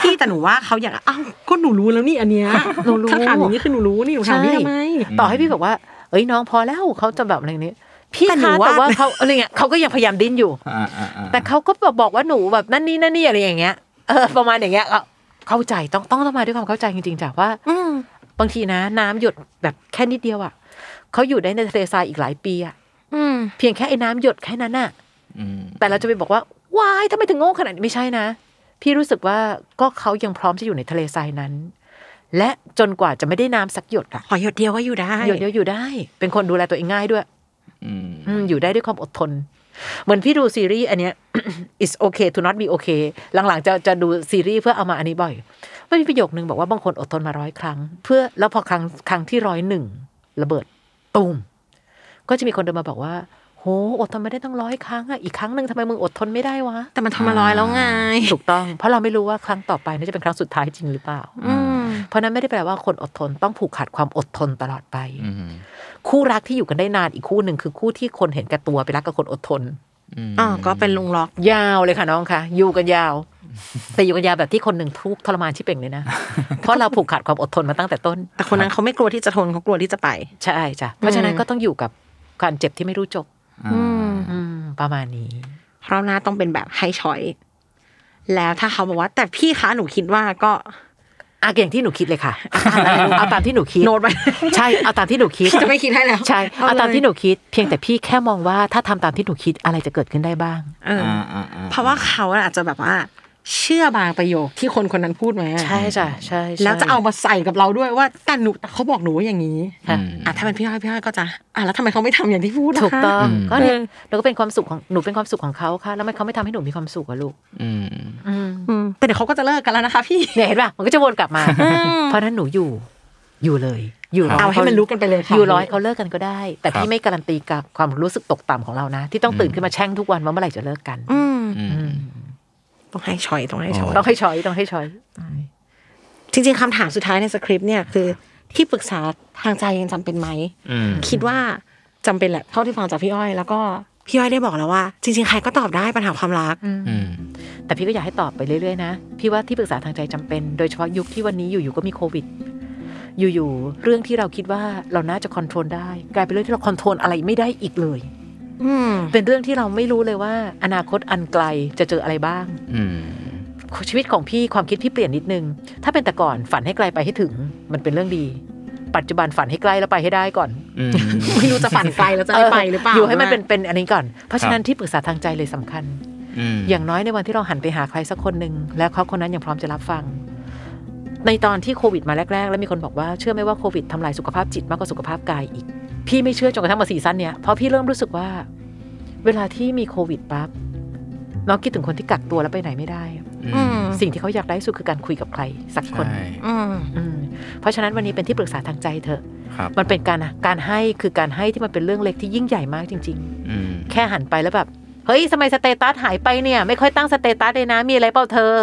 พี่แต่หนูว่าเขาอยากอ้าวก็หนูรู้แล้วนี่อันเนี้ย ๆหนูรู้ ถ้าถามอย่างนี้คือหนูรู้นี่หนูถามพี่ทำไม ต่อให้พี่บอกว่าเอ้ยน้องพอแล้วเขาจะแบบอะไรอย่างนี้พี่ แต่หนูว่าคะแต่ว่าเขาอะไรเงี้ยเขาก็ยังพยายามดิ้นอยู่ อ่าอ่าอ่า แต่เขาก็แบบบอกว่าหนูแบบนั่นนี่นั่นนี่อะไรอย่างเงี้ยเออประมาณอย่างเงี้ยเอาเข้าใจต้องต้องต้องมาด้วยความเข้าใจจริงๆจากว่า อืม บางทีนะ น้ำหยดแบบแค่นิดเดียวอะ่ะเขาอยู่ได้ในทะเลทรายอีกหลายปีอะ่ะ อืม เพียงแค่ไอ้น้ำหยดแค่นั้นอะ่ะ อืม แต่เราจะไปบอกว่าวายทำไมถึงโง่ขนาดนี้ไม่ใช่นะ พี่รู้สึกว่าก็เขายังพร้อมจะอยู่ในทะเลทรายนั้น และจนกว่าจะไม่ได้น้ำสักหยดอะ ขอหยดเดียวก็อยู่ได้ หยดเดียวอยู่ได้ เป็นคนดูแลตัวเองง่ายด้วย อืม อืมอยู่ได้ด้วยความอดทน เหมือนพี่ดูซีรีส์อันเนี้ย is okay to not be okay หลังๆจะจะดูซีรีส์เพื่อเอามาอันนี้บ่อยมันมีประโยคนึงบอกว่าบางคนอดทนมาร้อยครั้ง เพื่อแล้วพอครั้งครั้งที่ร้อยหนึ่งระเบิดตูมก็จะมีคนเดินมาบอกว่า โหอดทนไม่ได้ตั้งร้อยครั้งอะอีกครั้งหนึ่งทำไมมึงอดทนไม่ได้วะ แต่มันทำมาร้อยแล้วไง ถูกต้อง เพราะเราไม่รู้ว่าครั้งต่อไปนั่นจะเป็นครั้งสุดท้ายจริงหรือเปล่า อืม เพราะนั้นไม่ได้แปลว่าคนอดทนต้องผูกขาดความอดทนตลอดไป อืม คู่รักที่อยู่กันได้นานอีกคู่หนึ่งคือคู่ที่คนเห็นแก่ตัวไปรักกับคนอดทน ม อ่าก็เป็นลุงล็อก ยาวเลยค่ะน้องค่ะ อยู่กันยาว แต่อยู่กันยาวแบบที่คนหนึ่งทุกข์ทรมานชิบเป่ง เลยนะ เพราะเราผูกขาดความอดทนมาตั้งแต่ต้น แต่คนนั้นเขาไม่กลัวที่จะทนเขากลัวที่จะไป ใช่จ้ะเพราะฉะนั้นก็ต้องอยู่กับความเจ็บที่ไม่รู้จบ อ่า อืม ประมาณนี้ เพราะหน้าต้องเป็นแบบให้ช้อย แล้วถ้าเขาบอกว่า แต่พี่คะหนูคิดว่าก็ อ่ะอย่างที่หนูคิดเลยค่ะเอาตามที่หนูคิด โน้ตไว้ ใช่เอาตามที่หนูคิด พี่จะไม่คิดให้แล้ว ใช่เอาตามที่หนูคิด เพียงแต่พี่แค่มองว่าถ้าทำตามที่หนูคิดอะไรจะเกิดขึ้นได้บ้าง เออ อ่า อ อ่าอ่ เพราะว่าเขาอาจจะแบบว่า เชื่อบางประโยคที่คนคนนั้นพูดมา ใช่จ้ะใช่ใช่ แล้วจะเอามาใส่กับเราด้วยว่าแต่หนูแต่เขาบอกหนูว่าอย่างนี้ ค่ะ อืม อ่ะถ้าเป็นพี่อ้อยพี่อ้อยก็จะอ่ะแล้วทำไมเขาไม่ทำอย่างที่พูดล่ะคะ ถูกต้อง อืม ก็เนี่ยแล้วก็เป็นความสุขของหนูเป็นความสุขของเขาค่ะ แล้วทำไมเขาไม่ทำให้หนูมีความสุขอะลูก อืม อืม อืมแต่เดี๋ยวเขาก็จะเลิกกันแล้วนะคะ พี่ เนี่ยเห็นป่ะมันก็จะวนกลับมา เพราะฉะนั้นหนูอยู่ อยู่เลย อยู่ร้ย เอาให้มันรู้กันไปเลยค่ะ อยู่ร้อยเขาเลิกกันก็ได้ แต่พี่ไม่การันตีกับความรู้สึกตกต่ำของเรานะ ที่ต้องตื่นขึ้นมาแช่งทุกวันว่าเมื่อไหร่จะเลิกกัน อืม อืม ต้องให้ช้อยต้องให้ช้อย ต้องให้ช้อยต้องให้ช้อย จริง ๆคำถามสุดท้ายในสคริปต์เนี่ยคือ ที่ปรึกษาทางใจยังจำเป็นไหม อืม คิดว่าจำเป็นแหละเท่าที่ฟังจากพี่อ้อย แล้วก็พี่อ้อยได้บอกแล้วว่า จริง ๆ ใครก็ตอบได้ปัญหาความรัก อืม แต่พี่ก็อยากให้ตอบไปเรื่อยๆนะ พี่ว่าที่ปรึกษาทางใจจำเป็น โดยเฉพาะยุคที่วันนี้อยู่ๆก็มีโควิด อยู่ๆเรื่องที่เราคิดว่าเราน่าจะควบคุมได้ กลายเป็นเรื่องที่เราควบคุมอะไรไม่ได้อีกเลย อืม เป็นเรื่องที่เราไม่รู้เลยว่า อนาคตอันไกลจะเจออะไรบ้าง อืม ชีวิตของพี่ความคิดพี่เปลี่ยนนิดนึง ถ้าเป็นแต่ก่อนฝันให้ไกลไปให้ถึง มันเป็นเรื่องดี ปัจจุบันฝันให้ใกล้แล้วไปให้ได้ก่อน อืม ไม่รู้จะฝันไกลแล้วจะได้ไปหรือเปล่า ยู่ให้มันเป็นเป็นอันนี้ก่อน เพราะฉะนั้คนรับ ที่ปรึกษาทางใจเลยสำคัญ อืม อย่างน้อยในวันที่เราหันไปหาใครสักคนหนึ่งแล้วเขาคนนั้นยังพร้อมจะรับฟัง ในตอนที่โควิดมาแรก ๆ แล้วมีคนบอกว่าเชื่อไหมว่าโควิดทำลายสุขภาพจิตมากกว่าสุขภาพกายอีก พี่ไม่เชื่อจนกระทั่งมาซีซั่นเนี้ยเพราะพี่เริ่มรู้สึกว่า เวลาที่มีโควิดปั๊บน้องคิดถึงคนที่กักตัวแล้วไปไหนไม่ได้อะ อื อื ม ม สิ่งที่เขาอยากได้ที่สุดคือการคุยกับใครสักคน ใช่ อืม อืมเพราะฉะนั้นวันนี้เป็นที่ปรึกษาทางใจเถอะ ครับ มันเป็นการการให้คือการให้ที่มันเป็นเรื่องเล็กที่ยิ่งใหญ่มากจริง ๆ อืม แค่หันไปแล้วแบบ เฮ้ยทำไมสเตตัสหายไปเนี่ย ไม่ค่อยตั้งสเตตัสเลยนะ มีอะไรเปล่าเธอ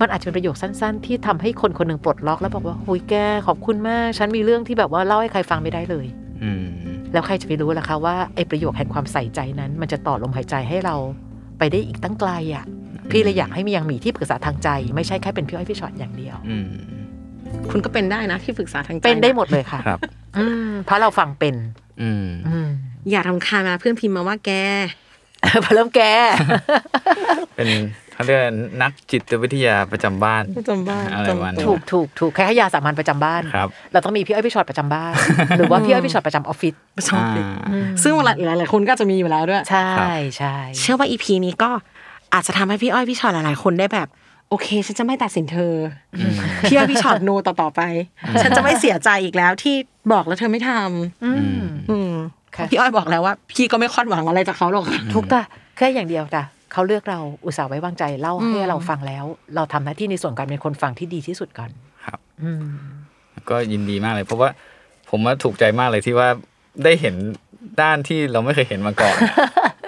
มันอาจจะเป็นประโยคสั้นๆ ที่ทำให้คนคนหนึ่งปลดล็อกแล้วบอกว่าหุยแกขอบคุณมาก ฉันมีเรื่องที่แบบว่าเล่าให้ใครฟังไม่ได้เลย อืม แล้วใครจะไปรู้ล่ะคะว่าไอ้ประโยคแห่งความใส่ใจนั้น มันจะต่อลมหายใจให้เราไปได้อีกตั้งไกลอะ่ะ พี่เลยอยากให้มียังมีที่ปรึกษาทางใจ ไม่ใช่แค่เป็นพี่อ้อยพี่ชอตอย่างเดียว อืม คุณก็เป็นได้นะที่ปรึกษาทางใจ เป็นได้หมดเลยค่ะ ครับ อืมเพราะเราฟังเป็น อืม อืม อย่าทำคาญนะเพื่อนพิมพ์มาว่าแก พอเริ่มแก เป็นเขาเรียกนักจิตวิทยาประจำบ้าน ประจำบ้าน อะไรวะเนี่ย ถูกถูกถูกแค่ให้ยาสามัญประจำบ้าน ครับ เราต้องมีพี่อ้อยพี่ช็อตประจำบ้าน หรือว่าพี่อ้อยพี่ช็อตประจำออฟฟิศ ประชอบเลย อ่า ซึ่งหลายหลายๆคนก็จะมีอยู่แล้วด้วย ใช่ ครับ ใช่ เชื่อว่าอีพีนี้ก็อาจจะทำให้พี่อ้อยพี่ชอตหลายๆคนได้แบบ โอเค ฉันจะไม่ตัดสินเธออ พี่อ้อยพี่ชอตโนต่อต่อๆไป ฉันจะไม่เสียใจอีกแล้วที่บอกแล้วเธอไม่ทำ อืม อืม ค่ะ พี่อ้อยบอกแล้วว่า พี่ก็ไม่คาดหวังอะไรจากเขาหรอกค่ะ ทุกจ้ะแค่อย่างเดียวจ้ะเขาเลือกเราอุตส่าห์ไว้วางใจเล่าให้เราฟังแล้ว เราทำหน้าที่ในส่วนการเป็นคนฟังที่ดีที่สุดก่อน ครับ อืม ก็ยินดีมากเลย เพราะว่าผมว่าถูกใจมากเลยที่ว่าได้เห็นด้านที่เราไม่เคยเห็นมาก่ อน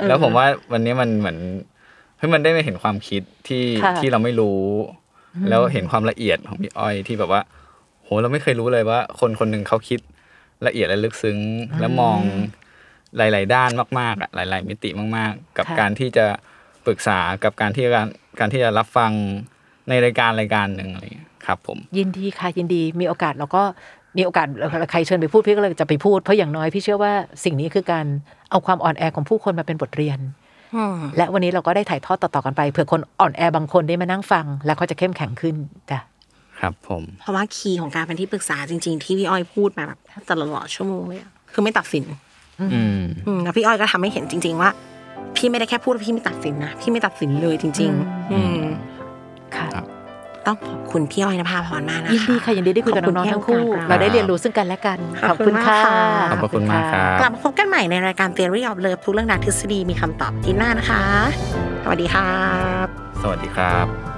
แล้วผมว่าวันนี้มันเหมือนเฮ้ยมันได้มาเห็นความคิดที่ ค่ะ ที่เราไม่รู้ แล้วเห็นความละเอียดของพี่อ้อยที่แบบว่า โหเราไม่เคยรู้เลยว่า คนคนหนึ่งเขาคิดละเอียดและลึกซึ้ง และมองหลาย ๆ ด้านมากๆอะหลาย ๆ มิติมาก ๆ กับการที่จะปรึกษากับการที่การการที่จะรับฟังในรายการรายการหนึ่งอะไรอย่างเงี้ยครับ ผม ยินดีค่ะยินดีมีโอกาสเราก็มีโอกาสใครเชิญไปพูดพี่ก็เลยจะไปพูดเพราะอย่างน้อยพี่เชื่อว่าสิ่งนี้คือการเอาความอ่อนแอของผู้คนมาเป็นบทเรียน และวันนี้เราก็ได้ถ่ายทอดต่อๆกันไปเผื่อคนอ่อนแอบางคนได้มานั่งฟัง แล้วเขาจะเข้มแข็งขึ้นจ้ะ ครับผม เพราะว่าคีย์ของการเป็นที่ปรึกษาจริง ๆ ที่พี่อ้อยพูดมาแบบแทบจะตลอดชั่วโมงเลยอะคือไม่ตัดสิน อืม อืมแล้วพี่อ้อยก็ทำให้เห็นจริง ๆ ว่า พี่ไม่ได้แค่พูดว่าพี่ไม่ตัดสินนะพี่ไม่ตัดสินเลยจริง ๆ อืม ค่ะ ครับ ต้องขอบคุณพี่อ้อยนภาพรมากนะคะ ยินดีค่ะยินดีได้คุยกับน้องๆทั้งคู่ เราได้เรียนรู้ซึ่งกันและกัน ขอบคุณค่ะ ขอบพระคุณมากครับ กลับมาพบกันใหม่ในรายการ Theory of Love ทุกเรื่องราวทฤษฎีมีคำตอบที่หน้านะคะ สวัสดีครับ สวัสดีครับ